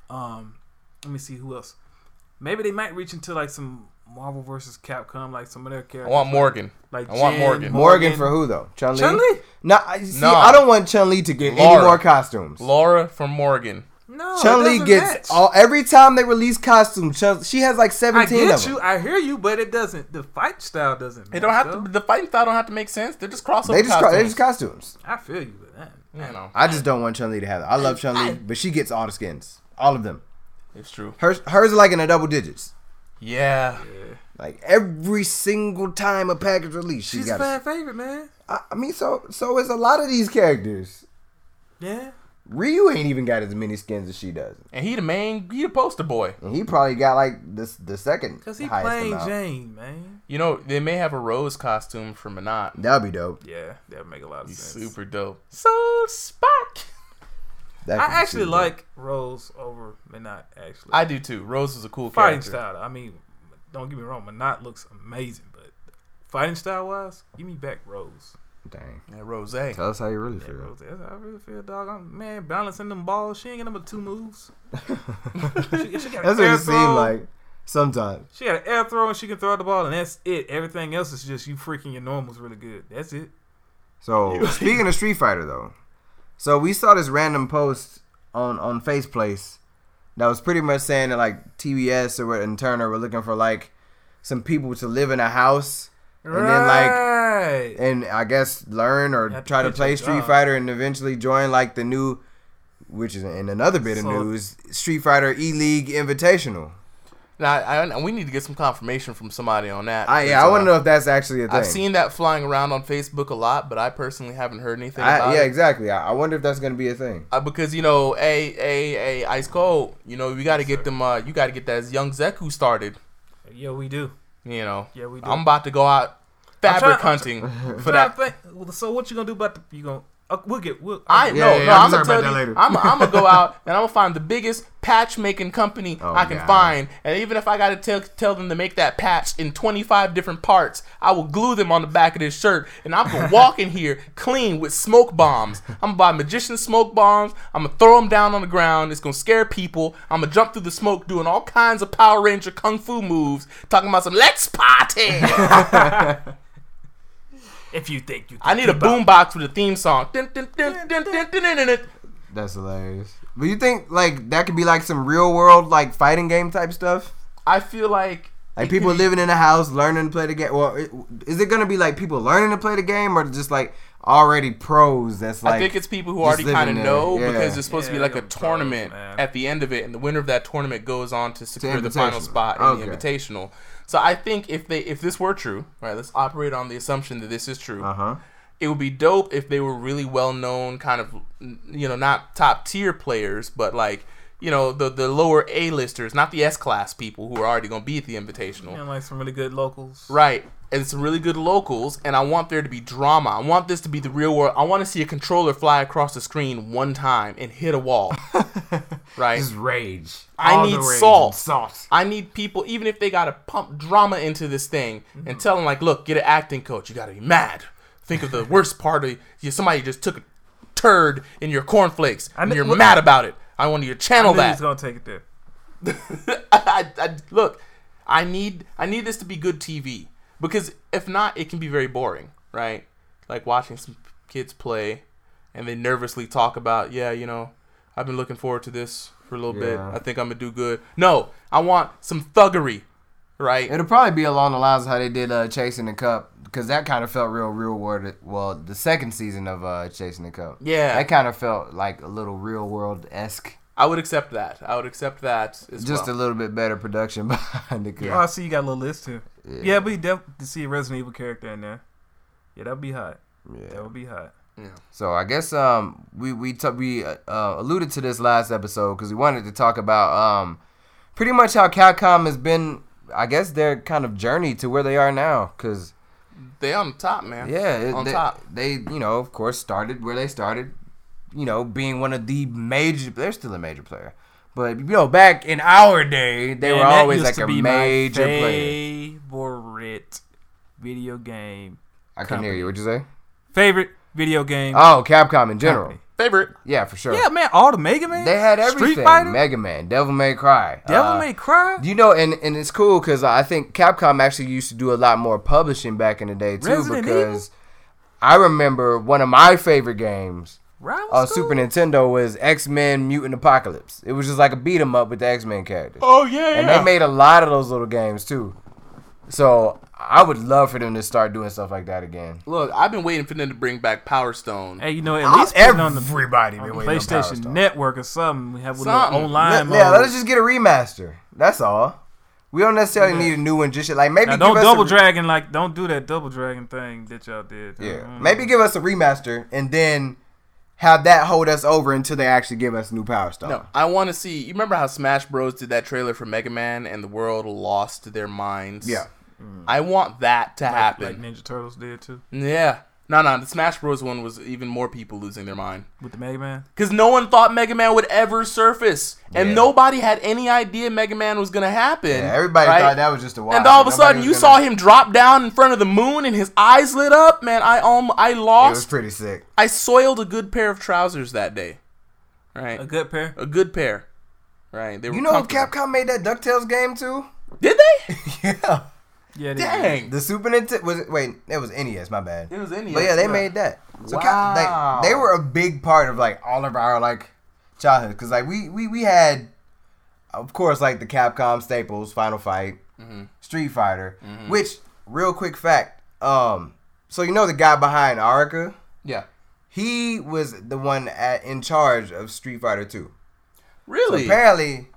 Um, let me see who else. Maybe they might reach into like some Marvel versus Capcom, like some of their
I
characters.
want Morgan.
like
I want Morgan.
Morgan for who though? Chun Li.
Chun-Li?
No, I, see,
No.
I don't want Chun Li to get
Laura.
any more costumes.
Laura from Morgan.
No,
Chun Li gets all every time they release costumes. Chun, she has like
I
seventeen of
get
them.
you. I hear you, but it doesn't. The fight style doesn't.
It don't
match,
have to.
though.
The fighting style don't have to make sense. They're just crossover.
They just co- they
costumes.
just costumes.
I feel you, but that.
you know,
I just don't want Chun Li to have it. I love Chun Li, but she gets all the skins, all of them.
it's true.
Hers hers are like in the double digits.
Yeah.
Like every single time a package release, she
She's
got.
a
a s-
fan favorite, man.
I I mean, so so is a lot of these characters.
Yeah.
Ryu ain't even got as many skins as she does,
And he the main. He the poster boy.
and he probably got like this the second
Because he
highest
playing
amount.
Jane, man.
You know, they may have a rose costume for Minot.
That'd be dope.
Yeah, that would make a lot of
He's
sense.
super dope. So Spock.
That
I
could be
actually
super dope.
like Rose over Minot, actually.
I do too. Rose was a cool
fighting
character.
style. I mean, don't get me wrong, Minot looks amazing, but fighting style wise, give me back Rose.
Dang.
Yeah, Rose.
Tell us how you really
Yeah,
feel.
Rose. That's how I really feel, dog. I'm man balancing them balls. She ain't got number two moves. she, she got
That's
an
what
air
it
throw.
seemed like sometimes.
She got an air throw and she can throw the ball, and that's it. Everything else is just you freaking your normals really good. That's it.
So speaking of Street Fighter though, so we saw this random post on on FacePlace that was pretty much saying that like TBS or and Turner were looking for like some people to live in a house and then like
right.
and I guess learn or
Have to
try to
quit
play
your
Street
job.
Fighter and eventually join like the new, which is in another bit
So-
of news, Street Fighter E League Invitational.
Now, I, I- we need to get some confirmation from somebody on that.
I yeah,
That's
I
all.
want to know if that's actually a thing.
I've seen that flying around on Facebook a lot, but I personally haven't heard anything about
I, yeah,
it.
exactly. I, I wonder if that's gonna be a thing.
Uh, because you know, a a a ice cold. You know, you got to get them. Uh, you got to get that young Zeku started.
yeah, we do.
You know,
Yeah, we do.
I'm about to go out
I'm
fabric
trying-
hunting for
Trying to
that.
think, well, so what you gonna do about the you gonna? Uh, we'll get. We'll,
I
Yeah,
no,
yeah,
no.
I'm
I'm
sorry
gonna tell
about that
you,
later.
I'm, I'm gonna go out and I'm gonna find the biggest patch making company
Oh,
I can
God.
find. And even if I gotta tell tell them to make that patch in 25 different parts, I will glue them on the back of this shirt. And I'm gonna walk in here clean with smoke bombs. I'm gonna buy magician smoke bombs. I'm gonna throw them down on the ground. It's gonna scare people. I'm gonna jump through the smoke doing all kinds of Power Ranger kung fu moves, talking about some let's party.
if you think you,
I need a boombox with a theme song. Dun, dun, dun, dun, dun, dun, dun, dun, dun.
That's hilarious. But you think like that could be like some real world like fighting game type stuff?
I feel like
Like people living in a house learning to play the game. Well, it- is it gonna be like people learning to play the game or just like already pros? That's like
I think it's people who
just
already kind
living there.
of know
Yeah.
because it's supposed to be
Yeah,
like a
like a pro,
tournament
man.
at the end of it, and the winner of that tournament goes on to secure the final
Invitational.
spot in the
Okay.
invitational. So I think if they if this were true, right? Let's operate on the assumption that this is true.
uh huh.
It would be dope if they were really well known, kind of you know not top tier players, but like you know the the lower A listers, not the S class people who are already going to be at the invitational.
And like some really good locals.
Right. And some really good locals, and I want there to be drama. I want this to be the real world. I want to see a controller fly across the screen one time and hit a wall. right?
Just rage.
I
all
need
the rage.
salt.
Sauce.
I need people, even if they gotta pump drama into this thing
Mm-hmm.
and tell them like, look, get an acting coach. You gotta be mad. Think of the worst part of you. Somebody just took a turd in your cornflakes, and
kn-
you're
look-
mad about it. I want you to channel
I knew he
that.
was gonna take it there.
I, I, look, I need I need this to be good TV because if not, it can be very boring, right? Like watching some kids play, and they nervously talk about, yeah, you know, I've been looking forward to this for a little
Yeah.
bit. I think I'm gonna do good. No, I want some thuggery, right?
It'll probably be along the lines of how they did uh, Chasing the Cup because that kind of felt real, real world. Well, the second season of uh, Chasing the Cup.
Yeah.
That kind of felt like a little real world esque.
I would accept that. I would accept that as
Just a
well.
little bit better production behind the
Oh, I
cup.
see you got a little list too. Yeah, but you def- to see a Resident Evil character in there. Yeah, that'd be hot. That would be hot.
So I guess um we we t- we uh, uh, alluded to this last episode because we wanted to talk about um pretty much how Capcom has been I guess their kind of journey to where they are now because
they on top, man.
yeah it-
on
they,
top.
they you know of course started where they started you know being one of the major they're still a major player but you know back in our day they
Man,
were
that
always
used
like
to
a
be my
major player
Favorite video game.
I couldn't hear you what'd you say
Favorite video game.
oh Capcom in general
company.
Favorite.
yeah for sure
Yeah, man, all the Mega Man.
They had everything.
Street Fighter,
Mega Man, Devil May Cry,
Devil
uh,
May Cry,
You know, and, and it's cool because I think Capcom actually used to do a lot more publishing back in the day too.
Resident
because I remember one of my favorite games
Rival
on
School?
Uh, Super E Nintendo was X Men Mutant Apocalypse. It was just like a beat 'em up with the X Men characters,
Oh yeah,
and they made a lot of those little games too. So I would love for them to start doing stuff like that again.
Look, I've been waiting for them to bring back Power Stone.
Hey, you know, at least putting on the,
Everybody
on
been
the
waiting on Power
PlayStation
Stone.
Network or something. We have a little
Something.
online.
Let- yeah,
mode.
let us just get a remaster. That's all. We don't necessarily need a new one just yet. Like maybe
Now,
give
don't
us a
double
re-
dragon like don't do that double dragon thing that y'all did.
Yeah,
Mm-hmm.
Mm.
maybe give us a remaster and then have that hold us over until they actually give us new Power Stone.
No, I want to see. You remember how Smash Bros did that trailer for Mega Man and the world lost their minds?
Yeah.
I want that to
Mm. like
happen.
Ninja Turtles did too
yeah. No, no, the Smash Bros one was even more people losing their mind
with the Mega Man.
because no one thought Mega Man would ever surface, and
Yeah.
nobody had any idea Mega Man was gonna happen.
Yeah, everybody
right?
thought that was just a.
And all of a sudden, you saw him drop down in front of the moon, and his eyes lit up. Man, I um, I
It was
lost.
pretty sick.
I soiled a good pair of trousers that day. Right,
A good pair.
a good pair. Right, they were.
You know,
comfortable.
Capcom made that Ducktales game too.
Did they?
yeah,
Yeah. They did.
Dang.
the Super Nintendo was it- wait, it was NES. My bad.
It was NES.
But yeah, they made that. So Cap- like,
Wow.
they were a big part of like all of our like childhood because like we we we had, of course, like the Capcom staples, Final Fight, Street Fighter. Which real quick fact, um, so you know the guy behind Arica,
Yeah.
he was the one at, in charge of Street Fighter Two.
Really?
Apparently,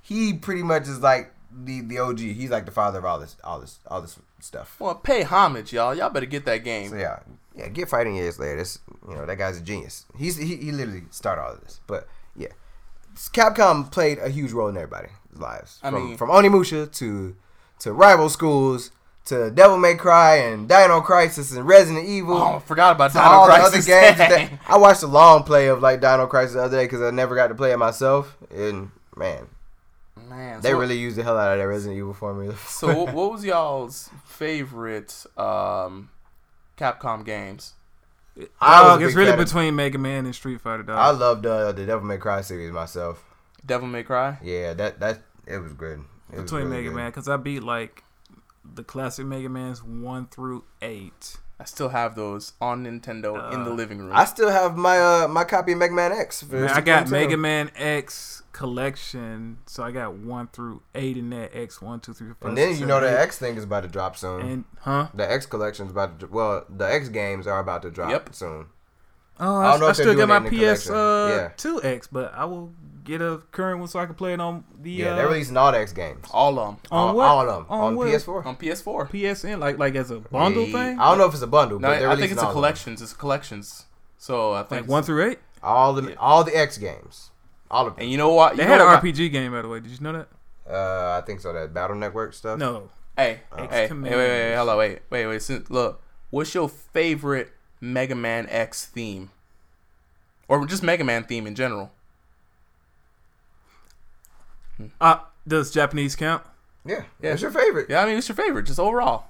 he pretty much is like the the OG. He's like the father of all this all this all this stuff.
well, pay homage, y'all. Y'all better get that game.
So yeah, yeah, get fighting years later. That's you know that guy's a genius. He's he, he literally started all of this. But yeah, Capcom played a huge role in everybody's lives.
I
From,
mean-
from Onimusha to to rival schools to Devil May Cry and Dino Crisis and Resident Evil.
Oh, I forgot about
to
Dino
all
Crisis.
the other games. That they- I watched a long play of like Dino Crisis the other day because I never got to play it myself. And man,
Man,
they
so,
really used the hell out of that Resident Evil formula.
so what, what was y'all's favorite um, Capcom games?
I was
Dog,
a
it's
big
really
fan of-
between Mega Man and Street Fighter. Dog.
I loved uh, the Devil May Cry series myself.
Devil May Cry.
Yeah, that that it was good. It was
between
really
Mega
good.
Man because I beat like the classic Mega Man's one through eight.
I still have those on Nintendo in the
Uh,
living room.
I still have my uh my copy of Mega Man X. for
Man, I
Super
got
Nintendo.
Mega Man X collection, so I got one through eight in that X one, two, three, four.
And then
six,
you
seven,
know the
eight.
X thing is about to drop soon.
and huh?
the X collection's about to. Well, the X games are about to drop
Yep.
soon.
Oh,
I
I,
don't know
I
if they're
still got
doing
my
it in the
PS
collection.
uh
Yeah.
two X, but I will get a current one so I can play it on the
Yeah,
uh,
they're releasing all the X games.
All of them
on
all,
what?
all of them
on,
on,
what?
PS4.
on PS4.
PSN like like as a bundle
Yeah.
thing,
I don't know if it's a bundle,
No,
but they're
I think
releasing
it's a
all of them.
collections. It's collections. So I think
like
it's-
one through eight.
All the all the X games, all of them.
And you know what? You
They
know
had an
what my-
RPG game by the way. Did you know that?
Uh, I think so. That Battle Network stuff.
No,
Hey, hey, hey, wait, wait,
X-Command.
wait, hello, wait, wait, wait. Since, look, what's your favorite Mega Man X theme, or just Mega Man theme in general?
uh, does Japanese count?
Yeah, yeah. What's your favorite?
Yeah, I mean, it's your favorite, just overall.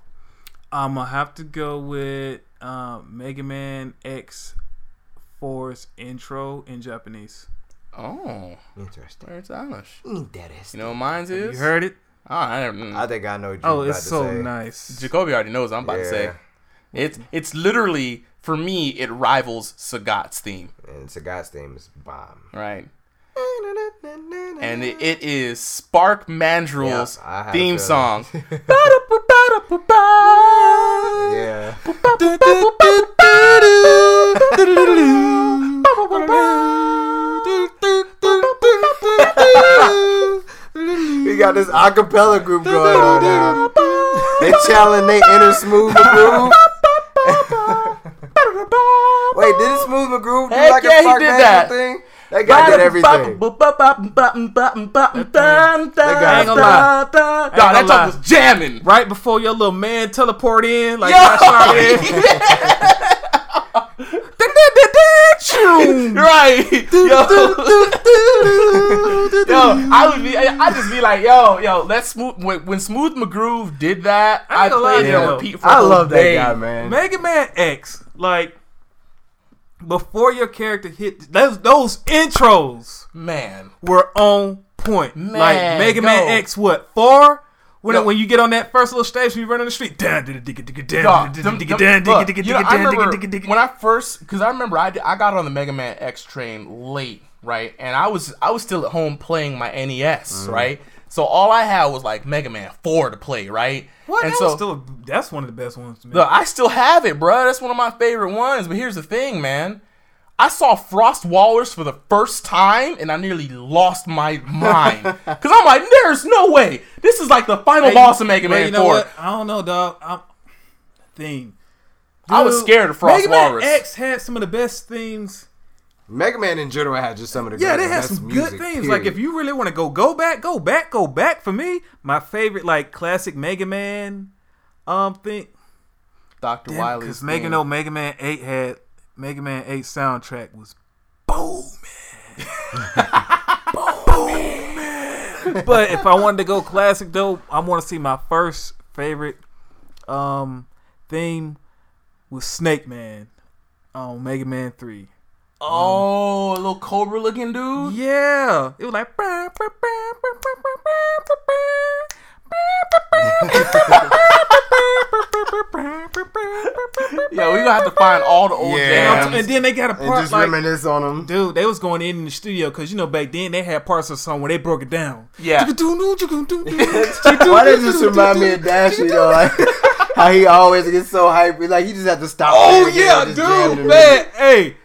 I'm gonna have to go with um, Mega Man X Force intro in Japanese.
Oh,
Interesting.
where's Alice? You
Interesting.
know, what mine's
You
is.
heard it?
Ah, I don't.
I
know.
think I know. What you
Oh,
about
it's
to
so
say.
nice.
Jacoby already knows. What I'm about to say
Yeah.
it's it's literally for me. It rivals Sagat's theme,
And Sagat's theme is bomb.
right?
And
And it, it is Spark Mandrill's
Yeah, I have
theme
a feeling.
song.
Ah. yeah, we got this acapella group going on now. They channeling they inner smooth McGroove. Wait, did it smooth McGroove do
Heck
like
yeah,
a
he
Park
did
Magic
that.
thing? That guy did everything.
ain't gonna lie.
Nah,
Ain't
that
gonna
song
lie.
was jamming.
Right before your little man teleport in, like
Yo!
I started.
Right. Yo. yo, I would be I I'd just be like, yo, yo, let's smooth when, when Smooth McGroove did that,
I
I,
ain't gonna
played
lie,
it on
yo.
repeat for
I
a whole
love that
day.
guy, man.
Mega Man X, like before your character hit those those intros
Man.
were on point.
Man,
like Mega Man
yo.
X, what four? When,
Yo.
when you get on that first little station, you run on the street. Down, digga, digga, digga, down,
Dog,
digga,
them-
digga,
them-
down, digga,
look,
digga,
you know,
digga,
I
down,
remember
digga, digga, digga.
When I first, because I remember I, did- I got on the Mega Man X train late, right? And I was I was still at home playing my NES,
Mm-hmm.
right? So all I had was like Mega Man Four to play, right?
What?
And
That
so
was still a- that's one of the best ones to me.
Look, I still have it, bruh. That's one of my favorite ones. But here's the thing, man. I saw Frost Wallers for the first time, and I nearly lost my mind. Cause I'm like, there's no way. This is like the final boss of Mega
Well,
Man
you know
Four.
what? I don't know, dog. I'm theme.
I was
Dude,
scared of Frost
Mega Man
Walrus.
X had some of the best themes.
Mega Man in general had just some of the
Yeah, they
greatest-
had
best
some
music,
good things.
Period.
Like if you really want to go, go back, go back, go back. For me, my favorite like classic Mega Man um thing.
Doctor
Because
Wily's
Mega
thing.
No Mega Man Eight had Mega Man Eight soundtrack was booming. booming. but if I wanted to go classic though, I want to see my first favorite um theme was Snake Man on Mega Man Three.
Oh, a little cobra looking dude.
Yeah, it was like.
Yeah, we gonna have to find all the old
Yeah.
jams.
And then they got a
and
part
just
like,
reminisce on them.
dude, they was going in, in the studio because you know back then they had parts of the song where they broke it down.
Yeah.
Why does this remind me of Dashy though? Like, how he always gets so hyped. He's Like he just had to stop.
Oh
playing the game
yeah,
and just jam to
dude,
the
man,
music.
hey,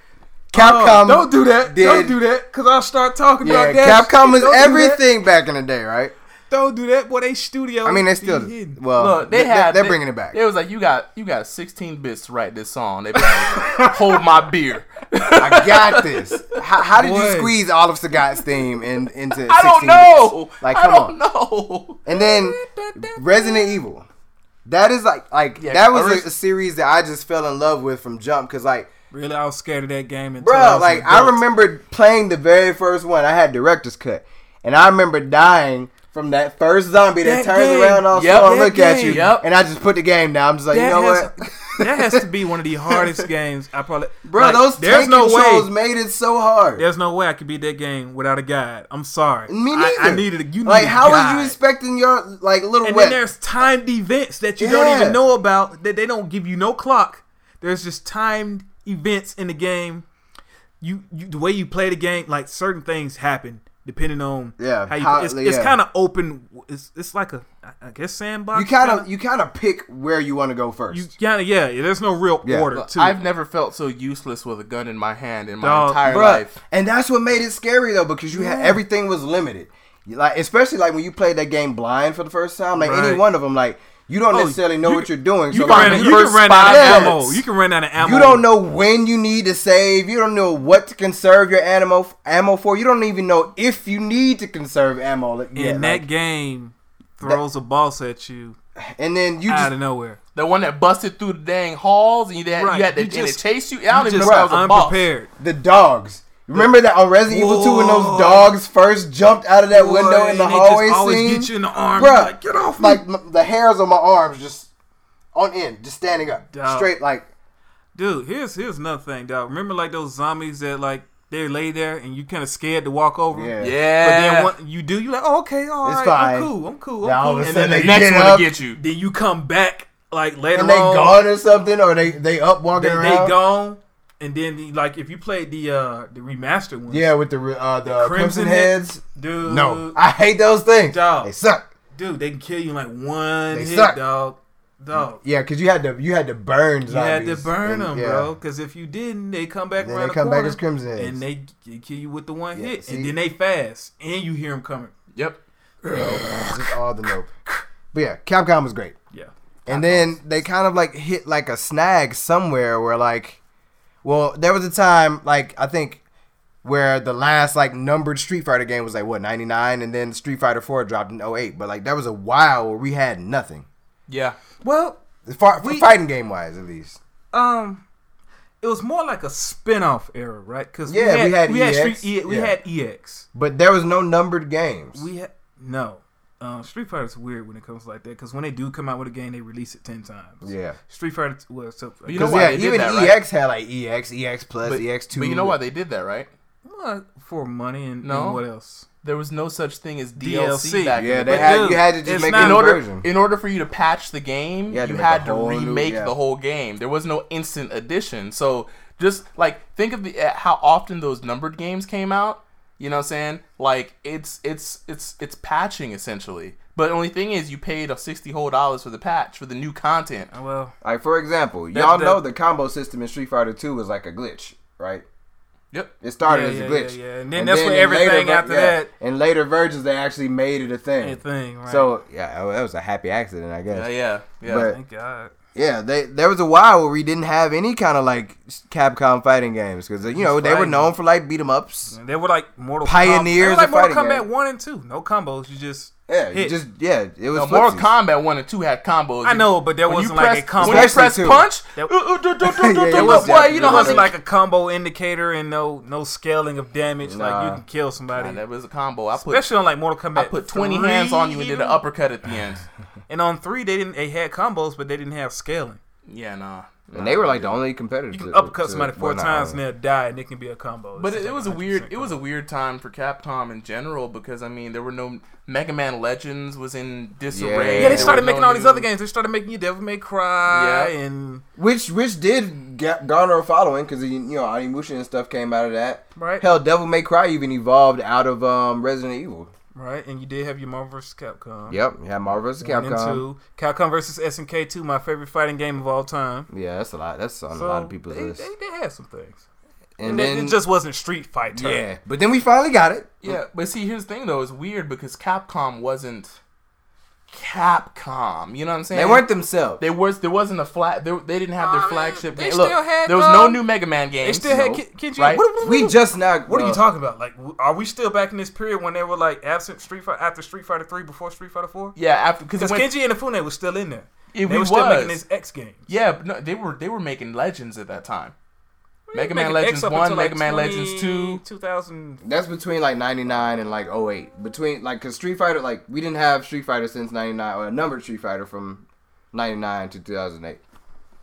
Capcom.
uh, don't do that,
did-
don't do that, cause I'll start talking
Yeah,
about that.
Capcom was
Don't do that.
everything back in the day, right?
Don't do that, boy. They studio.
I mean, they still
be hidden.
well,
Look, they
Uh, they,
had
they're
they-
bringing it back.
It was like you got you got 16 bits to write this song. They be like, hold my beer.
I got this. How, how did you
Boy.
squeeze all of Sagat's theme in, into?
I don't
16
know.
bits? Like,
I
come
don't
on.
know.
And then Resident Evil. That is like like
Yeah,
that was
orig-
a, a series that I just fell in love with from Jump because like
Really, I was scared of that game. Until I
Bro,
was
like
an
I
adult.
remember playing the very first one. I had director's cut, and I remember dying from that first zombie that,
That
turns
game.
around all
Yep.
slow and
That
look at you.
game.
Yep.
And I just put the game down. I'm just like,
That
you know
has,
what,
that has to be one of the hardest games I probably.
bro?
like,
those
there's
tank
no
controls
way.
made it so hard.
There's no way I could beat that game without a guide. I'm sorry.
Me
I-
neither.
I, needed a you
like,
need a
how
guide.
are you expecting your like little
And
wet?
then there's timed events that you
Yeah.
don't even know about that they don't give you no clock. There's just timed events in the game. You, you the way you play the game, like certain things happen depending on
Yeah,
how you.
how-
it's it's
yeah.
kind of open. It's it's like a I- I guess sandbox.
You kind
kinda-
of you kind of pick where you want to go first.
You kind of yeah, yeah. There's no real
Yeah.
order
Look,
to.
I've
it.
never felt so useless with a gun in my hand in my
Dog,
entire
Bruh,
life.
And that's what made it scary though, because you had everything was limited. You- Like especially like when you played that game blind for the first time, like any
Right.
one of them, like you don't
Oh,
necessarily know
you-
what you're doing.
You
so
can,
like,
run,
you
you can
first
run out
five
of ammo.
minutes.
You can run out of ammo.
You don't know when you need to save. You don't know what to conserve your ammo ammo for. You don't even know if you need to conserve ammo.
And
yet,
that
like-
game throws a boss at you
and then you
out
just
of nowhere.
The one that busted through the dang halls and you had,
Right,
you had to
you
and it
just-
chased you. I don't even know
Just
if that was a boss.
unprepared.
the dogs. Remember that on Resident Evil 2 when those
Whoa.
dogs first jumped out of that window
Boy,
in the
and they just
hallway
always
scene?
get you in the arm.
Bruh,
like, get off me.
like m- the hairs on my arms just on end, just standing up,
Dog.
straight. Like
Dude, here's here's another thing, dog. Remember like those zombies that like they lay there and you kind of scared to walk over. 'em?
Yeah.
But then
Yeah.
one, you do, you like, oh, okay, all
It's
right,
fine.
I'm cool, I'm cool, I'm
Now all
cool.
of a
And
sudden
then,
they
they,
get
Next one
up.
to get you.
then you come back like later
and they
on,
gone or something, or they they up
they,
walking
they
around.
gone, and then the, like if you played the uh the remastered one,
Yeah, with the re- uh, the,
The
crimson,
crimson Uh,
heads.
dude,
No, I hate those things.
Dog.
They suck.
dude, they can kill you in like one
They
hit,
suck.
dog, dog.
Yeah, because you had to you had to burn. Zombies.
You had to burn
And-
them,
yeah.
bro. Because if you didn't, they come back
Then
around
they
the
come back
corner
as Crimson Heads.
and they, they kill you with the one
Yeah,
hit,
see?
and then they fast, and you hear them coming.
Yep.
Just all the nope. But yeah, Capcom was great.
Yeah,
And then they kind of like hit like a snag somewhere where like, well, there was a time like I think where the last like numbered Street Fighter game was like what 99 and then Street Fighter 4 dropped in 08 but like there was a while where we had nothing.
Yeah.
well,
Far,
We-
fighting game wise at least.
um it was more like a spin-off era right because
Yeah, we had
we had,
EX.
Street, E- we
Yeah.
had ex
But there was no numbered games.
we had no um, street fighter's weird when it comes like that because when they do come out with a game they release it 10 times
yeah.
street fighter well so
You know
Cuz
why
yeah,
they did
even
that, right?
EX had like E EX, EX plus, E
But,
EX2.
but you know why they did that, right?
uh, for money and,
No.
and what else
there was no such thing as DLC,
DLC.
back
Yeah,
in
they
the day.
had
dude,
you had to just
it's
make
not-
a
in
new
order
version.
in order for you to patch the game, you
You had to
had
make
to,
a whole new-
remake
yeah.
the whole game. There was no instant edition. So just like think of the at how often those numbered games came out. You know what I'm saying? Like it's it's it's it's patching essentially. But the only thing is you paid a sixty whole dollars for the patch for the new content.
Uh, well
Like for example, y'all
that-
know the combo system in Street Fighter 2 was like a glitch, right?
Yep.
It started
Yeah,
as a
yeah,
glitch.
yeah, yeah. And then that's where
in
everything
ver-
after that-
And later versions, they actually made it a thing.
anything right
So yeah, that was a happy accident, I
Yeah,
Uh,
guess.
yeah. Yeah.
But-
thank god
Yeah, they, there was a while where we didn't have any kind of like Capcom fighting games because you know they were
fighting.
known for like beat 'em ups.
And they were like mortal
Pioneers
Kombat. They were like
of
mortal
fighting
kombat
game.
one and two no combos you just
Yeah, you
hit.
just yeah, it was
No, Mortal
flixies.
Kombat one and two had combos.
I know, but there
When you
wasn't like a
press-
combo.
When you
Especially
press
two.
punch, uh,
That-
ooh, ooh, do, do, do,
Yeah,
do,
it was
do, boy, you
definitely-
know
There
how
wasn't
to
like a combo indicator and no no scaling of damage. Like
Nah.
you can kill somebody.
Nah, that was a combo. I put
Especially on like Mortal Kombat.
I put twenty hands on you and did an uppercut at the end.
And on three, they didn't. They had combos, but they didn't have scaling.
Yeah, nah.
and they were like the only competitors.
You can
to-
uppercut
to-
somebody four
well, nah,
times and they'll die, and it can be a combo. It's
uh, But
just
it, it
like
was a
100%
weird it was a
combo.
weird time for Capcom in general because I mean there were no Mega Man Legends was in disarray.
Yeah,
There
they
were
started
no
making all these
new-
other games. They started making you Devil May Cry
Yeah.
and
Which which did ga- garner a following because you know Animusha and stuff came out of that.
Right.
Hell, Devil May Cry even evolved out of um, Resident Evil.
right, and you did have your Marvel vs. Capcom.
Yep, you had Marvel vs.
One and
Capcom.
two. Capcom versus SNK two, my favorite fighting game of all time.
Yeah, that's a lot. That's on a
So
lot of people's
they,
list.
They, they had some things,
and,
and, it-
then
it just wasn't Street Fighter.
yeah, but then we finally got it.
Yeah, but see here's the thing though, it's weird because Capcom wasn't Capcom. You know what I'm saying?
They weren't themselves.
They was there wasn't a flat. They, they didn't have
Nah,
their
Oh, man,
flagship
they
game. Look,
still had,
there was no
um,
new Mega Man games.
They still had
No.
Ken- Kenji.
Right?
What, what-
we
what-
just now.
What are
well,
you talking about? Like, w- are we still back in this period when they were like absent Street Fighter after Street Fighter Three before Street Fighter Four?
yeah, after
Because
because
Kenji and Inafune was still in there.
It
they were
was.
still making this X game.
Yeah, but no, they were they were making legends at that time. Mega Man
Making
Legends
X up
1,
until, like,
Mega Man Legends 2.
2000.
That's between like '99 and like 08. Between like, cause Street Fighter, like we didn't have Street Fighter since '99 or a numbered Street Fighter from '99 to 2008.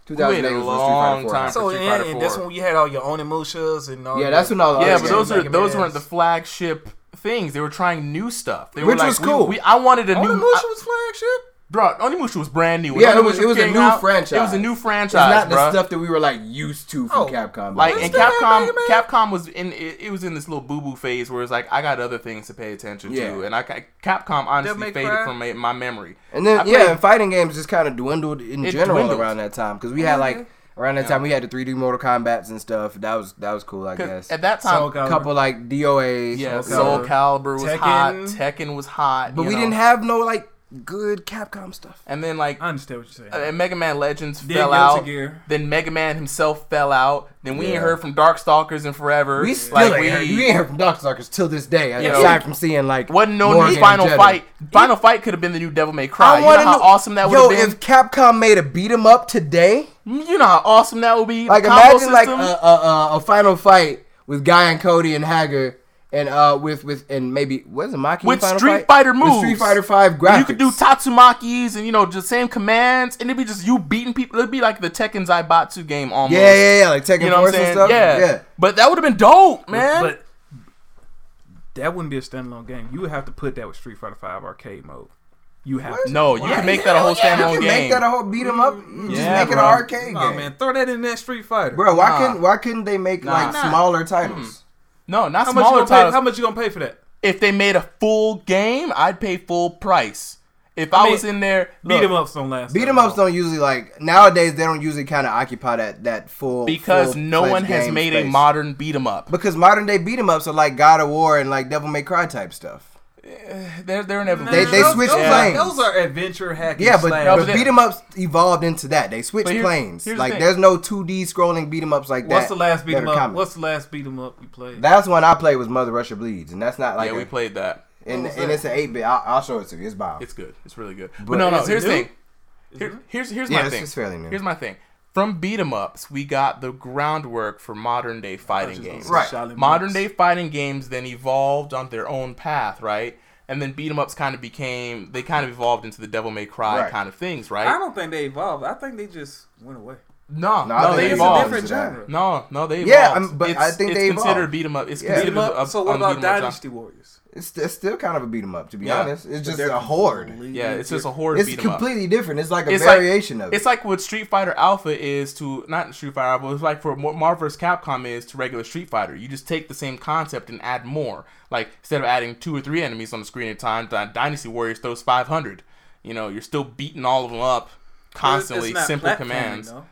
2008
a
was when
long
Street Fighter
time.
four.
So
Street
and,
Fighter
and
4.
that's when you had all your own emotions and all.
Yeah,
your-
that's when all the
Yeah,
other
but
games
those
came
are
out.
those
Mega
weren't the
Mans.
flagship things. They were trying new stuff. They were
Which
like,
was
we-
cool.
We, I wanted a
Onimusha
new. I-
was flagship.
Bro, Onimusha was brand new. When
Yeah, it was-
Onimusha
it was a
came
new franchise.
It was a new
It's
franchise,
not
bruh.
the stuff that we were like used to from
Oh,
Capcom. Like,
Like and
it's not
Capcom,
Mega Man.
Capcom was in it, it was in this little boo boo phase where it's like I got other things to pay attention
Yeah.
to, and I ca- Capcom honestly
May
faded
Cry?
from my, my memory.
and then
I
yeah,
played-
and fighting games just kind of dwindled in
It
general
dwindled.
around that time because we had like around that time we had the 3D Mortal Kombat's and stuff. That was that was cool, I
'Cause
guess.
At that time,
Soul Calibur.
couple like DOAs.
yeah,
okay.
Soul Calibur was
Tekken.
hot, Tekken was hot,
but
you
we
know.
didn't have no like good Capcom stuff.
And then like
I understand what you're saying.
uh, Mega Man Legends
Then
fell
Guilty
out.
Gear.
Then Mega Man himself fell out. Then we
Yeah.
ain't heard from Darkstalkers in forever.
We still
Like,
ain't heard,
we-
you ain't heard from Darkstalkers till this day.
Yeah.
Aside from seeing like
wasn't no
Morgan
new Final
and Jedi.
Fight. Final Fight could have been the new Devil May
I
Cry. You
wanna
know how
know-
awesome that would
Yo,
have been.
if Capcom made a beat 'em up today,
you know how awesome that would be.
like
The combo
imagine like a,
system.
a, a, a final fight with Guy and Cody and Hagger and uh with with and maybe wasn't Maki
With
in final
Street
fight?
Fighter
With
moves.
Street Fighter Five uh, graphics.
you could do Tatsumakis and you know just same commands, and it'd be just you beating people. It'd be like the Tekken Zaibatsu game almost.
yeah, yeah, yeah, like Tekken
You know what I'm
Force and
saying?
stuff.
Yeah. but that would have been dope, man.
But that wouldn't be a standalone game. You would have to put that with Street Fighter Five arcade mode. You have to.
no, you can make that a whole
You
standalone
can
game.
make that a whole beat 'em up. You just
Yeah,
make it an
bro.
arcade
Nah,
game,
man, throw that in that Street Fighter.
bro. Why
Nah.
couldn't why couldn't they make like
Nah. Mm-hmm.
smaller titles?
no,
how much
not
you
smaller
gonna pay? How
titles.
much you gonna pay for that?
If they made a full game, I'd pay full price. If I,
mean,
was in there,
Beat
look,
them ups don't last.
Beat
that
'em ups
long.
don't usually like nowadays. They don't usually kind of occupy that that full
because no
full-fledged
one has
game
made a
space.
modern beat 'em up.
Because modern day beat 'em ups are like God of War and like Devil May Cry type stuff.
They're they're inevitable.
They- they
Those-
switch
those are-
lanes.
Those are adventure hacking.
Yeah, but,
slash-
but,
but they-
beat 'em ups evolved into that. They switched
But here-
planes.
here's the
Like
thing.
there's no 2D scrolling beat 'em ups like that.
What's the last beat
that
'em
are
up?
common.
What's the last beat 'em up we played?
That's one I played was Mother Russia Bleeds, and that's not like
yeah,
a,
we played that.
and,
was
and
that?
it's an eight bit. I'll, I'll show it to you. It's bomb.
It's good. It's really good. But,
But-
no, no.
Is it
Here's the
new?
thing. Here, here's here's
yeah,
my
it's,
thing.
it's fairly new.
Here's my thing. From beat 'em ups, we got the groundwork for modern day fighting games.
Right.
Shaolin
Modern
monks.
day fighting games then evolved on their own path, right? And then beat 'em ups kind of became they kind of evolved into the Devil May Cry
Right.
kind of things,
I
right?
don't think they evolved. I think they just went away.
No,
No, I
no,
think
they
it's a
evolved.
different-
No, no, they evolved.
Yeah, I'm- but
It's-
I think
it's
they
considered
evolved.
beat 'em up. It's
Yeah.
considered
Beat 'em up.
a- a-
so
on
what
the
about
beat 'em up genre.
Dynasty Warriors?
It's, it's still kind of a beat 'em up to be
Yeah.
honest. It's just a horde.
Yeah, it's just a horde
It's
beat 'em up.
completely different. It's like a
It's like-
variation of it.
It's like what Street Fighter Alpha is to not Street Fighter Alpha. It's like for Mar- Marvel vs. Capcom is to regular Street Fighter. You just take the same concept and add more. Like instead of adding two or three enemies on the screen at a time, Dy- Dynasty Warriors throws 500. You know, you're still beating all of them up constantly.
It's not
simple
platforming,
commands.
though.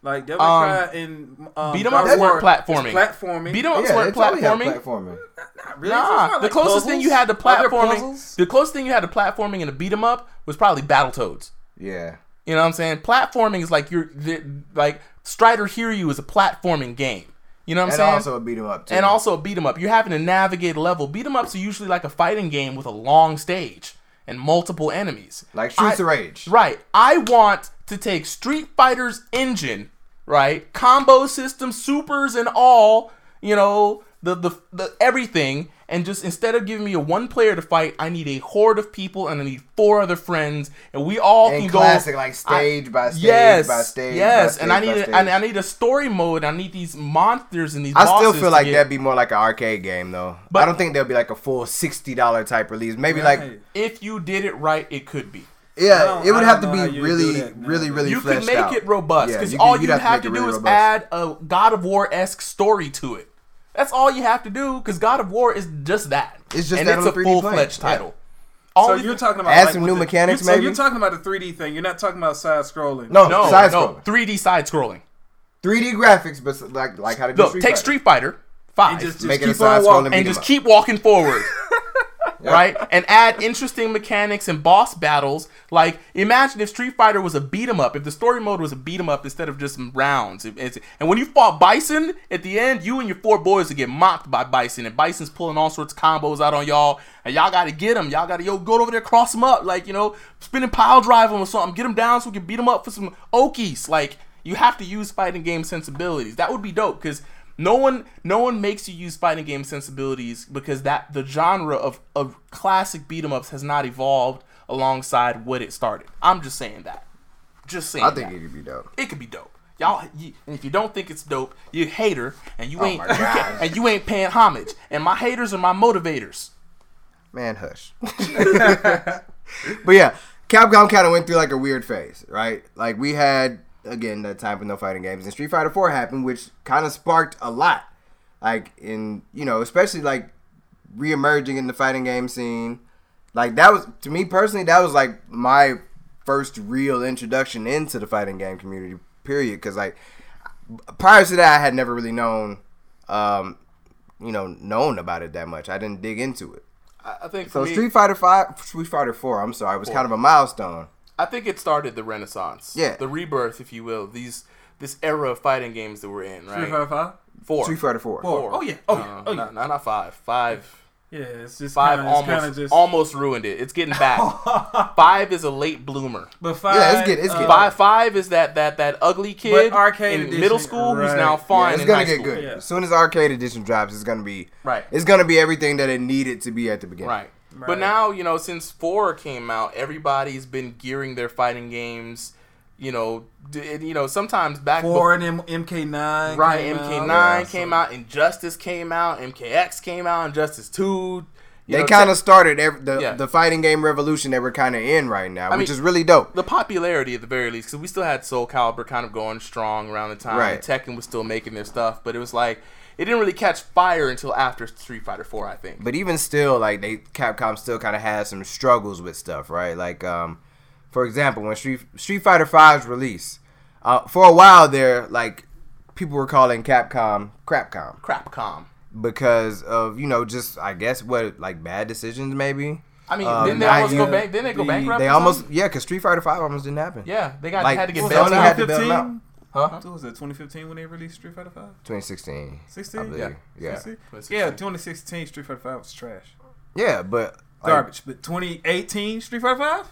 Like Devil
Um,
May Cry and um,
beat 'em
God
ups
of War
weren't platforming.
is Platforming.
Beat 'em ups
yeah,
weren't
it's always had
platforming.
platforming.
Not really. It's
Nah,
not
the
like
closest thing you had to
puzzles. Other
platforming,
puzzles?
the closest thing you had to platforming and a beat 'em up was probably Battletoads.
Yeah.
You know what I'm saying? Platforming is like you're the, like Strider Hear You is a platforming game. You know what I'm
And
saying?
also a beat 'em up too.
and also beat 'em up. You're having to navigate a level. Beat 'em ups are usually like a fighting game with a long stage and multiple enemies.
like Streets
I-
of Rage.
Right. I want to take Street Fighter's engine, right? Combo system, supers and all, you know, the the, the everything and just instead of giving me a one player to fight, I need a horde of people and I need four other friends and we all
And
can
classic,
go
like stage by stage by stage.
Yes,
by
and I
stage
need
by
a, I, I
stage.
need a story mode. I need these monsters and these.
I still
bosses
feel
to
like
get-
that'd be more like an arcade game though.
But-
I don't think there'll be like a full sixty dollar type release. Maybe like
Right.
If you did it right, it could be.
yeah,
No,
it would
I
have to
don't know how
be
you
really,
do that, no.
really, really.
you could
fleshed
make
out.
it robust
Yeah,
because
you
all
could-
you
you'd
have,
make
to
it
do
really
is
robust.
add a God of War esque story to it. That's all you have to do because God of War is just that.
It's just
and
that on
it's a
a 3D plane,
full fledged
yeah.
title. All
So
you-
you're talking about
Add
like
some
with
new
the-
mechanics,
you- So
maybe?
you're talking about the 3D thing. You're not talking about side scrolling.
No,
no,
side
no,
scrolling,
3D side scrolling.
three D graphics, but like like how to do
Look,
Street
take
Fighter.
Street Fighter Five
And just, just
Make it a
keep on
side-scrolling
walking.
beat
and
'em
just
up.
keep walking forward. right? And add interesting mechanics and boss battles. Like, imagine if Street Fighter was a beat 'em up, if the story mode was a beat 'em up instead of just some rounds. If it's- and when you fought Bison, at the end, you and your four boys would get mocked by Bison, and Bison's pulling all sorts of combos out on y'all, and y'all gotta get him. Y'all gotta, yo, go over there, cross him up. Like, you know, spinning pile drive him or something, get him down so we can beat him up for some Okies. Like, you have to use fighting game sensibilities. That would be dope, because no one, no one makes you use fighting game sensibilities because that the genre of of classic beat 'em ups has not evolved alongside what it started. I'm just saying that. Just saying.
I think
that.
it could be dope.
it, could be dope. Y'all, you, and if you don't think it's dope, you hater, and you ain't,
Oh my
you
gosh.
can't- and you ain't paying homage. And my haters are my motivators.
Man, hush. but yeah, Capcom kind of went through like a weird phase, right? Like we had again that time for no fighting games, and Street Fighter Four happened, which kind of sparked a lot, like in you know especially like reemerging in the fighting game scene. Like that was to me personally, that was like my first real introduction into the fighting game community. Period. Because like prior to that, I had never really known, um, you know, known about it that much. I didn't dig into it.
I, I think for
So
me,
Street Fighter Five, Street Fighter Four, I'm sorry, was kind of a milestone.
I think it started the Renaissance.
Yeah.
the rebirth, if you will. These this era of fighting games that we're in, right?
Street Fighter Five.
Four.
Street Fighter Four.
Four. Oh yeah. Oh yeah.
Uh,
Oh yeah.
not, not, not five. Five.
Yeah. It's just
Five
kind of
almost
kind of just.
almost ruined it. It's getting back. five is a late bloomer.
but five. uh,
Yeah, it's good- it's good.
Five five is that that that ugly kid
arcade
in
edition,
middle school who's
right.
now
Yeah,
fine.
it's
in
gonna
high
get
school.
good.
Yeah.
As soon as Arcade Edition drops, it's gonna be
Right.
It's gonna be everything that it needed to be at the beginning.
Right. But
Right.
now, you know, since 4 came out, everybody's been gearing their fighting games, you know, d- and, you know, sometimes back
Four and M- MK9.
before, right
came out.
MK9
Yeah, so-
came out, Injustice came out, MKX came out, Injustice 2. you
They
know,
kind of started ev- the
Yeah.
the fighting game revolution that we're kind of in right now, which
mean-
is really dope.
the popularity at the very least, because we still had Soul Calibur kind of going strong around the time.
Right.
Tekken was still making their stuff, but it was like it didn't really catch fire until after Street Fighter 4, I think.
But even still, like they Capcom still kind of has some struggles with stuff, right? Like, um, for example, when Street Street Fighter V's release, uh, for a while there, like people were calling Capcom Crapcom
Crapcom.
because of you know just I guess what like bad decisions maybe.
I mean,
Um,
didn't they
not
almost go
you.
bank? Didn't they go
The-
bankrupt?
They
or
almost
something?
yeah, because Street Fighter Five almost didn't happen.
yeah, they got
like
had to get
Sony
bailed out.
had to bail them out.
2015?
Huh?
What was it? 2015 when they released Street Fighter Five.
2016.
16?
I believe.
Yeah.
Yeah.
16?
2016.
Yeah, 2016 Street Fighter 5 was trash.
Yeah, but like,
Garbage. but 2018 Street Fighter 5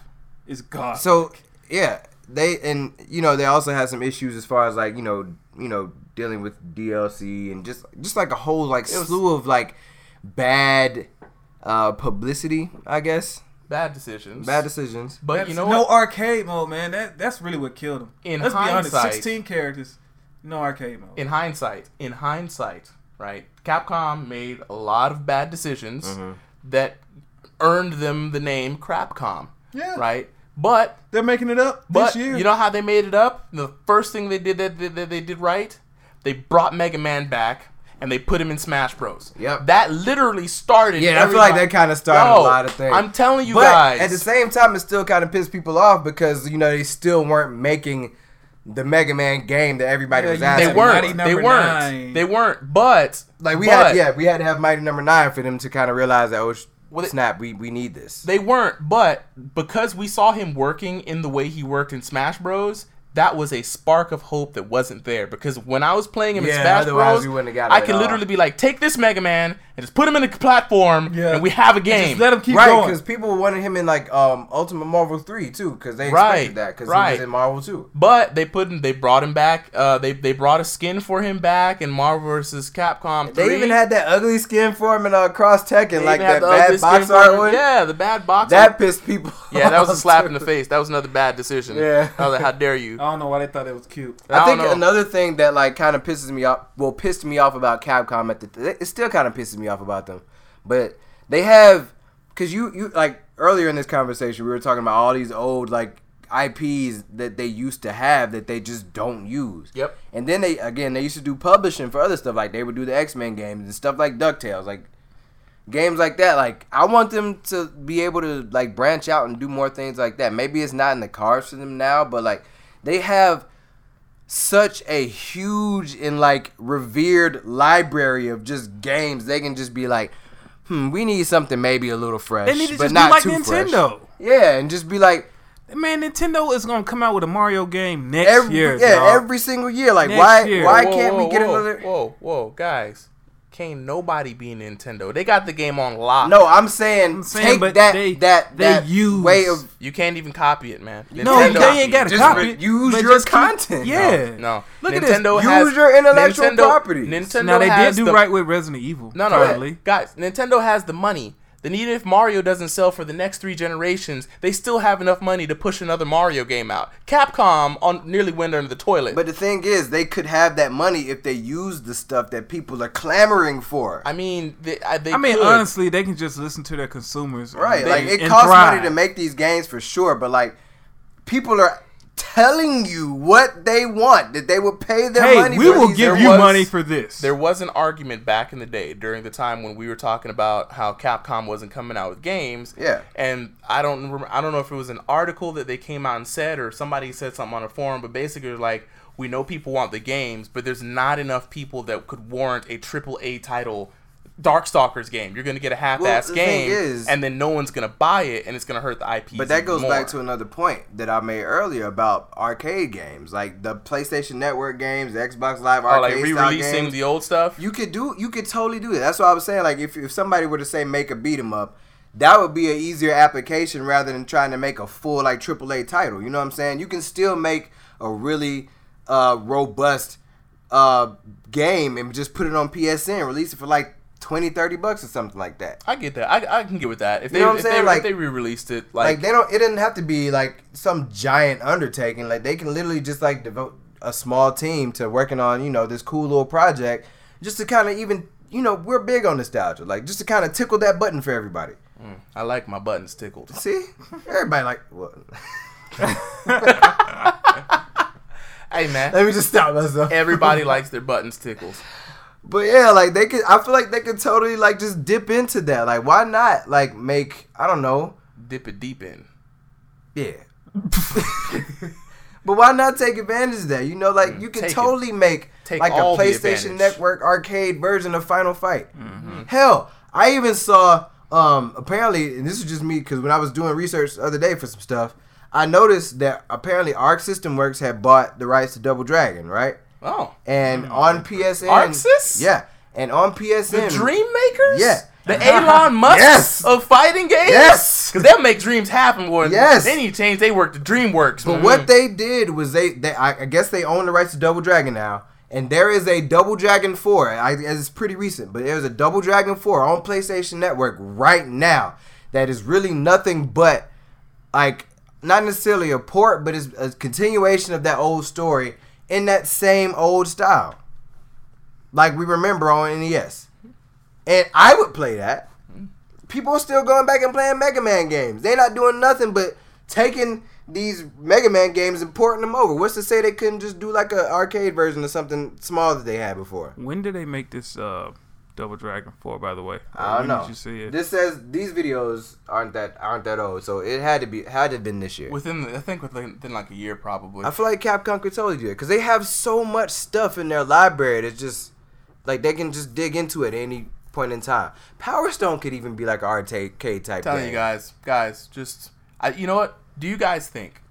is garbage.
So yeah, they and you know they also had some issues as far as like you know you know dealing with DLC and just just like a whole like slew of like bad uh publicity, I guess.
Bad decisions.
Bad decisions.
But
That's-
you know
no
what?
arcade mode, man. That that's really what killed him.
In
Let's be
hindsight-
honest, 16 characters, no arcade mode.
in hindsight, in hindsight, right? Capcom made a lot of bad decisions
Mm-hmm.
that earned them the name Crapcom.
Yeah.
Right. But
They're making it up
but
this year.
you know how they made it up? The first thing they did that, that, that they did right, they brought Mega Man back and they put him in Smash Bros.
Yep.
That literally started.
Yeah, I feel like
everybody-
that kind of started
Yo,
a lot of things.
I'm telling you
but
guys.
at the same time, it still kind of pissed people off because you know they still weren't making the Mega Man game that everybody
Yeah,
was
you-
asking.
they
Mighty
for.
weren't. They
Number
weren't.
Nine.
They weren't. But
Like we
but,
had, yeah, we had to have Mighty Number Nine for them to kind of realize that oh sh-
Well, it-
snap, we we need this.
They weren't, but because we saw him working in the way he worked in Smash Bros, that was a spark of hope that wasn't there. Because when I was playing him
Yeah,
in Smash
otherwise
Bros,
we wouldn't have got it
I
at
could
all.
literally be like, take this Mega Man and just put him in a platform,
Yeah.
and we have a game.
Just let them keep
right,
going.
because people wanted him in like um Ultimate Marvel three too, because they expected
Right,
that because he
right.
was in Marvel two.
But they put him, they brought him back. Uh, they they brought a skin for him back in Marvel vs. Capcom. 3.
They even had that ugly skin for him in uh, Cross Tekken,
They
like
even
that
had the
bad
ugly skin
box
for him.
art one.
Yeah, the bad box
That
art.
pissed people.
Yeah, that was a
off,
slap
too.
in the face. That was another bad decision.
Yeah.
I was like, how dare you?
I don't know why they thought that was cute.
I, think
don't know.
another thing that like kind of pisses me off, well, pissed me off about Capcom at the, it still kind of pisses me off about them, but they have, cause you you like earlier in this conversation we were talking about all these old like IPs that they used to have that they just don't use.
Yep.
And then they again they used to do publishing for other stuff like they would do the X Men games and stuff like Ducktales like games like that like i want them to be able to like branch out and do more things like that maybe it's not in the cards for them now but like they have such a huge and like revered library of just games they can just be like hmm we need something maybe a little fresh
They need to
but
just be
not
like
too fresh.
Nintendo.
yeah and just be like
Man, Nintendo is gonna come out with a Mario game next
every
year.
yeah
dog.
every single year like
Next
why
year.
why
Whoa,
can't
whoa,
we get
whoa,
another
Whoa, whoa, guys! Can't nobody be Nintendo. They got the game on lock.
no i'm saying,
saying,
take
but
that
they-
that
they
that
use-
way of
you can't even copy it, man.
No,
Nintendo.
they ain't got a
Just
copy.
re- use
but
your
just keep-
content.
yeah.
No,
Look at this.
Nintendo
Use
has
your intellectual
Nintendo,
properties.
Nintendo
Now they
has
did do
the,
right with Resident Evil.
No, no,
finally.
guys. Nintendo has the money. then even if Mario doesn't sell for the next three generations, they still have enough money to push another Mario game out. Capcom on nearly went under the toilet.
But the thing is, they could have that money if they used the stuff that people are clamoring for.
I mean, they, I, they
I mean,
could.
honestly, they can just listen to their consumers. and
Right,
they-
like it
and
costs money
thrive.
to make these games for sure, but like people are telling you what they want that they will pay their money.
Hey, we
for
will
these-
give
there
you
was-
money for this.
there was an argument back in the day during the time when we were talking about how Capcom wasn't coming out with games.
Yeah.
And I don't rem I don't know if it was an article that they came out and said or somebody said something on a forum, but basically it was like we know people want the games, but there's not enough people that could warrant a triple A title Darkstalkers game. You're gonna get a half assed
the thing
game
is-
and then no one's gonna buy it and it's gonna hurt the IP.
But that goes back to another point that I made earlier about arcade games, like the PlayStation Network games, the Xbox Live
oh,
arcade
like
style
re-releasing
games.
the old stuff.
you could do, you could totally do it. That's what I was saying. Like if, if somebody were to say make a beat 'em up, that would be an easier application rather than trying to make a full like AAA title. You know what I'm saying? You can still make a really uh, robust uh, game and just put it on PSN, release it for like 20, 30 bucks or something like that.
I get that. I, I can get with that. If
You
they,
know what I'm
if,
saying?
they
Like-
if they re-released it,
like
like
they don't it doesn't have to be like some giant undertaking like they can literally just like devote a small team to working on you know this cool little project just to kind of even you know we're big on nostalgia like just to kind of tickle that button for everybody
I like my buttons tickled.
see everybody like well,
Hey man,
let me just stop myself
everybody likes their buttons tickles.
but yeah like they could i feel like they could totally like just dip into that like why not like make i don't know
Dip it deep in.
Yeah. but why not take advantage of that? You know, like you can
Mm, take it.
totally make
Take
like a
all the
PlayStation
advantage. Mm-hmm.
Network arcade version of Final Fight. Hell, I even saw um apparently, and this is just me because when I was doing research the other day for some stuff, I noticed that apparently Arc System Works had bought the rights to Double Dragon, right?
Oh,
And on PSN,
Arxis?
yeah, and on PSN,
the Dream Makers.
Yeah.
the Elon Musk
Yes.
of fighting games.
Yes.
because they'll make dreams happen. Boy.
Yes.
They need to change. They work to DreamWorks.
But what they did was they, they I, I guess they own the rights to Double Dragon now, and there is a Double Dragon Four. I, it's pretty recent, but there's a Double Dragon Four on PlayStation Network right now that is really nothing but like not necessarily a port, but it's a continuation of that old story in that same old style, like we remember on NES. And I would play that people are still going back and playing Mega Man games. They're not doing nothing but taking these Mega Man games and porting them over. What's to say they couldn't just do like an arcade version of something small that they had before?
when did they make this uh, Double Dragon Four? By the way,
I don't
When
know.
Did you see it?
This says these videos aren't that aren't that old, so it had to be had to have been this year.
within the, I think within, within like a year probably.
I feel like Capcom could totally do it because they have so much stuff in their library that's just like they can just dig into it at any point in time. Power Stone could even be like an arcade type.
telling
game.
you guys, guys, just I, you know what? Do you guys think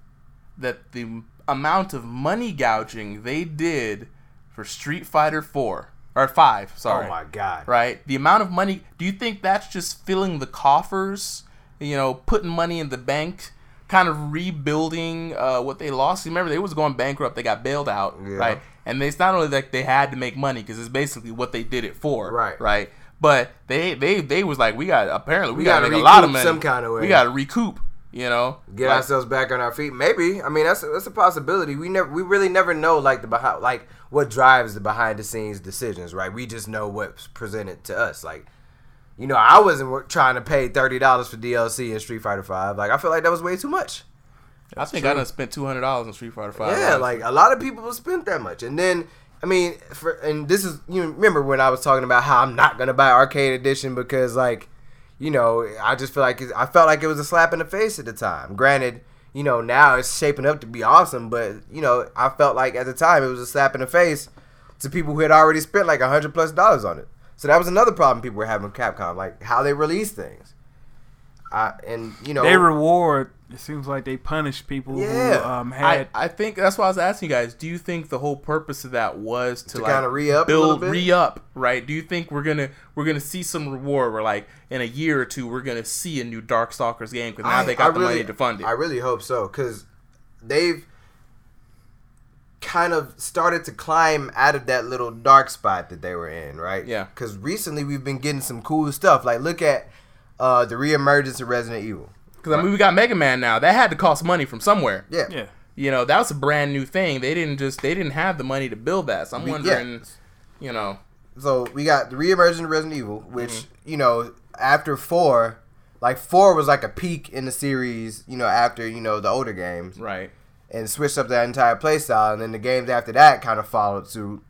that the m- amount of money gouging they did for Street Fighter Four or Five? Sorry.
Oh my god!
right? The amount of money. Do you think that's just filling the coffers? You know, putting money in the bank, kind of rebuilding uh, what they lost. Remember, they was going bankrupt. They got bailed out,
Yeah.
right? And it's not only that they had to make money because it's basically what they did it for,
Right.
Right. But they they they was like, we got apparently we,
We
got to
gotta
make a lot
recoup
of money.
some kind of way.
We got to recoup. You know,
get
Like,
ourselves back on our feet. Maybe. I mean, that's that's a possibility. We never we really never know like the behind like what drives the behind the scenes decisions, right? We just know what's presented to us. Like, you know, I wasn't wor- trying to pay thirty dollars for DLC in Street Fighter Five. Like, I feel like that was way too much.
I think I done spent two hundred dollars on Street Fighter Five.
Yeah, like a lot of people have spent that much, and then I mean, for and this is you remember when I was talking about how I'm not gonna buy arcade edition because like, you know, I just feel like it, I felt like it was a slap in the face at the time. Granted, you know, now it's shaping up to be awesome, but you know, I felt like at the time it was a slap in the face to people who had already spent like a hundred plus dollars on it. So that was another problem people were having with Capcom, like how they release things. I and you know
They reward. It seems like they punish people
Yeah.
who um,
I,
had.
I think that's why I was asking you guys. Do you think the whole purpose of that was to,
To
like
kinda re-up a little
build
bit?
re up, right? Do you think we're gonna we're gonna see some reward? Where like in a year or two, we're gonna see a new Darkstalkers game because now they got the money to fund it.
I really hope so because they've kind of started to climb out of that little dark spot that they were in, right?
Yeah.
Because recently we've been getting some cool stuff. Like, look at uh, the reemergence of Resident Evil.
Because I mean, we got Mega Man now. That had to cost money from somewhere.
Yeah.
Yeah.
You know, that was a brand new thing. They didn't just they didn't have the money to build that. So I'm
We-
wondering, you know,
So we got the reemergence of Resident Evil, which
Mm-hmm.
you know after four, like four was like a peak in the series. You know after you know the older games
right?
and switched up that entire playstyle, and then the games after that kind of followed suit.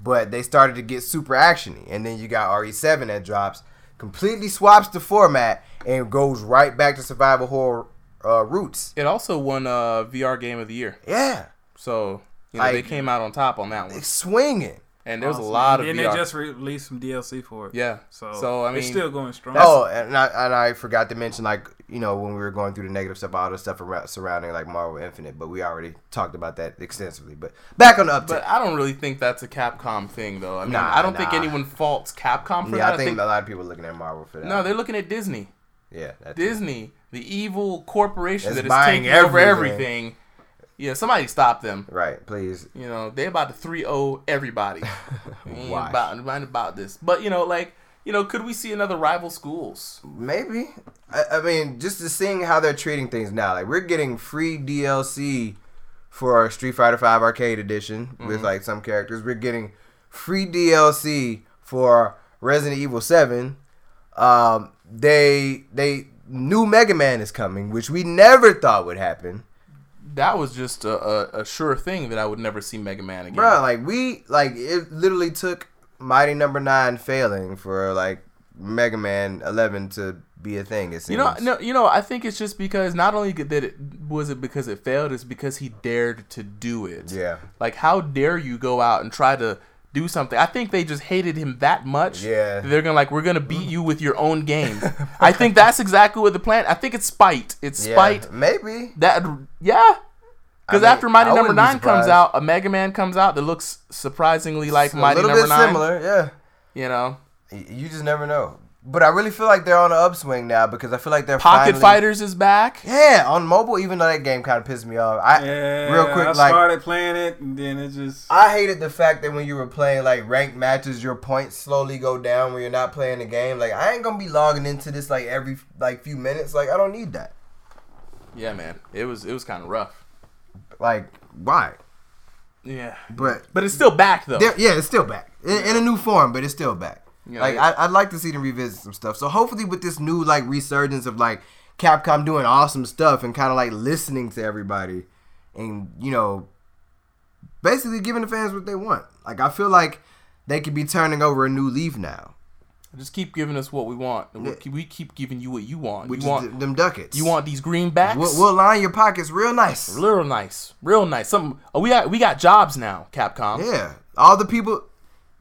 But they started to get super actiony, and then you got RE7 that drops, completely swaps the format, and goes right back to survival horror uh, roots.
It also won uh, VR Game of the Year.
Yeah,
So you know, they
Like-
came out on top on that one.
it's swinging.
And there's a
Awesome.
lot of
Then
VR.
they just released some DLC for it.
yeah.
So,
So, I mean,
it's still going strong.
Oh, and I, and I forgot to mention, like, you know, when we were going through the negative stuff, all the stuff around, surrounding, like, Marvel Infinite, but we already talked about that extensively. But back on the uptick.
but I don't really think that's a Capcom thing, though. I mean,
Nah,
I don't think
nah.
anyone faults Capcom for
yeah,
that.
I think, a lot of people are looking at Marvel for that.
no, they're looking at Disney.
yeah, that's
Disney, the evil corporation
That's
that is
buying
taking over
everything.
everything. Yeah, somebody stop them.
right. Please,
You know, they about to 3 0 everybody. We ain't
Why?
about, we ain't about this. But, you know, like, you know, could we see another rival schools?
maybe. I, I mean, just to seeing how they're treating things now, like we're getting free DLC for our Street Fighter Five Arcade Edition
Mm-hmm.
with like some characters. We're getting free DLC for Resident Evil Seven. Um, they they new Mega Man is coming, which we never thought would happen,
That was just a, a, a sure thing that I would never see Mega Man again.
Bruh, Like we like it literally took Mighty Number Nine failing for like Mega Man Eleven to be a thing. It seems.
You know, no, you know. I think it's just because not only did it was it because it failed, it's because he dared to do it.
Yeah.
Like, how dare you go out and try to do something? I think they just hated him that much.
Yeah.
that They're gonna like, we're gonna beat you with your own game. I think that's exactly what the plan. I think it's spite. It's
Yeah,
spite.
maybe.
That yeah. Because
mean,
after Mighty
I
Number
wouldn't be
Nine comes
surprised.
out, a Mega Man comes out that looks surprisingly like
a
Mighty
little
Number
bit
Nine.
similar, yeah.
You know,
Y- You just never know. But I really feel like they're on an upswing now because I feel like they're
Pocket
finally-
Fighters is back.
Yeah, on mobile, even though that game kind of pissed me off. I
Yeah,
real quick
I
like
started playing it, and then it just
I hated the fact that when you were playing like ranked matches, your points slowly go down when you're not playing the game. Like I ain't gonna be logging into this like every like few minutes. Like I don't need that.
Yeah, man. It was it was kind of rough.
Like why?
Yeah.
But
But it's still back though.
They're- yeah, it's still back in, in a new form, but it's still back.
Yeah,
like
yeah.
I, I'd like to see them revisit some stuff. So hopefully, with this new like resurgence of like Capcom doing awesome stuff and kind of like listening to everybody, and you know, basically giving the fans what they want. Like I feel like they could be turning over a new leaf now,
Just keep giving us what we want. and we'll keep- We keep giving you what you want.
which
you want
is th- them duckets.
you want these greenbacks.
We'll, we'll line your pockets real nice.
Real nice, real nice. Some oh, we got we got jobs now, Capcom.
Yeah, all the people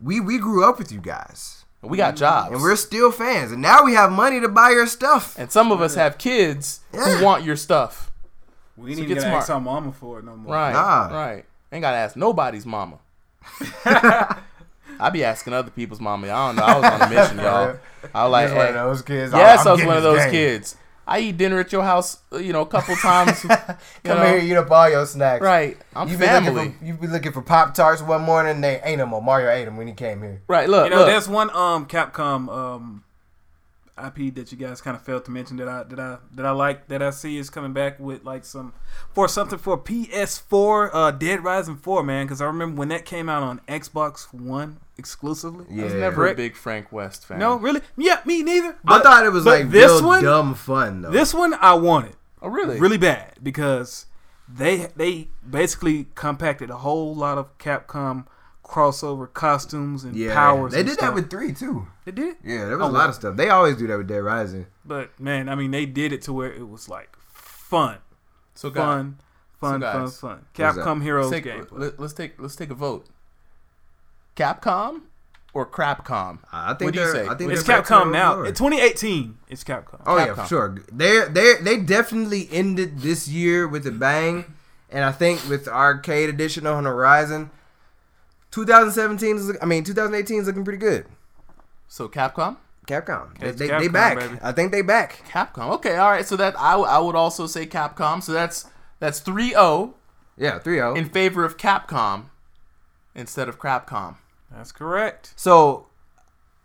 we we grew up with you guys,
We got jobs,
and we're still fans, and now we have money to buy your stuff.
And some of us have kids
Yeah.
who want your stuff.
we didn't
get
even ask
smart.
our mama for it no more.
Right,
Nah.
right. Ain't gotta ask nobody's mama. I be asking other people's mama. I don't know. I was on a mission, y'all. I was like,
Just one
hey,
of those kids.
yes,
I'm
I was
getting
one of
this
those
game.
kids. I eat dinner at your house, uh, you know, a couple times. you
Come
know.
here, eat up all your snacks.
Right, I'm
You be
family.
looking for you be looking for Pop Tarts one morning. They ain't them. Mario ate them when he came here.
Right, look,
You know,
look.
that's
That's one um Capcom um IP that you guys kind of failed to mention that I that I that I like that I see is coming back with like some for something for PS4 uh Dead Rising 4 man because I remember when that came out on Xbox One exclusively.
Yeah,
I was never
Rick-
a big Frank West fan.
No, really? Yeah, me neither.
I thought it was
but
like
this
real
one-
dumb fun though.
This one I wanted
oh really?
really bad because they they basically compacted a whole lot of Capcom crossover costumes and
yeah,
powers.
they
and
did
stuff.
that with three too.
they did, it?
Yeah, there was
Oh,
a lot of stuff. They always do that with Dead Rising.
but man, I mean, they did it to where it was like fun,
So guys,
fun, fun, fun,
So, guys,
fun.
what's that?
Capcom Heroes
let's take,
game.
let, us take let's take a vote. Capcom or Crapcom?
I think
What do you
they're-
say?
I think
It's
they're
Capcom
Capcom
now.
Heroes.
In 2018, it's Capcom.
Oh yeah,
Capcom.
for sure. They they they definitely ended this year with a bang, and I think with the arcade edition on Horizon, 2017 is I mean 2018 is looking pretty good.
So Capcom,
Capcom. They,
It's
they, they
Capcom,
back.
baby.
I think they back.
Capcom. Okay, all right. So that I, w- I would also say Capcom. So that's that's 3-0
Yeah, oh. 3 0.
in favor of Capcom instead of Crapcom.
That's correct.
So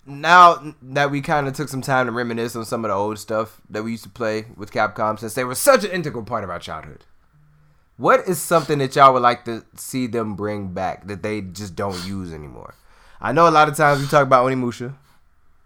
now that we kind of took some time to reminisce on some of the old stuff that we used to play with Capcom, since they were such an integral part of our childhood, what is something that y'all would like to see them bring back that they just don't use anymore? I know a lot of times we talk about Onimusha.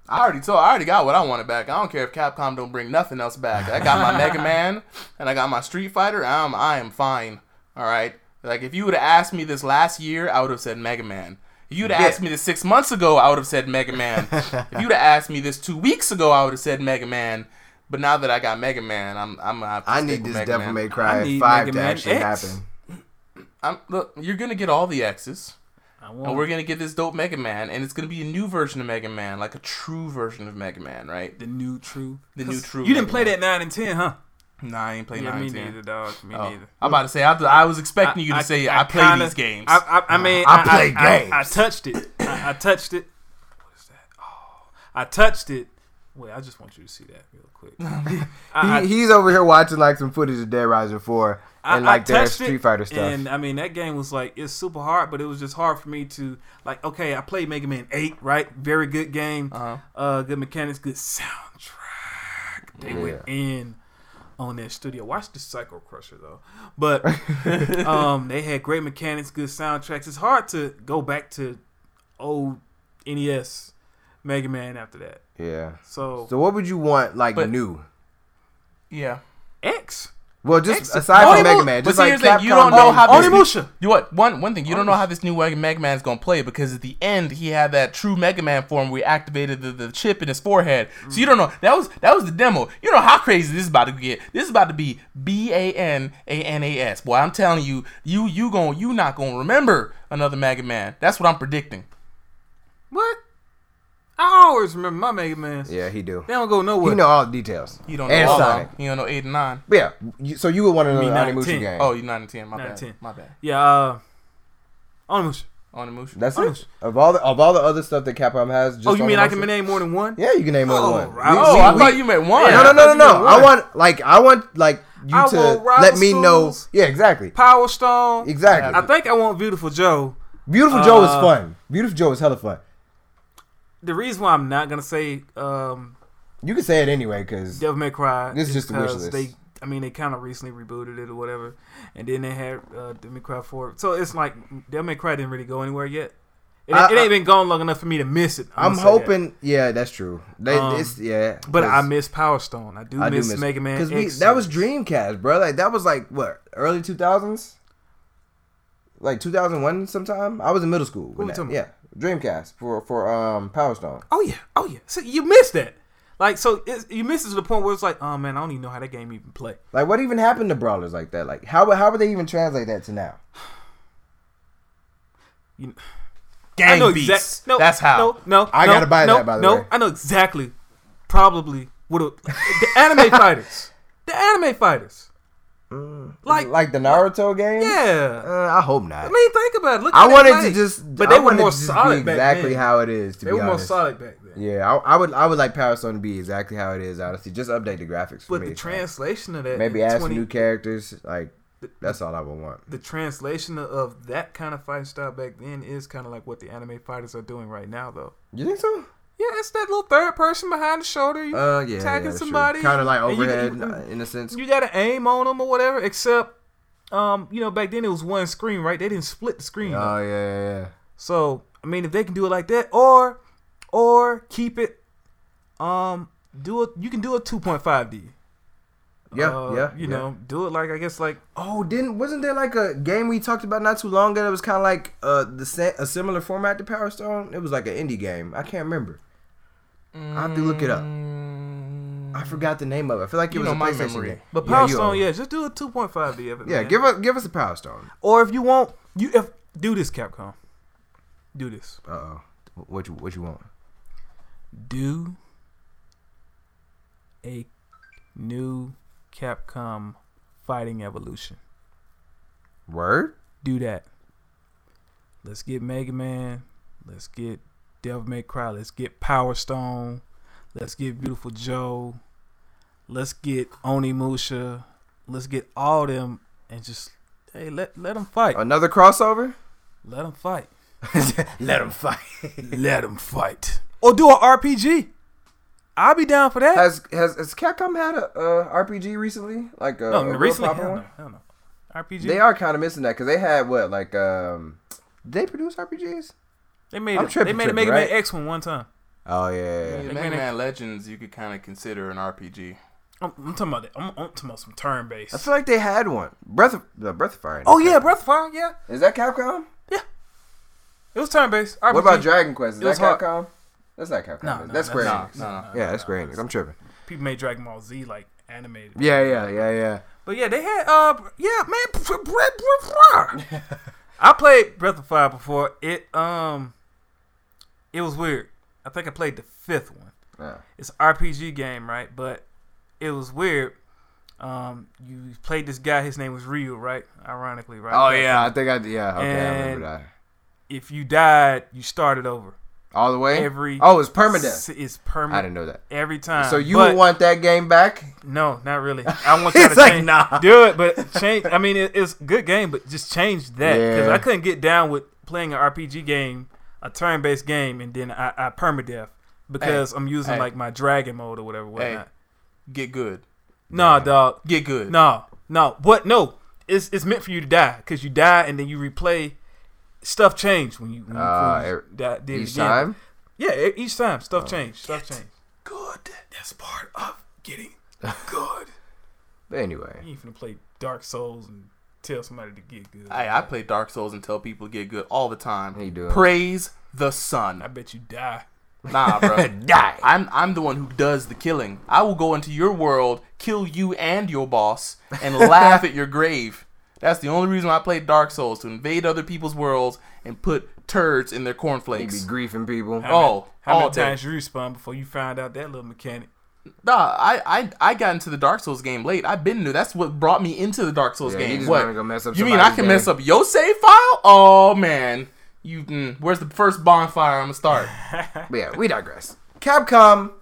I already told. I already got what I wanted back. I don't care if Capcom don't bring nothing else back. I got my Mega Man and I got my Street Fighter. I'm I am fine. All right. Like if you would have asked me this last year, I would have said Mega Man. If you'd have asked me this six months ago, I would have said Mega Man. if you'd have asked me this two weeks ago, I would have said Mega Man. But now that I got Mega Man, I'm I'm gonna have to
I
stick
need
with
this
Mega
Devil
Man.
May
I
Cry
need
5
Mega
to
Man
actually
X.
happen.
I'm, look, you're gonna get all the X's.
I
And
want
Oh, we're gonna get this dope Mega Man, and it's gonna be a new version of Mega Man, like a true version of Mega Man, right?
the new true.
The new
'Cause
true
You didn't
Mega
play that
Man.
nine and ten, huh?
Nah, I ain't playing
yeah,
9
me
and 10.
neither, dog. Me
Oh.
neither.
I'm about to say I, I was expecting you to say I, play
kinda-
these games. Uh,
I, I, I mean,
I
I,
play
I-
games.
I, touched it. I, I touched it. What is that? Oh, I touched it. Wait, I just want you to see that real quick. I, I-
He, he's over here watching like some footage of Dead Rising 4
I-
and like
I
their
touched it,
Street Fighter stuff.
And I mean, that game was like it's super hard, but it was just hard for me to like. Okay, I played Mega Man Eight, right? Very good game.
Uh-huh.
Uh, good mechanics, good soundtrack. They went in on that studio. Watch the Psycho Crusher though, but um, they had great mechanics, good soundtracks. It's hard to go back to old NES Mega Man after that.
yeah.
So,
So what would you want like
But-
new?
yeah.
X
Well, just
Ex-
aside from
Onimu-
Mega Man,
but
just
see,
like
here's the
Capcom,
thing, you don't know how this-
Onimusha.
You what? One one thing you don't know how this new Mega- Mega Man's gonna play because at the end he had that true Mega Man form where he activated the, the chip in his forehead. So you don't know that was that was the demo. You know how crazy this is about to get. This is about to be B A N A N A S. Boy, I'm telling you, you you gon' you not gonna remember another Mega Man. That's what I'm predicting.
What? I always remember my Mega Man.
yeah, he do.
They don't go nowhere.
He know all the details.
You don't know
and
all of
Sonic.
them. You don't know eight and nine.
But yeah, you, so you would want to know the
mean, nine and
Animushi
ten.
game.
Oh, you're nine and ten. My
Nine
bad.
and 10.
My bad.
Yeah, uh, Onimusha.
On the motion.
That's it. Of all the of all the other stuff that Capcom has, just
Oh, you mean I can
Onimusha-
name more than one?
Yeah, you can name more than
Oh,
one.
right.
We-
Oh,
we-
I
we-
thought you meant one.
No, no, no, no,
I thought
no.
you
I
meant
want like I want like you
I
to
want rival
let me know.
schools.
Yeah, exactly,
Power Stone.
exactly.
I think I want Beautiful Joe.
Beautiful Joe is
Uh,
fun. Beautiful Joe is hella fun.
The reason why I'm not gonna say um,
You can say it anyway because
Devil May Cry
This is just a wish list.
because They, I mean, they kind of recently rebooted it or whatever, and then they had uh, Devil May Cry Four. So it's like Devil May Cry didn't really go anywhere yet. It,
I-
it
I-
ain't been gone long enough for me to miss it.
I'm
gonna say that.
hoping. Yeah, that's true. They,
Um,
it's, yeah,
but
'cause
I miss Power Stone. I do,
I do
miss, Mega Man.
we-
X
that was
series.
Dreamcast, bro. Like that was like what early 2000s, like 2001 sometime. I was in middle school.
we
When that.
talking
Yeah, Dreamcast for for um Power Stone.
Oh yeah, oh yeah. So you missed that. Like so, it's, you missed it to the point where it's like, oh man, I don't even know how that game even play.
Like what even happened to brawlers like that? Like how would- how would they even translate that to now?
You,
Gang
I know
beasts.
exactly. No,
That's how.
No, no,
I
no,
gotta buy
no,
that, by the
no,
way.
I know exactly. Probably would have the anime fighters. The anime fighters. Like,
Mm. Like the Naruto game?
yeah.
Uh, I hope not.
I mean, think about it. Look,
I
at
wanted
that
to
game.
just,
but
I
they were
wanted
more
to just
solid
be
back
exactly
then.
how it is. To
They
be
were more
honest.
solid back then.
Yeah, I, I would I would like Power Stone to be exactly how it is. Honestly, just update the graphics for
But
me.
the translation of that,
Maybe
in
add
20
some new characters. Like that's all I would want.
the translation of that kind of fighting style back then is kind of like what the anime fighters are doing right now, though.
You think so?
Yeah, it's that little third person behind the shoulder. You,
Uh, yeah,
Attacking somebody,
kind of like
and you-
overhead
you-
uh, in a sense.
you gotta aim on them or whatever. Except, um, you know, back then it was one screen, right? They didn't split the screen.
Oh yeah, yeah, yeah.
So I mean, if they can do it like that, or or keep it, um, do it. You can do a two point five D.
Yeah, yeah.
Uh, You
yeah.
know, do it like I guess like
Oh, didn't wasn't there like a game we talked about not too long ago that was kind of like uh the sa- a similar format to Power Stone? It was like an indie game. I can't remember. I have to look it up. I
Mm.
forgot the name of it. I feel like it
You
was
know
a
my
PlayStation
memory.
game.
but
Yeah,
Power
you old.
Stone, yeah, just do a two point five D of it.
Yeah,
man.
give us give us a Power Stone.
or if you want, you if do this Capcom, do this,
Uh oh, what you what you want?
do a new Capcom fighting evolution.
Word?
do that. Let's get Mega Man. Let's get Devil May Cry. Let's get Power Stone. Let's get Beautiful Joe. Let's get Onimusha. Let's get all them and just hey let let them fight.
Another crossover?
Let them fight.
Let them fight.
Let them fight. or do an RPG. I'll be down for that.
Has has has Capcom had a, uh, a RPG recently? Like a,
No,
a real
recently,
proper
hell
one?
no, hell no. RPG.
They
They,
are kind of missing that because they had what like um, did they produce RPGs?
made
I'm
it. They
tripping,
made a
tripping,
Mega
right?
Man X one one time.
Oh yeah,
Yeah,
Like,
Mega
when it-
Man Legends, you could kind of consider an RPG.
I'm, I'm talking about that. I'm, I'm talking about some turn
I
based.
feel like they had one. Breath of the Breath of Fire.
Oh yeah, Breath of Fire. Yeah,
is that Capcom?
it was turn based.
What about Dragon Quest? Is
It was
that
hard.
Capcom? That's not Capcom.
No,
is it?
no,
that's Square
No,
Enix.
no.
yeah, that's Square Enix. I'm tripping.
People made Dragon Ball Z like animated.
Yeah, yeah, yeah, yeah.
But yeah, they had uh yeah man Breath Breath of Fire. I played Breath of Fire before. It um, it was weird. I think I played the fifth one.
Yeah.
it's an RPG game, right? But it was weird. Um, you played this guy. His name was Ryu, right? Ironically, right?
Oh yeah, I think I yeah. Okay, I
And-
remember that.
If you died, you started over.
All the way.
Every
oh, it's permadeath.
s- It's
I
permanent
didn't know that.
every time.
So you
But-
would want that game back?
No, not really. I want you to
It's like,
change.
nah.
Do it, but change. I mean, it, it's a good game, but just change that because
Yeah.
I couldn't get down with playing an RPG game, a turn-based game, and then I, I permadeath because I'm using
hey.
like my dragon mode or whatever. whatnot.
Get good.
Nah, dog.
Get good.
No, no. What? No. It's it's meant for you to die because you die and then you replay. Stuff changed when you, when you,
Uh,
when you
e-
di- did it
Each
again.
time.
Yeah, e- each time stuff changed. Stuff changed.
Good. That's part of getting good.
But anyway,
You ain't finna play Dark Souls and tell somebody to get good. I,
Hey, I play Dark Souls and tell people to get good all the time.
He do.
Praise the sun.
bet you die.
Nah, bro.
die.
I'm I'm the one who does the killing. I will go into your world, kill you and your boss, and laugh at your grave. That's the only reason why I played Dark Souls to invade other people's worlds and put turds in their
He be
cornflakes.
griefing people.
How many-
Oh,
how
all
many
day.
times you respawn before you find out that little mechanic?
Nah, I, I I got into the Dark Souls game late. I've been new. That's what brought me into the Dark Souls
Yeah, you
game.
just
what?
wanna go mess up
you mean I
somebody's
can
day.
mess up your save file? Oh man, you. Mm, where's the first bonfire I'm gonna start?
But yeah, we digress. Capcom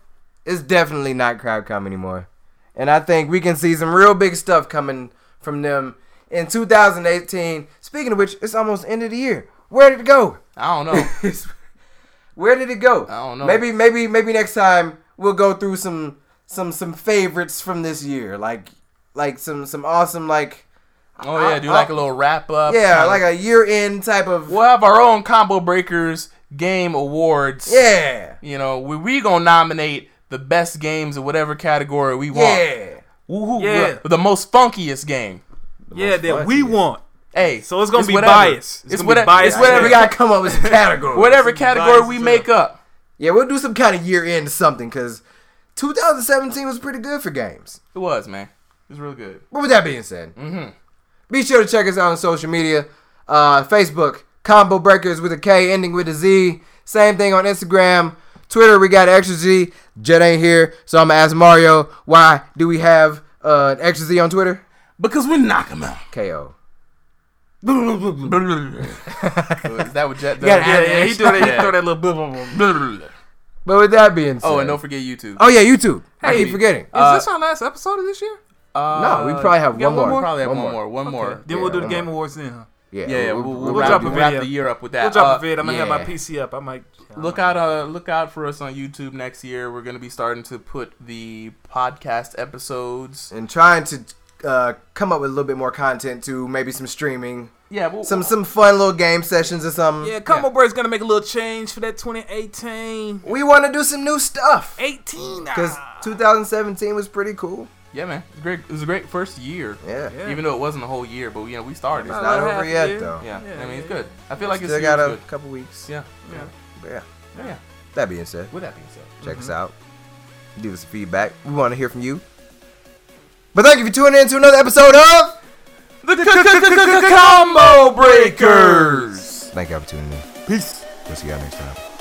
is definitely not Capcom anymore. And I think we can see some real big stuff coming from them in 2018. Speaking of which, it's almost end of the year. Where did it go?
I don't know.
Where did it go?
I don't know.
Maybe maybe maybe next time we'll go through some some some favorites from this year. Like like some some awesome like
Oh yeah, do like a little wrap up.
yeah,
kinda-
like a year end type of
we'll have our own combo breakers game awards.
Yeah.
You know, we we gonna nominate the best games in whatever category we want.
Yeah.
Woohoo!
Yeah.
The, the most funkiest game.
yeah, that we
fun, yeah.
want.
Hey,
So it's gonna be
whatever.
biased.
It's,
It's gonna be
whatever.
biased
It's whatever.
we
as
gotta come up with some categories.
whatever category
biased
we
as
make up.
Yeah, we'll do some kind of year end something because 2017 was pretty good for games.
It was, man. It was real good.
But with that being said,
Mm-hmm.
be sure to check us out on social media uh, Facebook, Combo Breakers with a K ending with a Z. Same thing on Instagram. Twitter, we got Extra Z. Jet ain't here, so I'm going to ask Mario, why do we have uh, an Extra Z on Twitter?
Because we knock them out.
KO.
Is that what Jet does?
gotta add
Yeah, he do that. He throw that little blah, blah, blah.
But with that being said.
Oh, and don't forget YouTube.
Uh,
Oh, yeah, YouTube. I keep forgetting.
Uh,
Is this our last episode of this year?
Uh,
no, we probably have
got
one more.
one more?
probably have one more. One more.
Then
Yeah,
we'll do the
one
Game Awards then. Huh?
Yeah,
Yeah, yeah, we'll, we'll,
we'll
wrap,
drop a
we'll wrap
video.
the year up with that.
We'll drop
Uh,
a vid. I'm gonna have
yeah.
my PC up. I might I
Look
might-
out! Uh, look out for us on YouTube next year. We're gonna be starting to put the podcast episodes.
and trying to uh, come up with a little bit more content to maybe some streaming,
Yeah, we'll,
some some fun little game sessions or something.
Yeah, Combo Break's gonna make a little change for that 2018.
We want to do some new stuff
18
because 2017 was pretty cool.
yeah, man. It's great. It was a great first year.
Yeah,
Yeah.
Even though it wasn't a whole year, but you know we started.
it's
About
not
a
over
half
yet
year.
though.
yeah.
Yeah,
I mean it's
yeah.
good. I feel like it's
Still
year's
got a
good.
couple weeks.
Yeah.
Yeah.
But yeah.
yeah, yeah.
That being said,
With that being said.
check us out. Give us feedback. We want to hear from you. But thank you for tuning in to another episode of.
The combo breakers.
Thank you for tuning in. Peace. We'll see y'all next time.